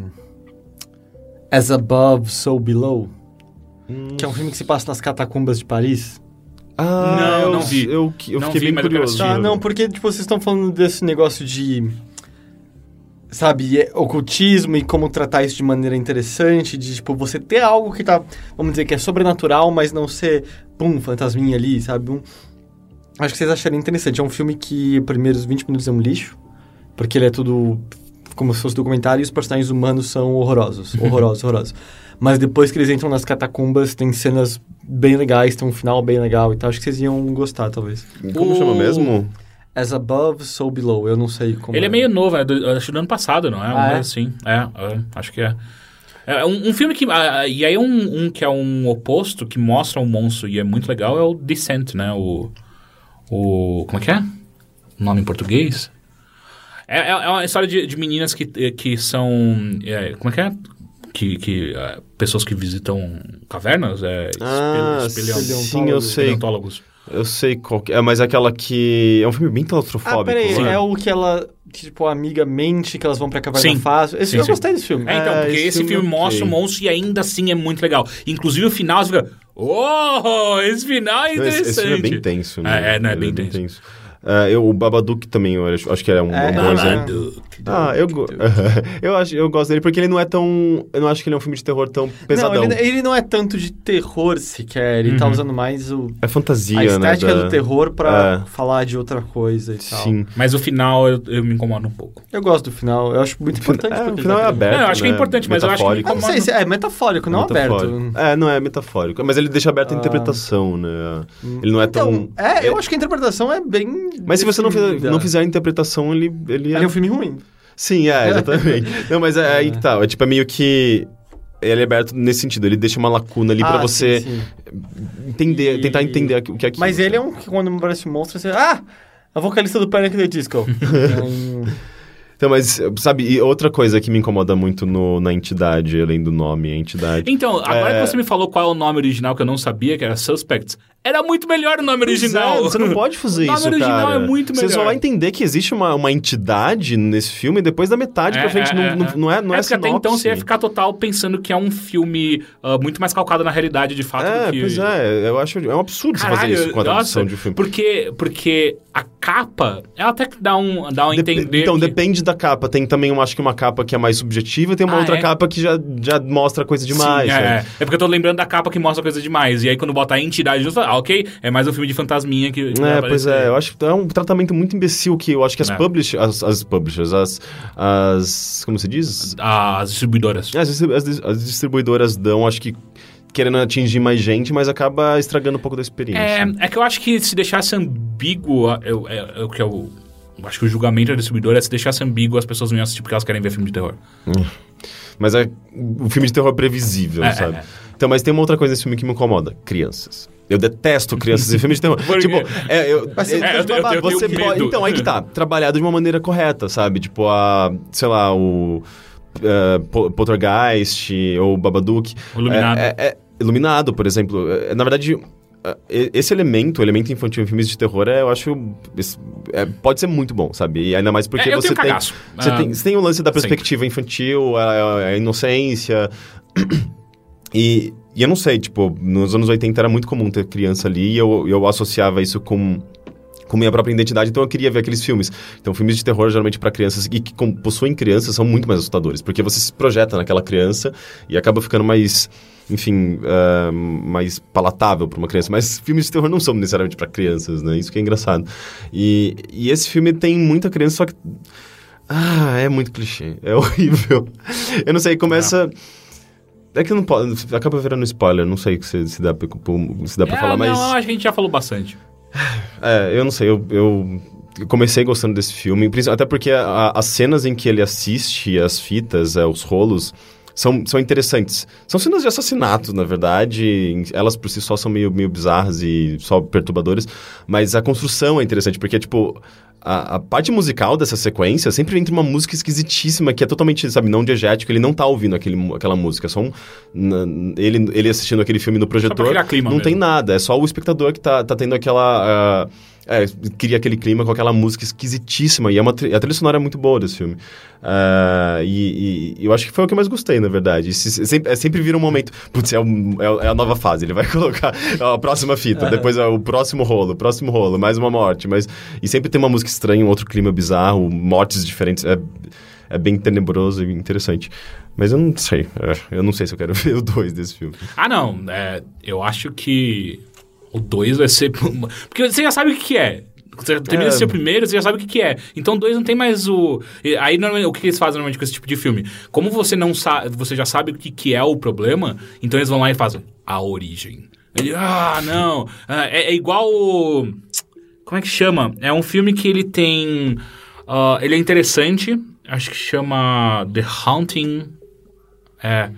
S3: As Above, So Below? Que é um filme que se passa nas catacumbas de Paris?
S1: Ah,
S2: Não,
S1: eu,
S2: não vi.
S1: Eu, eu
S2: Não
S1: fiquei
S2: vi,
S1: bem
S2: mas eu quero
S1: curioso.
S2: assistir.
S3: Tá, não, porque tipo, vocês estão falando desse negócio de. Sabe, é, ocultismo e como tratar isso de maneira interessante, de tipo, você ter algo que tá, vamos dizer, que é sobrenatural, mas não ser, pum, fantasminha ali, sabe? Um- Acho que vocês acharam interessante. É um filme que os primeiros 20 minutos é um lixo, porque ele é tudo como se fosse documentário e os personagens humanos são horrorosos, horrorosos, horrorosos. Mas depois que eles entram nas catacumbas, tem cenas bem legais, tem um final bem legal e tal. Acho que vocês iam gostar, talvez.
S1: Como
S2: O-
S1: chama mesmo?
S3: As above, so below. Eu não sei como.
S2: Ele é meio novo, né? Do- acho que do ano passado, não é?
S3: Ah,
S2: Um-
S3: é?
S2: Sim, é, é, acho que é. É um, um filme que. ah, ah, e aí, um, um que é um oposto, que mostra um monstro e é muito legal, é o Descent, né? O. o como é que é? O nome em português? É, é, é uma história de, de meninas que, eh, que são. é, como é que é? Que, que, ah, pessoas que visitam cavernas? É, espel-
S1: Ah,
S2: espeleon-
S1: sim, eu sei.
S2: espeleontólogos.
S1: Eu sei qual que é, mas aquela que. É um filme bem claustrofóbico.
S3: Ah, peraí.
S1: né?
S3: É o que ela. Que, tipo, a amiga mente que elas vão pra caverna
S2: Sim.
S3: fácil. Esse,
S2: Sim,
S3: eu
S2: sim.
S3: gostei desse filme.
S2: É, então,
S1: É,
S2: porque
S1: esse
S2: esse filme,
S1: filme é
S2: mostra o
S1: ok.
S2: monstro e ainda assim é muito legal. Inclusive o final, você fica... Oh, esse final é
S1: Não, esse-
S2: interessante.
S1: Esse filme é bem tenso, né?
S2: É, é, né,
S1: Ele
S2: bem tenso.
S1: Ah, eu, o Babadook também, eu acho, acho que era um,
S3: É,
S1: um bom
S3: ah, tá.
S1: exemplo. Ah, eu, go- *laughs* eu, acho, eu gosto dele porque ele não é tão. Eu não acho que ele é um filme de terror tão pesadão.
S3: Não, ele, ele não é tanto de terror sequer. Ele tá usando mais o,
S1: É fantasia,
S3: a
S1: né?
S3: estética
S1: da-
S3: do terror pra
S1: É.
S3: falar de outra coisa e tal.
S1: Sim.
S2: Mas o final eu, eu me incomodo um pouco.
S3: Eu gosto do final. Eu acho muito importante.
S1: É,
S3: porque
S1: o
S3: ele
S1: final é
S3: dá-
S1: aberto.
S2: Não, eu acho que é
S1: né?
S2: importante, mas eu acho que
S1: Metafórico.
S3: Ah, não sei se é metafórico, não aberto. Ah.
S1: Metafórico. É, não é metafórico. Mas ele deixa aberto a interpretação, né? Ele não é
S3: Então,
S1: tão.
S3: é, eu acho que a interpretação é bem.
S1: Mas se você não fizer,
S3: definida.
S1: não fizer a interpretação, ele, ele é
S3: Ele é um filme ruim.
S1: Sim, é, exatamente. não, mas é, aí que tá. É, tipo, é meio que. Ele é aberto nesse sentido, ele deixa uma lacuna ali pra
S3: Ah,
S1: você
S3: sim, sim.
S1: entender,
S3: E-
S1: tentar entender aqui- o que é aquilo.
S3: Mas ele é um que quando aparece um monstro, você. Ah! A vocalista do Panic! The
S2: *laughs*
S3: Disco. Hum,
S1: Então, mas, sabe, e outra coisa que me incomoda muito no, na entidade, além do nome, a entidade.
S2: Então, agora
S1: É.
S2: que você me falou qual é o nome original que eu não sabia, que era Suspects, era muito melhor o nome original.
S1: Zé, é, Você não
S2: *laughs*
S1: pode fazer
S2: O nome
S1: isso,
S2: original
S1: cara.
S2: é muito
S1: Você só
S2: melhor.
S1: vai entender que existe uma, uma entidade nesse filme depois da metade pra frente. não, não, não é, não é,
S2: porque até então você ia ficar total pensando que é um filme ah, muito mais calcado na realidade de fato
S1: É,
S2: do que...
S1: pois é. Eu acho... É um absurdo você fazer isso com a tradução de um filme.
S2: Porque, porque a capa, ela até que dá um, dá um
S1: Dep-
S2: entender.
S1: Então,
S2: que-
S1: depende da capa. Tem também, eu acho que uma capa que é mais subjetiva e tem uma
S2: Ah,
S1: outra
S2: é?
S1: capa que já, já mostra coisa
S2: Sim,
S1: demais.
S2: é,
S1: né?
S2: é. É porque eu tô lembrando da capa que mostra coisa demais. E aí quando botar a entidade junto, fala, ah, ok, é mais um filme de fantasminha que. que vai
S1: É,
S2: aparecer.
S1: pois é, eu acho que é um tratamento muito imbecil que eu acho que as
S2: É.
S1: publishers, as, as publishers, as, as. Como se diz?
S2: As distribuidoras.
S1: As, distri- as dis- as distribuidoras dão, acho que querendo atingir mais gente, mas acaba estragando um pouco da
S2: É,
S1: experiência.
S2: é que eu acho que se deixasse ambíguo, a- eu, é, é o que eu. eu Acho que o julgamento da distribuidora é se deixasse ambíguo, as pessoas não iam assistir porque elas querem ver filme de terror.
S1: Mas é um filme de terror previsível,
S2: É,
S1: sabe?
S2: é, é.
S1: Então, mas tem uma outra coisa nesse filme que me incomoda: crianças. Eu detesto crianças em filmes de terror.
S2: *laughs* Por quê?
S1: tipo, é, eu,
S3: Mas você
S1: é-
S3: pode
S2: eu tenho- eu
S3: babar-
S2: tenho- eu
S1: Você
S2: medo.
S1: pode, então, aí que tá. Trabalhado de uma maneira correta, sabe? Tipo, a. Sei lá, o. eh, Po- Poltergeist ou Babadook.
S2: O Iluminado.
S1: É, é- é- iluminado, por exemplo. É, é, na verdade. é, e- Esse elemento, o elemento infantil em filmes de terror, é, eu acho. esse- é, pode ser muito bom, sabe? E ainda mais porque
S2: É, eu
S1: você
S2: tenho
S1: tem.
S2: cagaço.
S1: Você,
S2: Ah,
S1: tem, você tem o lance da
S2: sempre.
S1: perspectiva infantil, a, a inocência. *clears throat* E, e eu não sei, tipo, nos anos 80 era muito comum ter criança ali e eu, eu associava isso com com minha própria identidade, então eu queria ver aqueles filmes. Então, filmes de terror, geralmente para crianças e que com- possuem crianças, são muito mais assustadores, porque você se projeta naquela criança e acaba ficando mais, enfim, ah, mais palatável para uma criança. Mas filmes de terror não são necessariamente para crianças, né? Isso que é engraçado. E, e esse filme tem muita criança, só que. Ah, é muito clichê. É *laughs* horrível. Eu não sei, começa. É que não pode. Acaba virando spoiler, não sei se, se dá pra, se dá pra
S2: É,
S1: falar,
S2: não,
S1: mas.
S2: acho que a gente já falou bastante.
S1: É, eu não sei, eu, eu comecei gostando desse filme, princi- até porque a- a- as cenas em que ele assiste as fitas, é, os rolos, são, são interessantes. São cenas de assassinato, na verdade, em- elas por si só são meio, meio bizarras e só perturbadoras, mas a construção é interessante, porque, tipo, a, a parte musical dessa sequência sempre entra uma música esquisitíssima, que é totalmente, sabe, não diegético, ele não tá ouvindo aquele, mu- aquela música, é só um... na- ele, ele assistindo aquele filme no projetor,
S2: criar clima
S1: não
S2: mesmo.
S1: tem nada, é só o espectador que tá, tá tendo aquela. ah, é, cria aquele clima com aquela música esquisitíssima. E é uma, tri- a trilha sonora é muito boa desse filme. Ah, e, e eu acho que foi o que eu mais gostei, na verdade. E se- se- sempre, é, sempre vira um momento. Putz, é, um- é o- é a nova fase. Ele vai *laughs* colocar a próxima fita, depois é o próximo rolo, o próximo rolo, mais uma morte. Mas, e sempre tem uma música estranha, um outro clima bizarro, mortes diferentes. É, é bem tenebroso e interessante. Mas eu não sei. é, Eu não sei se eu quero *laughs* ver o dois desse filme.
S2: Ah, não. é, eu acho que o 2 vai ser. *laughs* Porque você já sabe o que, que é. Você termina
S1: É.
S2: de ser o primeiro, você já sabe o que, que é. Então, o dois não tem mais o. e Aí, normalmente, o que que eles fazem normalmente com esse tipo de filme? Como você não sabe, você já sabe o que, que é o problema, então eles vão lá e fazem a origem. Ele, ah, não. Ah, É, é igual. o- Como é que chama? É um filme que ele tem. ah, ele é interessante. Acho que chama The Haunting é.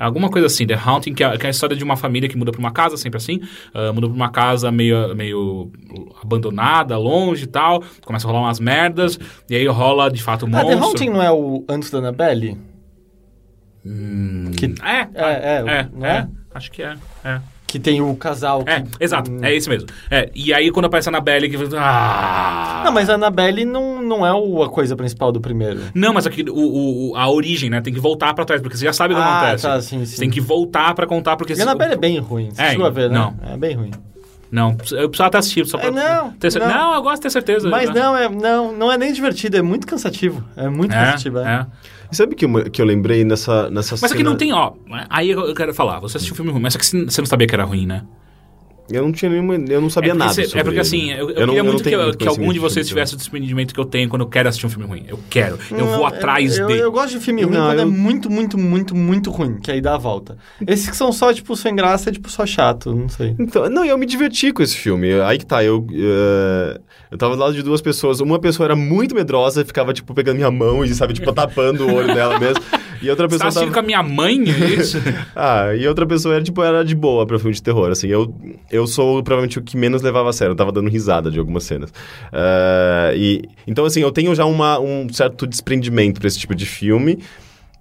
S2: Alguma coisa assim, The Haunting, que é, que é a história de uma família que muda pra uma casa, sempre assim. ah, muda pra uma casa meio, meio abandonada, longe e tal. Começa a rolar umas merdas. E aí rola, de fato, um
S3: Ah, The
S2: monstro.
S3: Haunting não é o antes da Annabelle? Que,
S2: É,
S3: É, é,
S2: é,
S3: não
S2: é,
S3: é?
S2: Acho que é, é.
S3: que tem o casal.
S2: É,
S3: que-
S2: exato, é isso mesmo. É, e aí quando aparece a Annabelle, que... assim, Ah!
S3: Não, mas a Annabelle não, não é o- a coisa principal do primeiro.
S2: Não, mas aqui, o, o- o- a origem, né? Tem que voltar pra trás, porque você já sabe o que
S3: Ah,
S2: acontece.
S3: tá, sim, sim.
S2: Você tem que voltar pra contar, porque...
S3: E a Annabelle é bem ruim. Você
S2: É,
S3: chegou a ver, né?
S2: não.
S3: É bem ruim.
S2: Não, eu precisava até assistir, só pra...
S3: É, não,
S2: ter cer-
S3: não.
S2: não, eu gosto de ter certeza.
S3: Mas
S2: né?
S3: não, é, não, não é nem divertido, é muito cansativo. É muito cansativo, é.
S2: É, é.
S1: E sabe que eu, que eu lembrei nessa, nessa
S2: Mas
S1: cena?
S2: aqui não tem, ó. né? Aí eu eu quero falar, você assistiu um filme ruim, mas é que você não sabia que era ruim, né?
S1: Eu não tinha nenhuma. Eu não sabia
S2: é porque
S1: nada.
S2: você-
S1: sobre
S2: é porque
S1: ele.
S2: assim, eu, eu
S1: não-
S2: queria
S1: não
S2: muito que,
S1: tenho
S2: eu-
S1: muito
S2: que algum de
S1: conhecimento
S2: vocês
S1: sobre
S2: tivesse o desprendimento que eu tenho quando eu quero assistir um filme ruim. Eu quero. eu
S3: Não,
S2: vou atrás
S3: eu,
S2: dele.
S3: Eu gosto de filme ruim
S1: Não,
S3: quando é
S1: eu-
S3: muito, muito, muito, muito ruim, que aí dá a volta. Esses que são só, tipo, sem graça, é tipo, só chato, não sei.
S1: Então, não, eu me diverti com esse filme. Aí que tá, eu. eh, eu tava do lado de duas pessoas. Uma pessoa era muito medrosa e ficava, tipo, pegando minha mão e, sabe, tipo, tapando o olho dela mesmo. E outra
S2: Você tá
S1: pessoa
S2: assistindo
S1: tava.
S2: com a minha mãe?
S1: *laughs*
S2: é Isso?
S1: Ah, e outra pessoa era, tipo, era de boa pra filme de terror, assim. Eu, eu sou, provavelmente, o que menos levava a sério. Eu tava dando risada de algumas cenas. Ah, e, então, assim, eu tenho já uma, um certo desprendimento pra esse tipo de filme.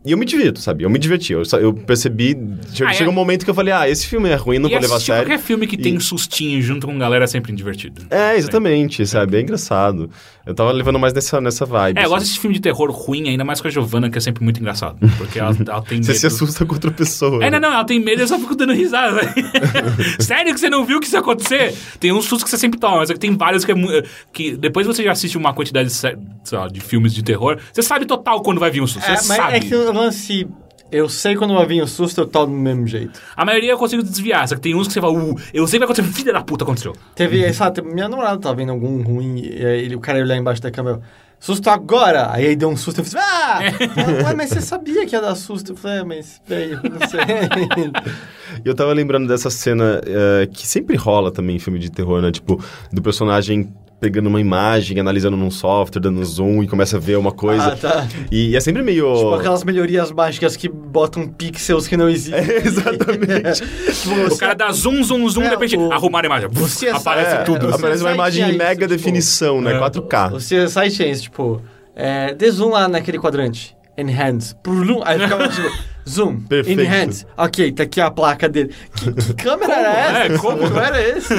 S1: E eu me divirto, sabe? Eu me diverti. Eu, sa- eu percebi... Che
S2: Ah, é?
S1: Chegou um momento que eu falei, ah, esse filme é ruim, não
S2: e
S1: vou levar a
S2: assistir
S1: sério.
S2: qualquer filme que tem sustinho junto com galera é sempre divertido.
S1: É, exatamente, sabe? É engraçado. Eu tava levando mais nessa, nessa vibe.
S2: É, eu
S1: assim.
S2: gosto desse filme de terror ruim, ainda mais com a Giovanna, que é sempre muito engraçado. Porque ela, ela tem medo.
S1: Você se assusta com outra pessoa. né?
S2: É, não, não, ela tem medo e eu só fico dando risada. Sério que você não viu que isso ia acontecer? Tem uns sustos que você sempre toma, mas é que tem vários que é mu- que depois você já assiste uma quantidade de, sé- sei lá, de filmes de terror, você sabe total quando vai vir um susto,
S3: É,
S2: você
S3: mas
S2: sabe.
S3: é que o lance. Eu sei quando vai vir o susto, eu tomo do mesmo jeito.
S2: A maioria eu consigo desviar, só que tem uns que você fala, uh, eu sei que vai acontecer, filha da puta, aconteceu. Uhum.
S3: Teve, sabe, minha namorada tava vendo algum ruim, e aí ele, o cara olhou lá embaixo da câmera, susto agora! Aí ele deu um susto, eu fiz, ah!
S2: É.
S3: Ué, mas você sabia que ia dar susto? Eu falei, é, mas, bem, eu não
S2: *laughs*
S3: sei.
S1: E eu tava lembrando dessa cena eh, que sempre rola também em filme de terror, né? Tipo, do personagem pegando uma imagem, analisando num software, dando zoom e começa a ver uma coisa.
S3: Ah, tá.
S1: E, e é sempre meio...
S3: Tipo, aquelas melhorias mágicas que botam pixels que
S2: *laughs*
S3: não existem. *laughs*
S1: Exatamente.
S3: Tipo,
S2: O cara dá zoom, zoom, zoom,
S3: É,
S2: de repente,
S3: o-
S2: arrumar a imagem,
S3: Você
S2: buf, aparece
S3: sabe-
S2: tudo.
S3: é, você-
S1: Aparece uma
S3: site
S1: imagem
S3: é
S1: em
S3: isso,
S1: mega
S3: tipo,
S1: definição, né?
S2: é.
S1: 4K.
S3: O CSI Chains, tipo, é, dê zoom lá naquele quadrante. Enhance. Prulum. Aí ficava tipo, zoom.
S1: Perfeito.
S3: Enhance. Ok, tá aqui a placa dele. Que,
S1: *laughs*
S3: que câmera era essa? Tipo,
S2: É, como?
S3: Não era esse?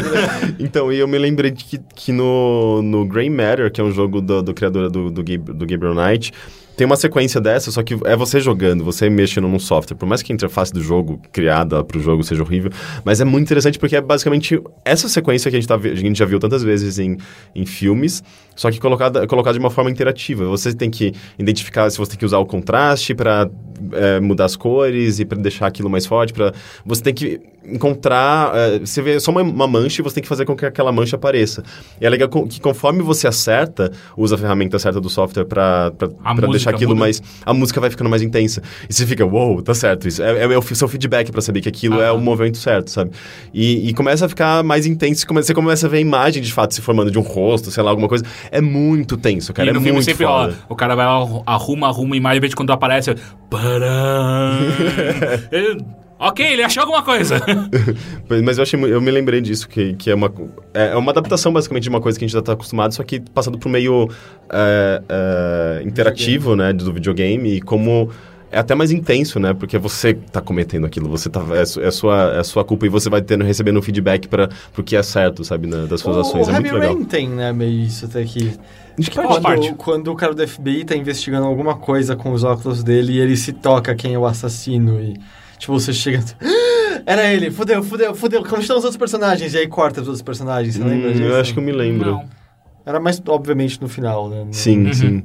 S1: Então, e eu me lembrei de que, que no, no Grey Matter, que é um jogo do, do criador do, do, Gab- do Gabriel Knight, Tem uma sequência dessa, só que é você jogando, você mexendo num software. Por mais que a interface do jogo, criada pro jogo, seja horrível. Mas é muito interessante porque é basicamente essa sequência que a gente, tá vi- a gente já viu tantas vezes em, em filmes, só que colocada, colocada de uma forma interativa. Você tem que identificar se você tem que usar o contraste pra é, mudar as cores e pra deixar aquilo mais forte. Pra... Você tem que encontrar. é, você vê só uma, uma mancha e você tem que fazer com que aquela mancha apareça. E é legal co- que conforme você acerta, usa a ferramenta certa do software pra, pra,
S2: A
S1: pra
S2: música
S1: deixar aquilo
S2: muda.
S1: mais. A música vai ficando mais intensa. E você fica, uou, tá certo. Isso é, é, o f- seu feedback pra saber que aquilo é o movimento certo, sabe? E, e começa a ficar mais intenso. come- Você começa a ver a imagem de fato se formando de um rosto, sei lá, alguma coisa. É muito tenso, cara.
S2: e
S1: é
S2: no
S1: muito
S2: filme sempre
S1: foda.
S2: ó, o cara vai lá, arruma, arruma a imagem, de repente quando aparece, parã.
S3: *laughs*
S2: Ele- ok, ele achou alguma coisa.
S1: Pois- Mas eu, achei, mu- eu me lembrei disso, que, que é, uma, co- é é uma adaptação basicamente de uma coisa que a gente já está acostumado, só que passado para o meio é, é, interativo né, do videogame e como é até mais intenso, né? Porque você tá cometendo aquilo, você tá, é, su- é sua, é sua culpa e você vai tendo, recebendo um feedback para o que é certo, sabe? na- das suas
S3: o,
S1: ações.
S3: o
S1: é
S3: Heavy
S1: muito legal.
S3: Oh, Rain tem, né, meio isso até que...
S1: Acho que
S2: Qual
S3: quando,
S2: parte?
S3: quando o cara do FBI tá investigando alguma coisa com os óculos dele e ele se toca quem é o assassino e... Tipo, você chega... "Ah, Era ele, fudeu, fudeu, fudeu. Como estão os outros personagens? E aí corta os outros personagens, você lembra
S1: Hum,
S3: disso?
S1: eu acho que eu me lembro.
S2: Não.
S3: Era mais, obviamente, no final, né?
S1: Sim, sim.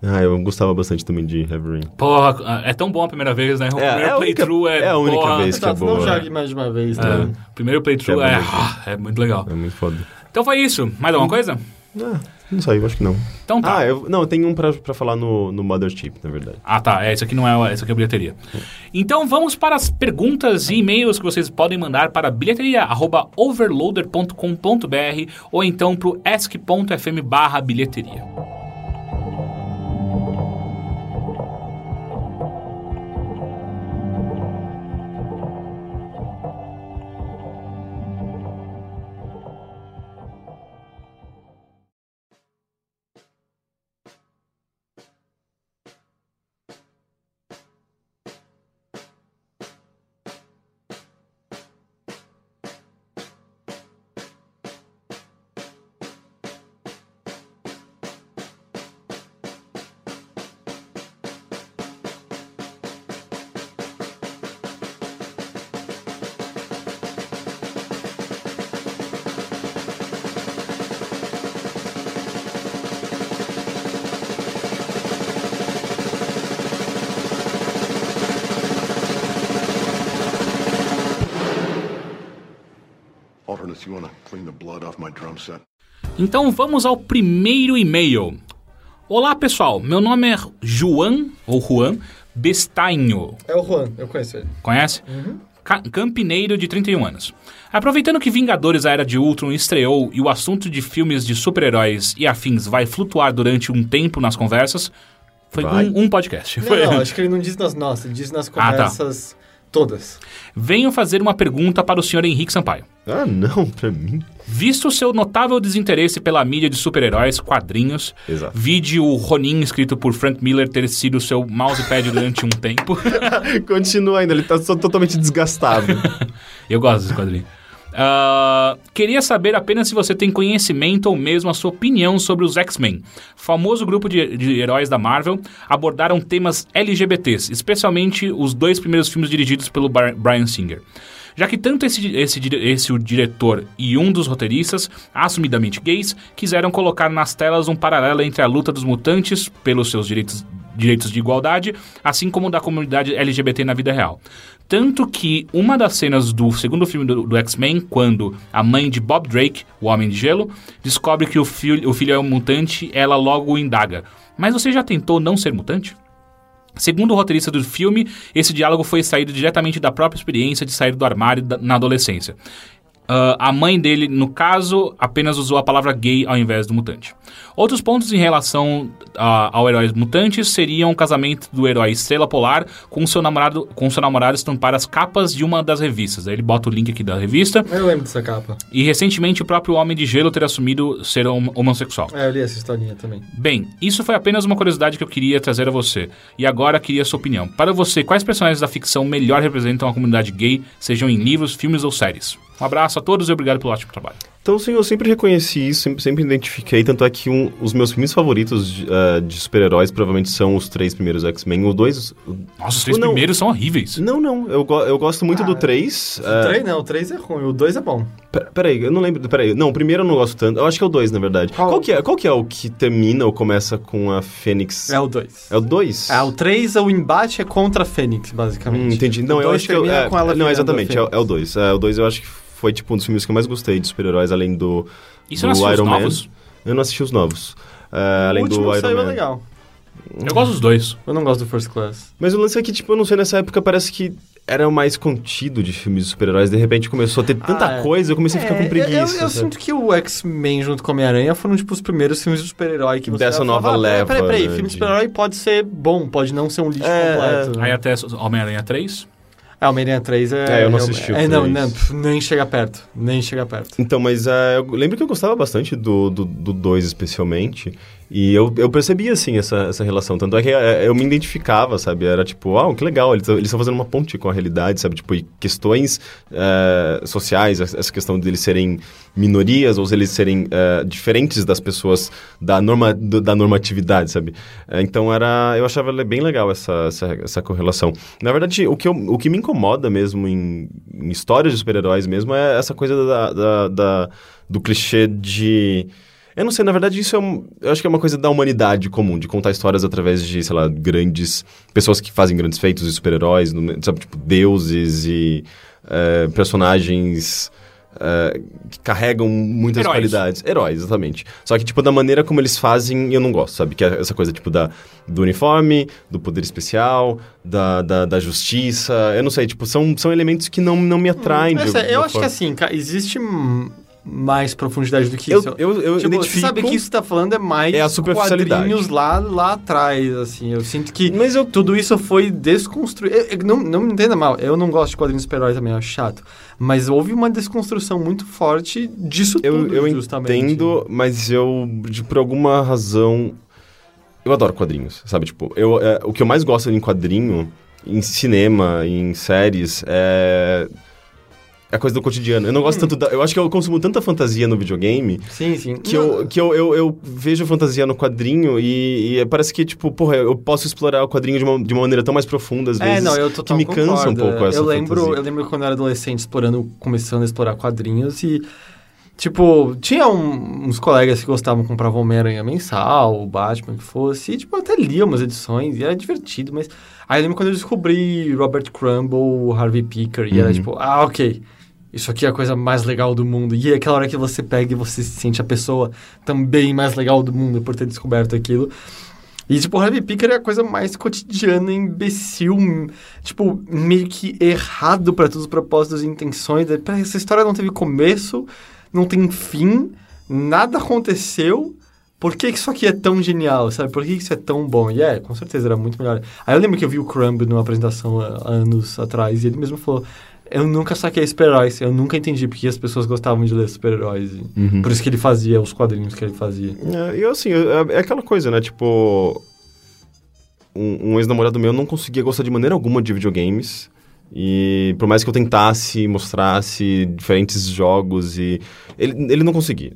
S1: Ah, eu gostava bastante também de Heavy Rain.
S2: Porra, é tão bom a primeira vez, né? O
S1: É,
S2: primeiro
S1: é a única-
S2: playthrough é.
S1: é a única
S2: porra,
S1: vez. Isso que é
S3: Exato,
S1: boa.
S3: não jogue mais de uma vez,
S2: é,
S3: né?
S2: primeiro playthrough
S1: Que é
S2: é,
S1: bom
S2: ah, é muito legal.
S1: É muito foda.
S2: Então foi isso. Mais alguma coisa?
S1: Ah, não sei, eu acho que não.
S2: Então tá.
S1: Ah, eu, não, eu tenho um pra, pra falar no, no Mother Chip, na verdade.
S2: Ah, tá. É, isso aqui não é, isso aqui é bilheteria. Então vamos para as perguntas e e-mails que vocês podem mandar para bilheteria@overloader.com.br ou então para o ask.fm barra bilheteria.
S6: Alternus, you want to clean the blood off my drum set?
S2: Então vamos ao primeiro e-mail. Olá pessoal, meu nome é Juan ou Juan Bestainho.
S3: É o Juan, eu conheço ele.
S2: Conhece? Ca- Campineiro, de 31 anos. Aproveitando que Vingadores A Era de Ultron estreou e o assunto de filmes de super-heróis e afins vai flutuar durante um tempo nas conversas, foi
S1: Vai.
S2: um, um podcast.
S3: Não,
S2: Foi-
S3: não, acho que ele não diz nas nossas, ele diz nas
S2: Ah, tá.
S3: conversas todas.
S2: *laughs* Venho fazer uma pergunta para o senhor Henrique Sampaio.
S1: Ah, não, pra mim.
S2: Visto o seu notável desinteresse pela mídia de super-heróis, quadrinhos,
S1: Exato.
S2: vide o Ronin escrito por Frank Miller ter sido seu mousepad durante um tempo.
S1: *laughs* Continua ainda, ele tá só totalmente desgastado.
S2: Eu gosto desse quadrinho. *laughs* Ah, queria saber apenas se você tem conhecimento ou mesmo a sua opinião sobre os X-Men. Famoso grupo de, de heróis da Marvel abordaram temas LGBTs, especialmente os dois primeiros filmes dirigidos pelo Bar- Bryan Singer. Já que tanto esse, di- esse, dire- esse o diretor e um dos roteiristas, assumidamente gays, quiseram colocar nas telas um paralelo entre a luta dos mutantes pelos seus direitos direitos de igualdade, assim como da comunidade LGBT na vida real. Tanto que uma das cenas do segundo filme do, do X-Men, quando a mãe de Bob Drake, o Homem de Gelo, descobre que o, filho- o filho é um mutante, ela logo o indaga. Mas você já tentou não ser mutante? Segundo o roteirista do filme, esse diálogo foi saído diretamente da própria experiência de sair do armário da- na adolescência. Ah, a mãe dele, no caso, apenas usou a palavra gay ao invés do mutante. Outros pontos em relação ah, ao herói mutante seriam o casamento do herói Estrela Polar com seu namorado, com seu namorado estampar as capas de uma das revistas. Aí ele bota o link aqui da revista.
S3: Eu lembro dessa capa.
S2: E recentemente o próprio Homem de Gelo ter assumido ser homo- homossexual.
S3: É, eu li essa historinha também.
S2: Bem, isso foi apenas uma curiosidade que eu queria trazer a você. E agora queria a sua opinião. Para você, quais personagens da ficção melhor representam a comunidade gay, sejam em livros, filmes ou séries? Um abraço a todos e obrigado pelo ótimo trabalho.
S1: Então, sim, eu sempre reconheci isso, sempre, sempre identifiquei. Tanto é que um, os meus filmes favoritos de, ah, de super-heróis provavelmente são os três primeiros X-Men. O dois. o-
S2: Nossa, os três
S1: Não.
S2: primeiros são horríveis.
S1: Não, não. Eu, go- eu gosto muito do três.
S3: O
S1: ah,
S3: 3 não, o 3 é ruim, o 2 é bom.
S1: Pera- Peraí, eu não lembro. Peraí. Não, o primeiro eu não gosto tanto. Eu acho que é o 2, na verdade.
S3: Qual?
S1: Qual, que é, qual que é o que termina ou começa com a Fênix?
S3: É o 2.
S1: É o 2?
S3: Ah, o 3, o embate é contra a Fênix, basicamente.
S1: Hum, entendi. Não,
S3: O
S1: eu
S3: dois
S1: acho que. eu-
S3: termina
S1: é,
S3: com ela
S1: não,
S3: virando
S1: exatamente.
S3: a
S1: É,
S3: Fênix.
S1: é o 2. É, o 2 eu acho que foi, tipo, um dos filmes que eu mais gostei de super-heróis, além do.
S2: Isso eu não
S1: do
S2: assisti os
S1: Iron Man.
S2: novos.
S1: Eu não assisti os novos. Ah,
S3: O
S1: além do
S3: último
S1: Iron
S3: saiu é
S1: Man.
S3: legal.
S2: Eu gosto dos dois.
S3: Eu não gosto do First Class.
S1: Mas o lance é que, tipo, eu não sei, nessa época parece que era o mais contido de filmes de super-heróis. De repente começou a ter tanta
S3: Ah, é.
S1: coisa, eu comecei a ficar
S3: É,
S1: com preguiça.
S3: Eu, eu, eu
S1: sabe?
S3: sinto que o X-Men junto com Homem-Aranha foram, tipo, os primeiros filmes de super-herói que você
S1: Dessa nova
S3: falava, "Ah, peraí,
S1: leva,
S3: Peraí,
S1: né,
S3: peraí, filme de
S1: de-
S3: super-herói pode ser bom, pode não ser um lixo
S1: É,
S3: completo.
S2: Aí
S3: né?
S2: até Homem-Aranha 3.
S3: É, o Homem-Aranha 3 é...
S1: É, eu não assisti o
S3: É, não,
S1: três.
S3: não, pff, nem chega perto, nem chega perto.
S1: Então, mas ah, eu lembro que eu gostava bastante do 2 do, do dois especialmente. E eu, eu percebia, assim, essa, essa relação. Tanto é que eh, eu me identificava, sabe? Era tipo, ah, que legal, eles tão- eles estão fazendo uma ponte com a realidade, sabe? Tipo, e questões eh, sociais, essa essa questão deles serem minorias ou eles serem eh, diferentes das pessoas da, norma, do- da normatividade, sabe? Eh, então, era eu achava le- bem legal essa, essa, essa correlação. Na verdade, o que, eu- o que me incomoda mesmo em, em histórias de super-heróis mesmo é essa coisa da, da- da- do clichê de. Eu não sei, na verdade, isso é um, eu acho que é uma coisa da humanidade comum, de contar histórias através de, sei lá, grandes. pessoas que fazem grandes feitos e super-heróis, no- sabe, tipo, deuses e eh, personagens. eh, que carregam muitas
S2: Heróis.
S1: qualidades. Heróis, exatamente. Só que, tipo, da maneira como eles fazem, eu não gosto, sabe? Que é essa coisa, tipo, da, do uniforme, do poder especial, da, da, da justiça. Eu não sei, tipo, são, são elementos que não, não me atraem. de
S3: Mas, é, eu
S1: alguma
S3: acho
S1: forma.
S3: que assim, cara, existe hum, mais profundidade do que
S1: Eu,
S3: isso.
S1: eu, eu
S3: Tipo, você
S1: identifico.
S3: sabe que isso tá falando é mais
S1: É a superficialidade.
S3: quadrinhos lá, lá atrás, assim. Eu sinto que
S1: Mas eu.
S3: tudo isso foi desconstruído. Eu- eu- Não, não me entenda mal, eu não gosto de quadrinhos super-heróis também, eu acho chato. Mas houve uma desconstrução muito forte disso
S1: Eu,
S3: tudo,
S1: eu
S3: justamente.
S1: entendo, mas eu, de- por alguma razão. Eu adoro quadrinhos, sabe? Tipo, eu, é, o que eu mais gosto em quadrinho, em cinema, em séries, é. É a coisa do cotidiano. Eu não gosto
S3: Hum.
S1: tanto da. Eu acho que eu consumo tanta fantasia no videogame
S3: Sim, sim.
S1: que, eu, que eu, eu, eu vejo fantasia no quadrinho e, e parece que, tipo, porra, eu posso explorar o quadrinho de uma, de uma maneira tão mais profunda, às
S3: É,
S1: vezes.
S3: não, eu total
S1: que me cansa um
S3: concordo. é.
S1: pouco essa
S3: eu lembro,
S1: fantasia.
S3: eu lembro quando eu era adolescente explorando, começando a explorar quadrinhos e tipo, tinha um- uns colegas que gostavam, compravam Homem-Aranha mensal, o Batman que fosse, e tipo, eu até lia umas edições e era divertido, mas aí eu lembro quando eu descobri Robert Crumble, Harvey Picker e
S1: Uhum.
S3: era tipo, ah, OK. Isso aqui é a coisa mais legal do mundo. E é aquela hora que você pega e você se sente a pessoa também mais legal do mundo por ter descoberto aquilo. E, tipo, o Harvey Picker é a coisa mais cotidiana, imbecil, m- tipo, meio que errado pra todos os propósitos e intenções. É, Peraí, essa história não teve começo, não tem fim, nada aconteceu. Por que, que isso aqui é tão genial, sabe? Por que, que isso é tão bom? E é, com certeza era muito melhor. Aí eu lembro que eu vi o Crumb numa apresentação há anos atrás e ele mesmo falou: Eu nunca saquei super-heróis, eu nunca entendi porque as pessoas gostavam de ler super-heróis. E Por isso que ele fazia os quadrinhos que ele fazia.
S1: É, E eu, assim, eu- é é aquela coisa, né? Tipo. Um, um ex-namorado meu não conseguia gostar de maneira alguma de videogames. E por mais que eu tentasse, mostrasse diferentes jogos e. Ele, ele não conseguia.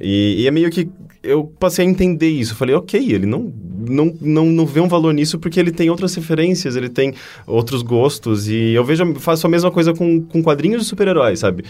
S1: E, e é meio que. Eu passei a entender isso. Eu falei, ok, ele não, não, não, não vê um valor nisso porque ele tem outras referências, ele tem outros gostos. E eu vejo, faço a mesma coisa com, com quadrinhos de super-heróis, sabe?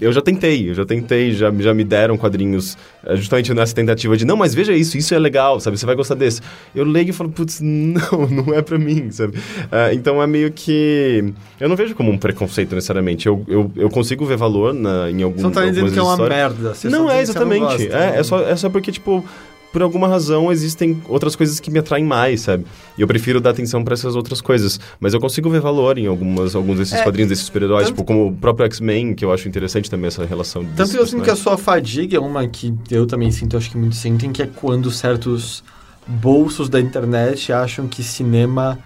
S1: Eu já tentei, eu já tentei, já, já me deram quadrinhos eh, justamente nessa tentativa de, não, mas veja isso, isso é legal, sabe? Você vai gostar desse. Eu leio e falo, putz, *laughs* não, não é pra mim, sabe? Ah, então é meio que. Eu não vejo como um preconceito necessariamente. Eu, eu, eu consigo ver valor na, em algum
S3: Você não tá
S1: algumas
S3: dizendo que é uma
S1: histórias.
S3: merda. você
S1: Não,
S3: só
S1: é
S3: diz que você não
S1: exatamente.
S3: gosta. né?
S1: é, é, só, é só porque, tipo, por alguma razão existem outras coisas que me atraem mais, sabe? E eu prefiro dar atenção pra essas outras coisas. Mas eu consigo ver valor em algumas, alguns desses quadrinhos, desses super-heróis,
S3: É, tanto-
S1: tipo, como o próprio X-Men, que eu acho interessante também essa relação.
S3: Tanto
S1: desses
S3: que eu sinto que a
S1: personagens.
S3: sua fadiga é uma que eu também sinto, acho que muitos sentem, que é quando certos bolsos da internet acham que cinema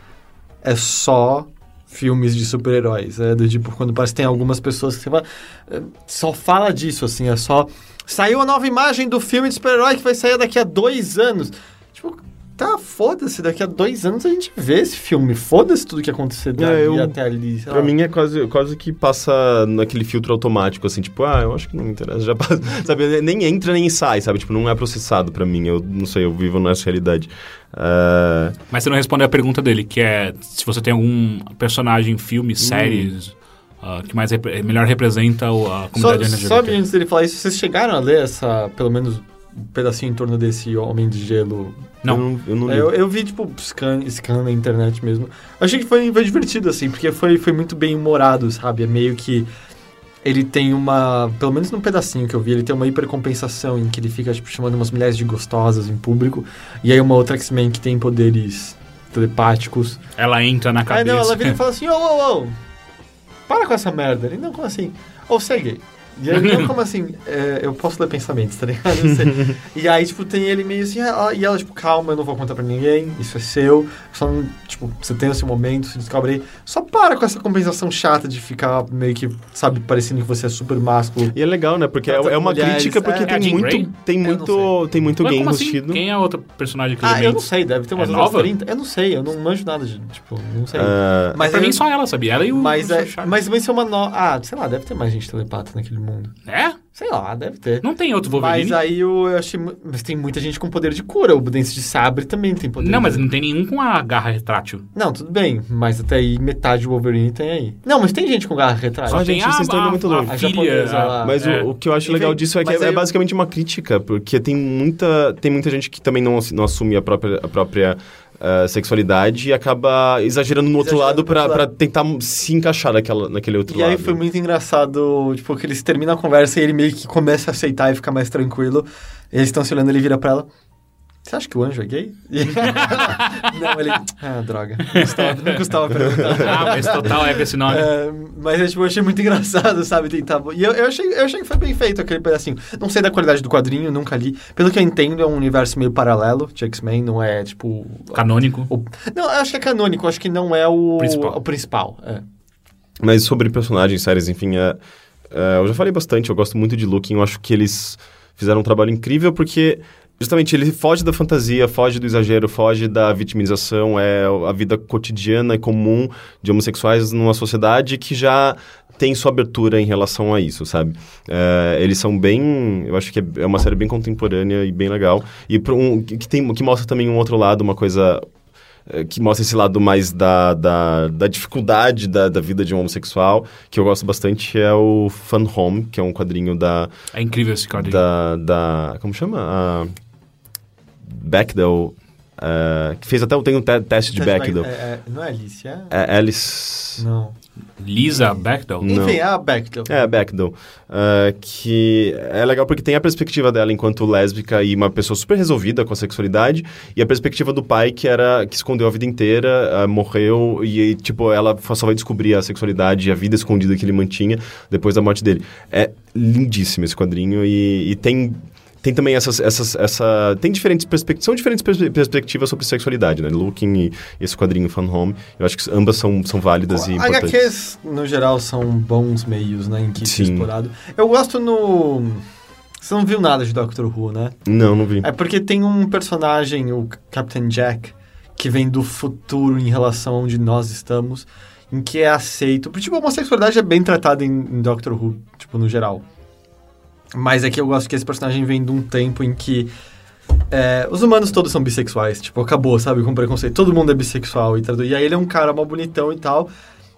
S3: é só filmes de super-heróis. É do tipo, quando parece que tem algumas pessoas que você fala, "Eh, só fala disso, assim, é só... Saiu a nova imagem do filme de super-herói que vai sair daqui a dois anos. Tipo, tá, foda-se, daqui a dois anos a gente vê esse filme. Foda-se tudo que acontecer dali
S1: É, eu-
S3: até ali. sei
S1: Pra
S3: lá.
S1: mim é quase, quase que passa naquele filtro automático, assim, tipo, ah, eu acho que não me interessa, já passa, *laughs* sabe? Nem entra nem sai, sabe? Tipo, não é processado pra mim, eu não sei, eu vivo nessa realidade. Ah,
S2: Mas você não respondeu a pergunta dele, que é se você tem algum personagem,
S3: Hum.
S2: filme, séries ah, que mais repre- melhor representa o- a
S3: Só,
S2: comunidade LGBT.
S3: sabe, antes dele falar isso, vocês chegaram a ler essa, pelo menos um pedacinho em torno desse Homem de Gelo?
S1: eu
S2: Não.
S1: não, eu não li.
S3: Eu, eu vi, tipo, scan, scan na internet mesmo. Achei que foi, foi divertido, assim, porque foi, foi muito bem humorado, sabe? É meio que ele tem uma. Pelo menos num pedacinho que eu vi, ele tem uma hipercompensação em que ele fica, tipo, chamando umas mulheres de gostosas em público. E aí uma outra X-Men que tem poderes telepáticos.
S2: Ela entra na
S3: Aí
S2: cabeça.
S3: não, ela vira e fala assim, ô, ô, ô, para com essa merda. Ele, não, como assim? Ou você é gay. E aí, não, como assim? É, eu posso ler pensamentos, tá ligado?
S2: *laughs*
S3: Eu sei. e aí, tipo, tem ele meio assim, ah, e ela, tipo, calma, eu não vou contar pra ninguém, isso é seu, só não, tipo, você tem o seu momento, se descobre aí. Só para com essa compensação chata de ficar meio que, sabe, parecendo que você é super másculo.
S1: E é legal, né? Porque é,
S3: Tantas
S1: é uma
S3: mulheres,
S1: crítica porque
S3: é.
S2: É a
S1: tem,
S2: Jean Grey?
S1: muito, tem
S3: Eu não
S1: muito. Tem muito
S2: Ué,
S1: gay
S2: como assim?
S1: enrustido.
S2: Quem é a outra personagem que ele
S3: Ah, eu não
S2: mente?
S3: sei, deve ter umas
S2: É
S3: outras
S2: nova?
S3: 30. Eu não sei, eu não manjo nada de, tipo, não sei.
S1: Ah,
S3: mas
S2: pra
S3: eu-
S2: mim só um ela, sabia? Ela e o
S3: mas, é,
S2: Charles.
S3: mas vai ser uma no... Ah, sei lá, deve ter mais gente telepata naquele mundo.
S2: É?
S3: Sei lá, deve ter.
S2: Não tem outro Wolverine?
S3: Mas aí eu eu achei. mu- Mas tem muita gente com poder de cura. O Dente de Sabre também tem poder.
S2: Não,
S3: de-
S2: mas não tem nenhum com a garra retrátil.
S3: Não, tudo bem. Mas até aí metade do Wolverine tem aí. Não, mas tem gente com garra retrás.
S1: Só Ah, gente,
S2: tem a,
S1: vocês estão indo
S2: a-
S1: muito
S2: a
S1: longe.
S3: A
S2: filha,
S3: japonesa lá.
S1: Mas
S2: É.
S1: o, *laughs* o que eu acho
S3: Enfim,
S1: legal disso é que
S3: mas
S1: é,
S3: aí eu-
S1: basicamente uma crítica, porque tem muita, tem muita gente que também não, ass- não assume a própria, a própria ah, sexualidade e acaba exagerando no outro
S3: Exagerando
S1: lado
S3: pro
S1: pra,
S3: outro
S1: pra
S3: lado.
S1: tentar se encaixar naquela, naquele outro
S3: E
S1: lado.
S3: aí foi muito engraçado, tipo, que eles terminam a conversa e ele meio que começa a aceitar e fica mais tranquilo. Eles estão se olhando, ele vira pra ela. Você acha que o anjo é gay? *laughs* E- não, ele. Ah, droga. Não custava, não custava perguntar.
S2: Ah, mas total é com esse nome.
S3: É, mas eu, tipo, eu achei muito *laughs* engraçado, sabe? Tentar. E eu, eu achei, eu achei que foi bem feito aquele pedacinho. Não sei da qualidade do quadrinho, nunca li. Pelo que eu entendo, é um universo meio paralelo de X-Men, não é tipo.
S2: Canônico.
S3: o- Não, eu acho que é canônico, acho que não é o
S2: Principal.
S3: O principal é.
S1: Mas sobre personagens, séries, enfim, é- é, eu já falei bastante, eu gosto muito de Looking, eu acho que eles fizeram um trabalho incrível porque justamente ele foge da fantasia, foge do exagero, foge da vitimização, é a vida cotidiana e comum de homossexuais numa sociedade que já tem sua abertura em relação a isso, sabe? É, eles são bem, eu acho que é- é uma série bem contemporânea e bem legal e pra um- que tem que mostra também um outro lado, uma coisa eh, que mostra esse lado mais da, da, da dificuldade da, da vida de um homossexual, que eu gosto bastante, é o Fun Home, que é um quadrinho da.
S2: É incrível esse quadrinho.
S1: da, da como chama? A Bechdel. eh, que fez até. Tem um te- teste de Bechdel.
S3: É, é, não é Alice, é?
S1: É Alice.
S3: Não.
S2: Lisa Bechdel.
S1: Não.
S3: Enfim, é a Bechdel.
S1: É, Bechdel. Ah, que é legal porque tem a perspectiva dela enquanto lésbica e uma pessoa super resolvida com a sexualidade, e a perspectiva do pai que era que escondeu a vida inteira, ah, morreu, e aí, tipo, ela fa- só vai descobrir a sexualidade e a vida escondida que ele mantinha depois da morte dele. É lindíssimo esse quadrinho e, e tem. Tem também essas, essas, essa... Tem diferentes perspectivas... São diferentes perspe- perspectivas sobre sexualidade, né? Looking e esse quadrinho Fun Home. Eu acho que ambas são, são válidas e importantes.
S3: HQs, no geral, são bons meios, né? Em que isso é
S1: Sim.
S3: explorado. Eu gosto no. Você não viu nada de Doctor Who, né?
S1: Não, não vi.
S3: É porque tem um personagem, o Captain Jack, que vem do futuro em relação a onde nós estamos, em que é aceito. porque, Tipo, a homossexualidade é bem tratada em, em Doctor Who, tipo, no geral. Mas é que eu gosto que esse personagem vem de um tempo em que é, os humanos todos são bissexuais. Tipo, acabou, sabe? Com preconceito. Todo mundo é bissexual. E, tradu- e aí ele é um cara mó bonitão e tal.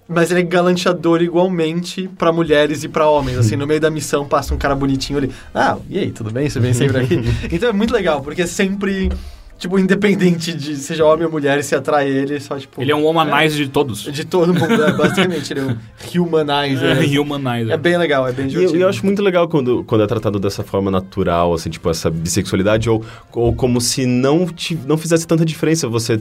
S3: Mas ele é galanteador igualmente pra mulheres e pra homens. Assim, no meio da missão passa um cara bonitinho ali. Ah, e aí, tudo bem? Você vem sempre
S2: *laughs*
S3: aqui? então é muito legal, porque é sempre, tipo, independente de seja homem ou mulher, se atrai ele, só tipo.
S2: Ele é um humanizer de
S1: *laughs*
S2: todos.
S3: De todo mundo, é, basicamente. Ele é um humanizer.
S2: É, *laughs*
S3: assim.
S2: humanizer.
S3: É bem legal, é bem
S1: E eu,
S3: divertido.
S1: eu acho muito legal quando, quando é tratado dessa forma natural, assim, tipo, essa bissexualidade, ou, ou como se não, te, não fizesse tanta diferença você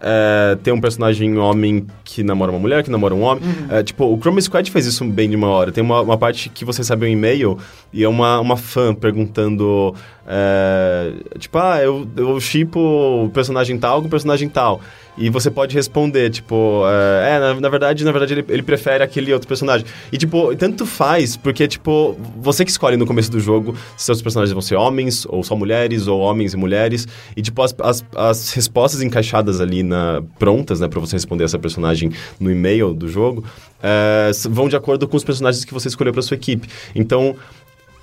S1: é, ter um personagem homem que namora uma mulher, que namora um homem. É, tipo, o Chrome Squad fez isso bem de uma hora. Tem uma, uma parte que você recebe um e-mail e é uma, uma fã perguntando, eh, é, tipo, ah, eu, eu shippo o personagem tal com o personagem tal. E você pode responder, tipo, é, é, na, na verdade, na verdade, ele, ele prefere aquele outro personagem. E, tipo, tanto faz, porque, tipo, você que escolhe no começo do jogo se seus personagens vão ser homens, ou só mulheres, ou homens e mulheres. E, tipo, as, as, as respostas encaixadas ali na. prontas, né, pra você responder essa personagem no e-mail do jogo, é, s- vão de acordo com os personagens que você escolheu pra sua equipe. Então,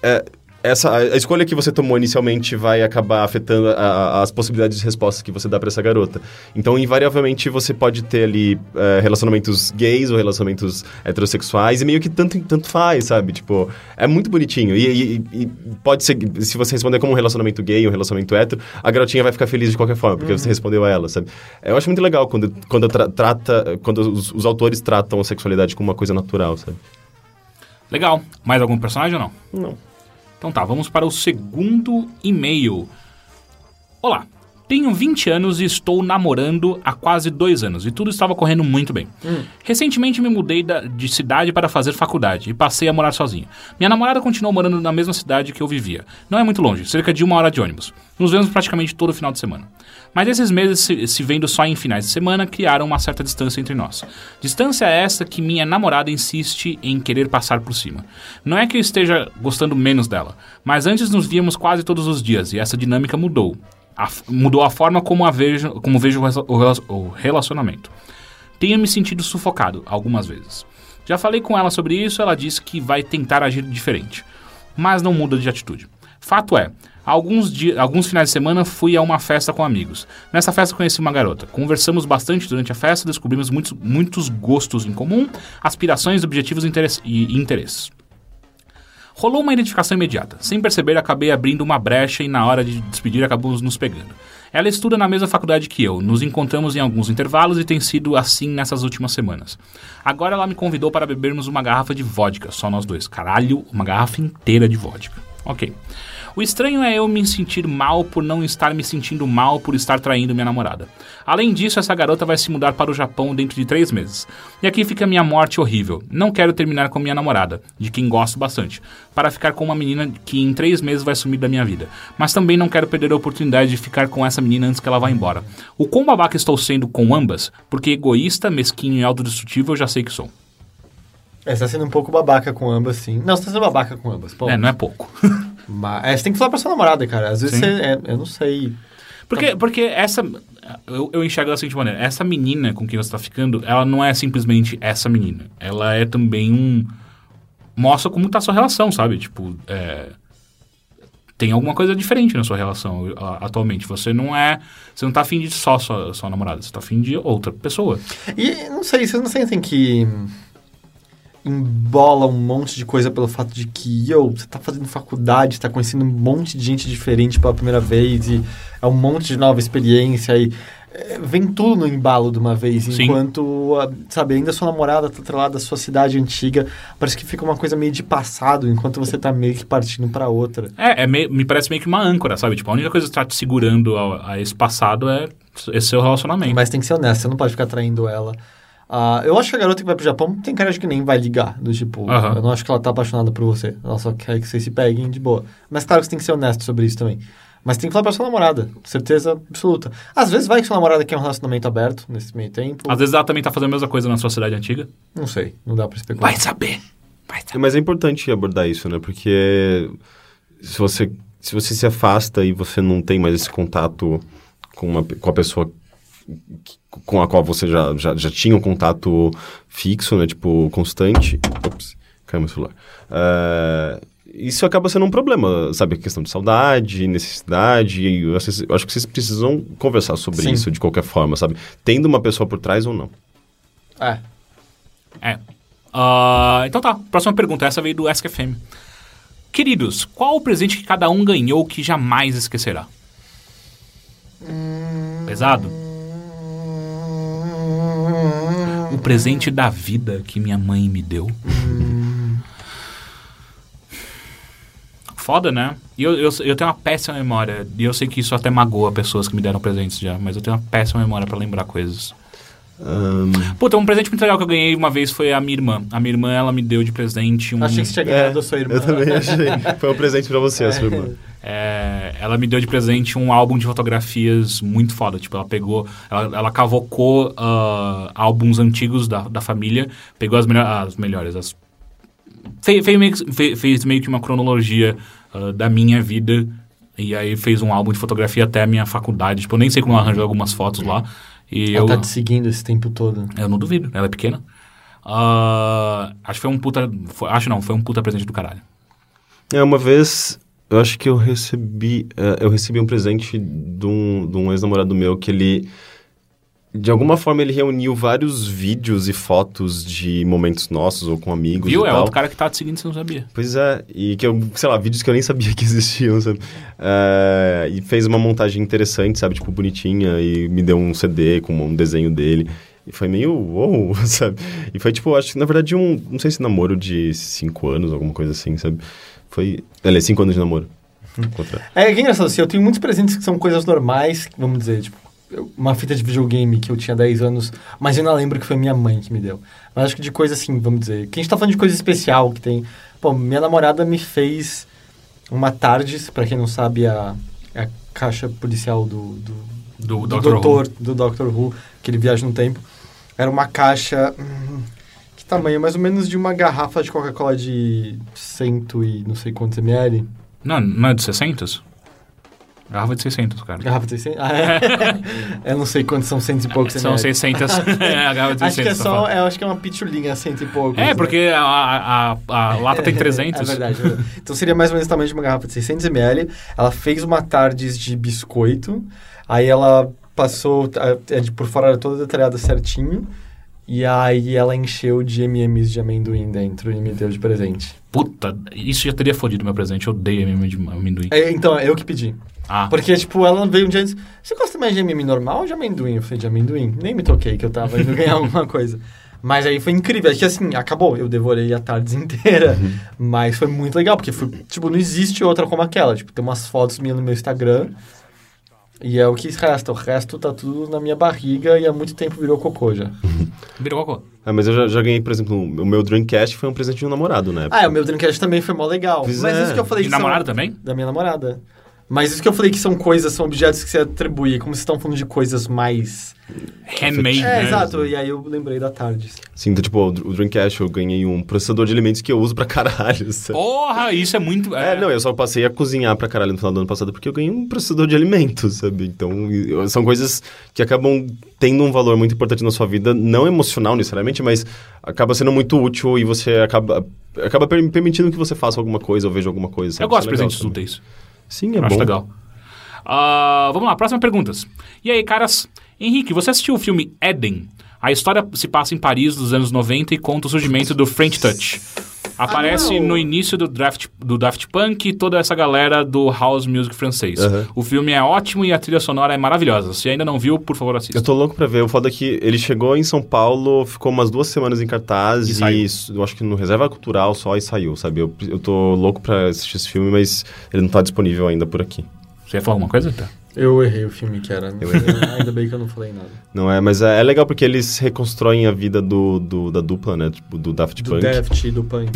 S1: é, essa, a a escolha que você tomou inicialmente vai acabar afetando a- a- as possibilidades de respostas que você dá pra essa garota. Então, invariavelmente, você pode ter ali é, relacionamentos gays ou relacionamentos heterossexuais, e meio que tanto, tanto faz, sabe? Tipo, é muito bonitinho. E, e- e- e pode ser, se você responder como um relacionamento gay ou um relacionamento hétero, a garotinha vai ficar feliz de qualquer forma, porque você respondeu a ela, sabe? Eu acho muito legal quando, quando, tra- trata, quando os, os autores tratam a sexualidade como uma coisa natural, sabe?
S2: Legal. Mais algum personagem ou não?
S1: Não.
S2: Então tá, vamos para o segundo e-mail. Olá, tenho 20 anos e estou namorando há quase dois anos e tudo estava correndo muito bem. Recentemente me mudei da- de cidade para fazer faculdade e passei a morar sozinho. Minha namorada continuou morando na mesma cidade que eu vivia. Não é muito longe, cerca de uma hora de ônibus. Nos vemos praticamente todo final de semana. Mas esses meses se, se vendo só em finais de semana criaram uma certa distância entre nós. Distância é essa que minha namorada insiste em querer passar por cima. Não é que eu esteja gostando menos dela, mas antes nos víamos quase todos os dias e essa dinâmica mudou. A f- mudou a forma como, a vejo, como vejo o rela- o rela- o relacionamento. Tenho me sentido sufocado algumas vezes. Já falei com ela sobre isso, ela disse que vai tentar agir diferente, mas não muda de atitude. Fato é, alguns, di- alguns finais de semana fui a uma festa com amigos. Nessa festa conheci uma garota. Conversamos bastante durante a festa, descobrimos muitos, muitos gostos em comum, aspirações, objetivos interesse- e interesses. Rolou uma identificação imediata. Sem perceber, acabei abrindo uma brecha e, na hora de despedir, acabamos nos pegando. Ela estuda na mesma faculdade que eu, nos encontramos em alguns intervalos e tem sido assim nessas últimas semanas. Agora ela me convidou para bebermos uma garrafa de vodka, só nós dois. Caralho, uma garrafa inteira de vodka. Ok. O estranho é eu me sentir mal por não estar me sentindo mal por estar traindo minha namorada. Além disso, essa garota vai se mudar para o Japão dentro de três meses. E aqui fica minha morte horrível. Não quero terminar com minha namorada, de quem gosto bastante, para ficar com uma menina que em três meses vai sumir da minha vida. Mas também não quero perder a oportunidade de ficar com essa menina antes que ela vá embora. O quão babaca estou sendo com ambas, porque egoísta, mesquinho e autodestrutivo eu já sei que sou.
S3: É, você tá sendo um pouco babaca com ambas, sim. Não, você tá sendo babaca com ambas, pô.
S2: É, não é pouco.
S3: Mas, é, você tem que falar pra sua namorada, cara. Às vezes
S2: Sim.
S3: você. é, eu não sei.
S2: Porque, porque essa. Eu, eu enxergo da seguinte maneira: essa menina com quem você tá ficando, ela não é simplesmente essa menina. Ela é também um. Mostra como tá a sua relação, sabe? Tipo, é, Tem alguma coisa diferente na sua relação a- atualmente. Você não é. Você não tá afim de só sua, sua namorada, você tá afim de outra pessoa.
S3: E não sei, vocês não sentem que embola um monte de coisa pelo fato de que, yo, você tá fazendo faculdade, tá conhecendo um monte de gente diferente pela primeira vez e é um monte de nova experiência e é, vem tudo no embalo de uma vez,
S2: Sim.
S3: enquanto, a- sabe, ainda sua namorada tá atrelada à sua cidade antiga, parece que fica uma coisa meio de passado, enquanto você tá meio que partindo pra outra.
S2: É, é meio- me parece meio que uma âncora, sabe? Tipo, a única coisa que tá te segurando a, a esse passado é esse seu relacionamento.
S3: Mas tem que ser honesto, você não pode ficar traindo ela. Ah, eu acho que a garota que vai pro Japão tem cara de que nem vai ligar. Do tipo,
S2: Aham.
S3: eu não acho que ela tá apaixonada por você. Ela só quer que vocês se peguem de boa. Mas claro que você tem que ser honesto sobre isso também. Mas tem que falar pra sua namorada, certeza absoluta. Às vezes vai que sua namorada quer um relacionamento aberto nesse meio tempo.
S2: Às vezes ela também tá fazendo a mesma coisa na sua cidade antiga.
S3: Não sei, não dá pra especular.
S2: saber. Vai saber.
S1: Mas é importante abordar isso, né? Porque se você se, você se afasta e você não tem mais esse contato com, uma, pe- com a pessoa que- com a qual você já, já, já tinha um contato fixo, né? Tipo, constante. Ops, caiu meu celular. Ah, isso acaba sendo um problema, sabe? A questão de saudade, necessidade. E eu acho que vocês- eu acho que vocês precisam conversar sobre
S3: Sim.
S1: isso de qualquer forma, sabe? Tendo uma pessoa por trás ou não.
S3: É.
S2: É. Ah, então tá, próxima pergunta. Essa veio do Ask FM. Queridos, qual o presente que cada um ganhou que jamais esquecerá? Pesado? O presente da vida que minha mãe me deu. Foda, né? E eu, eu, eu tenho uma péssima memória. E eu sei que isso até magoa pessoas que me deram presentes já. Mas eu tenho uma péssima memória pra lembrar coisas.
S1: Ahn,
S2: Puta, um presente muito legal que eu ganhei uma vez foi a minha irmã. A minha irmã, ela me deu de presente um...
S3: Achei que você tinha
S1: é,
S3: ganhado a sua irmã.
S1: eu também achei. *laughs* Foi um presente pra você, a sua irmã.
S2: É, ela me deu de presente um álbum de fotografias muito foda. Tipo, ela pegou, ela, ela cavocou ah, álbuns antigos da, da família, pegou as, melho- as melhores, as fe- fez, meio que- fe- fez, meio que uma cronologia ah, da minha vida. E aí fez um álbum de fotografia até a minha faculdade. Tipo, eu nem sei como ela arranjou algumas fotos lá. E
S3: Ela
S2: eu,
S3: tá te seguindo esse tempo todo.
S2: eu não duvido, ela é pequena. Ah, acho que foi um puta. foi- acho não, foi um puta presente do caralho.
S1: É, uma vez, eu acho que eu recebi, eh, eu recebi um presente de um, de um ex-namorado meu que ele, de alguma forma, ele reuniu vários vídeos e fotos de momentos nossos ou com amigos
S2: Viu?
S1: e
S2: É
S1: tal.
S2: outro cara que tá te seguindo, você não sabia.
S1: Pois é, e que eu, sei lá, vídeos que eu nem sabia *laughs* que existiam, sabe? Eh, e fez uma montagem interessante, sabe? Tipo, bonitinha, e me deu um CD com um desenho dele. E foi meio, uou, *laughs* sabe? E foi tipo, acho que na verdade um, não sei se namoro de cinco anos, alguma coisa assim, sabe? Foi, olha, cinco anos de namoro. Contra-
S3: É, que é engraçado, assim, eu tenho muitos presentes que são coisas normais, que, vamos dizer, tipo, eu- uma fita de videogame que eu tinha 10 anos, mas eu não lembro que foi minha mãe que me deu. Mas acho que de coisa assim, vamos dizer, que a gente tá falando de coisa especial que tem. Pô, minha namorada me fez uma Tardes, pra quem não sabe, a, a caixa policial do, do,
S2: Do,
S3: do
S2: Dr. Who.
S3: doutor, do Doctor Who, que ele viaja no tempo. Era uma caixa. hum, que tamanho? Mais ou menos de uma garrafa de Coca-Cola de cento e não sei quantos ml.
S2: Não, não é de 600? Garrafa de 600, cara.
S3: Garrafa de 600? Ah,
S2: *laughs*
S3: é. Eu não sei quantos são cento e poucos ml.
S2: São 600.
S3: *laughs*
S2: *laughs* é, a garrafa de 600.
S3: Acho que é
S2: tá
S3: só.
S2: falando.
S3: é, acho que é uma pitulinha cento e poucos.
S2: É,
S3: né?
S2: porque a, a, a- a lata tem 300.
S3: *laughs* É verdade, é verdade. Então seria mais ou menos o tamanho de uma garrafa de 600ml. Ela fez uma tardes de biscoito. Aí ela passou... a- é de- Por fora era toda detalhada certinho. E aí ela encheu de M&M's de amendoim dentro e me deu de presente.
S2: Puta, isso já teria fodido meu presente. Eu odeio M&M de amendoim.
S3: É, então, eu que pedi.
S2: Ah,
S3: Porque, tipo, ela veio um dia e disse... Você gosta mais de M&M normal ou de amendoim? Eu falei, de amendoim. Nem me toquei que eu tava indo ganhar *laughs* alguma coisa. Mas aí foi incrível. Acho que assim, acabou. Eu devorei a tarde *laughs* inteira.
S1: Uhum.
S3: Mas foi muito legal, porque foi, tipo, não existe outra como aquela. Tipo, tem umas fotos minhas no meu Instagram. E é o que resta. O resto tá tudo na minha barriga e há muito tempo virou cocô já.
S2: virou cocô.
S1: Ah, mas eu já, já ganhei, por exemplo, o meu Dreamcast foi um presente de um namorado, né?
S3: Ah, é, o meu Dreamcast também foi mó legal.
S1: Pois
S3: Mas
S1: é.
S3: isso que eu falei
S2: De
S3: que são-
S2: namorado também?
S3: Da minha namorada. Mas isso que eu falei que são coisas, são objetos que você atribui. Como vocês estão falando de coisas mais...
S2: Handmade,
S3: É,
S2: né?
S3: exato. E aí eu lembrei da Tardes.
S1: Sim, então, tipo, o Dr- o Dreamcast eu ganhei um processador de alimentos que eu uso pra *laughs* caralho, sabe?
S2: Porra, isso é muito...
S1: É, não, eu só passei a cozinhar pra caralho no final do ano passado porque eu ganhei um processador de alimentos, sabe? Então, eu- são coisas que acabam tendo um valor muito importante na sua vida, não emocional necessariamente, mas acaba sendo muito útil e você acaba, acaba per- permitindo que você faça alguma coisa ou veja alguma coisa. sabe?
S2: Eu gosto
S1: Isso
S2: de
S1: é
S2: presentes
S1: legal também.
S2: úteis.
S1: Sim, é
S2: Acho
S1: bom.
S2: legal. Ah, vamos lá, próxima perguntas. E aí, caras? Henrique, você assistiu o filme Eden? A história se passa em Paris dos anos 90 e conta o surgimento do French Touch. Aparece
S3: Ah, não.
S2: no início do, draft, do Daft Punk e toda essa galera do house music francês.
S1: Aham.
S2: O filme é ótimo e a trilha sonora é maravilhosa. Se ainda não viu, por favor, assista.
S1: Eu tô louco pra ver. O foda é que ele chegou em São Paulo, ficou umas duas semanas em cartaz
S2: E
S1: e,
S2: saiu.
S1: s- eu acho que no Reserva Cultural só e saiu, sabe? Eu, eu tô louco pra assistir esse filme, mas ele não tá disponível ainda por aqui.
S2: Você ia falar alguma coisa? Tá.
S3: Eu errei o filme que era. *laughs* Ainda bem que eu não falei nada.
S1: Não é, mas é, é legal porque eles reconstroem a vida do, do- da dupla, né? Tipo, do Daft
S3: Do
S1: Punk.
S3: Daft e do Punk.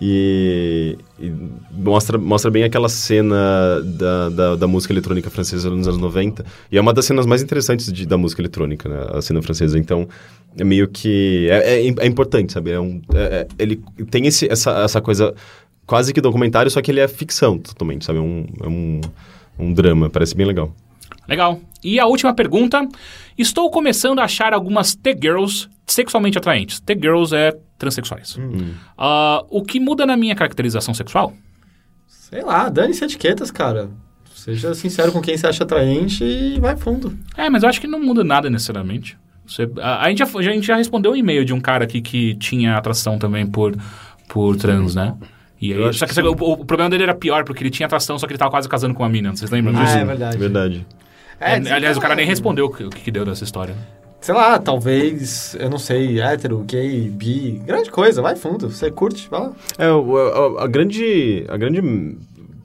S1: E, e mostra, mostra bem aquela cena da, da, da música eletrônica francesa nos anos 90. E é uma das cenas mais interessantes de- da música eletrônica, né? A cena francesa. Então, é meio que... É, é, é importante, sabe? É um, é- é- ele tem esse, essa, essa coisa quase que documentário, só que ele é ficção totalmente, sabe? É um, é um, um drama. Parece bem legal.
S2: Legal. E a última pergunta. Estou começando a achar algumas T-girls sexualmente atraentes. T-girls é transexuais. Ah, o que muda na minha caracterização sexual?
S3: Sei lá, dane-se etiquetas, cara. Seja sincero com quem você acha atraente e vai fundo.
S2: É, mas eu acho que não muda nada necessariamente. Você- a, a gente já, a gente já respondeu um e-mail de um cara aqui que tinha atração também por, por trans, né? E aí, só que, o, o problema dele era pior, porque ele tinha atração, só que ele tava quase casando com uma mina. Vocês lembram disso?
S3: é verdade.
S1: Verdade.
S2: É, aliás, o cara nem
S3: respondeu.
S2: respondeu o que, o que que deu dessa história. né?
S3: Sei lá, talvez, eu não sei, hétero, gay, bi, grande coisa, vai fundo. Você curte, vai lá.
S1: É, o- a, a- a grande, a grande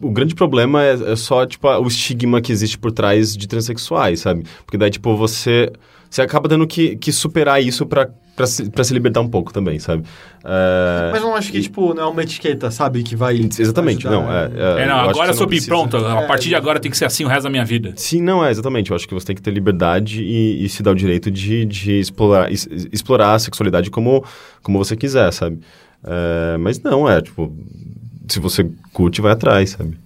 S1: o grande problema é, é só, tipo, a- o estigma que existe por trás de transexuais, sabe? Porque daí, tipo, você, você acaba tendo que, que superar isso pra, pra, se, pra se libertar um pouco também, sabe? É,
S3: Mas eu não acho que, tipo, não é uma etiqueta, sabe? Que vai.
S1: Exatamente,
S3: ajudar.
S1: não. É, é,
S2: É,
S1: eu
S2: não,
S1: acho que
S2: agora eu
S1: você
S2: sou bi,
S1: precisa-
S2: pronto. A
S3: É,
S2: partir de agora tem que ser assim o resto da minha vida.
S1: Sim, não, é exatamente. Eu acho que você tem que ter liberdade e, e se dar o direito de, de explorar, es- explorar a sexualidade como, como você quiser, sabe? É, mas não, é tipo, se você curte, vai atrás, sabe?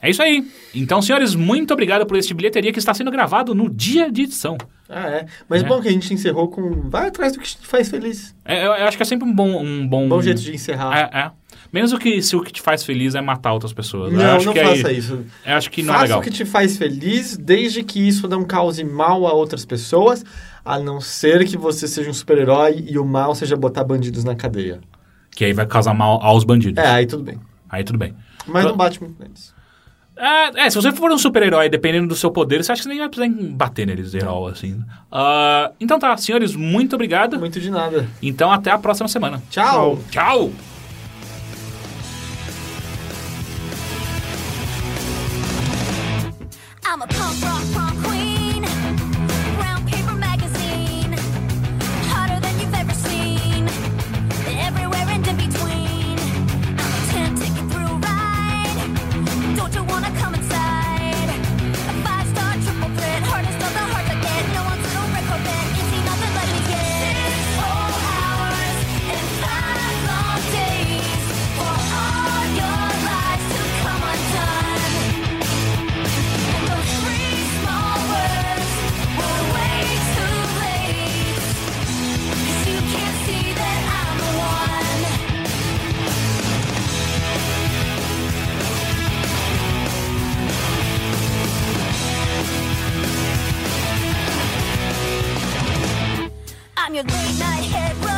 S2: É isso aí. Então, senhores, muito obrigado por este bilheteria que está sendo gravado no dia de edição.
S3: Ah, é. Mas
S2: É.
S3: bom que a gente encerrou com. Vai atrás do que te faz feliz.
S2: É, eu, eu acho que é sempre um bom. Um bom,
S3: Bom jeito de encerrar.
S2: É, é. Menos o que se o que te faz feliz é matar outras pessoas. eu
S3: Não,
S2: acho
S3: não
S2: que é
S3: faça
S2: aí,
S3: isso.
S2: Eu acho que não
S3: Faça
S2: é legal.
S3: o que te faz feliz, desde que isso não cause mal a outras pessoas, a não ser que você seja um super-herói e o mal seja botar bandidos na cadeia.
S2: Que aí vai causar mal aos bandidos.
S3: É, aí tudo bem.
S2: Aí tudo bem.
S3: Mas
S2: Tá.
S3: não bate muito neles.
S2: Ah, É, se você for um super-herói, dependendo do seu poder, você acha que você nem vai precisar bater neles, geral, assim. Ah, então tá, senhores, muito obrigado.
S3: Muito de nada.
S2: Então até a próxima semana.
S3: Tchau.
S2: Tchau!
S4: I'm a punk rock prom queen. Brown paper magazine. Hotter than you've ever seen. Everywhere and in between. I'm a 10 ticket through ride. Don't you wanna come inside? A five star triple threat. Hardest of the hard to get. No one's little red Corvette. You see nothing like me yet. Six whole hours and five long days. For all your lies to come undone. Those three small words were way too late. 'Cause you can't see that I'm the one. I'm your late night hero.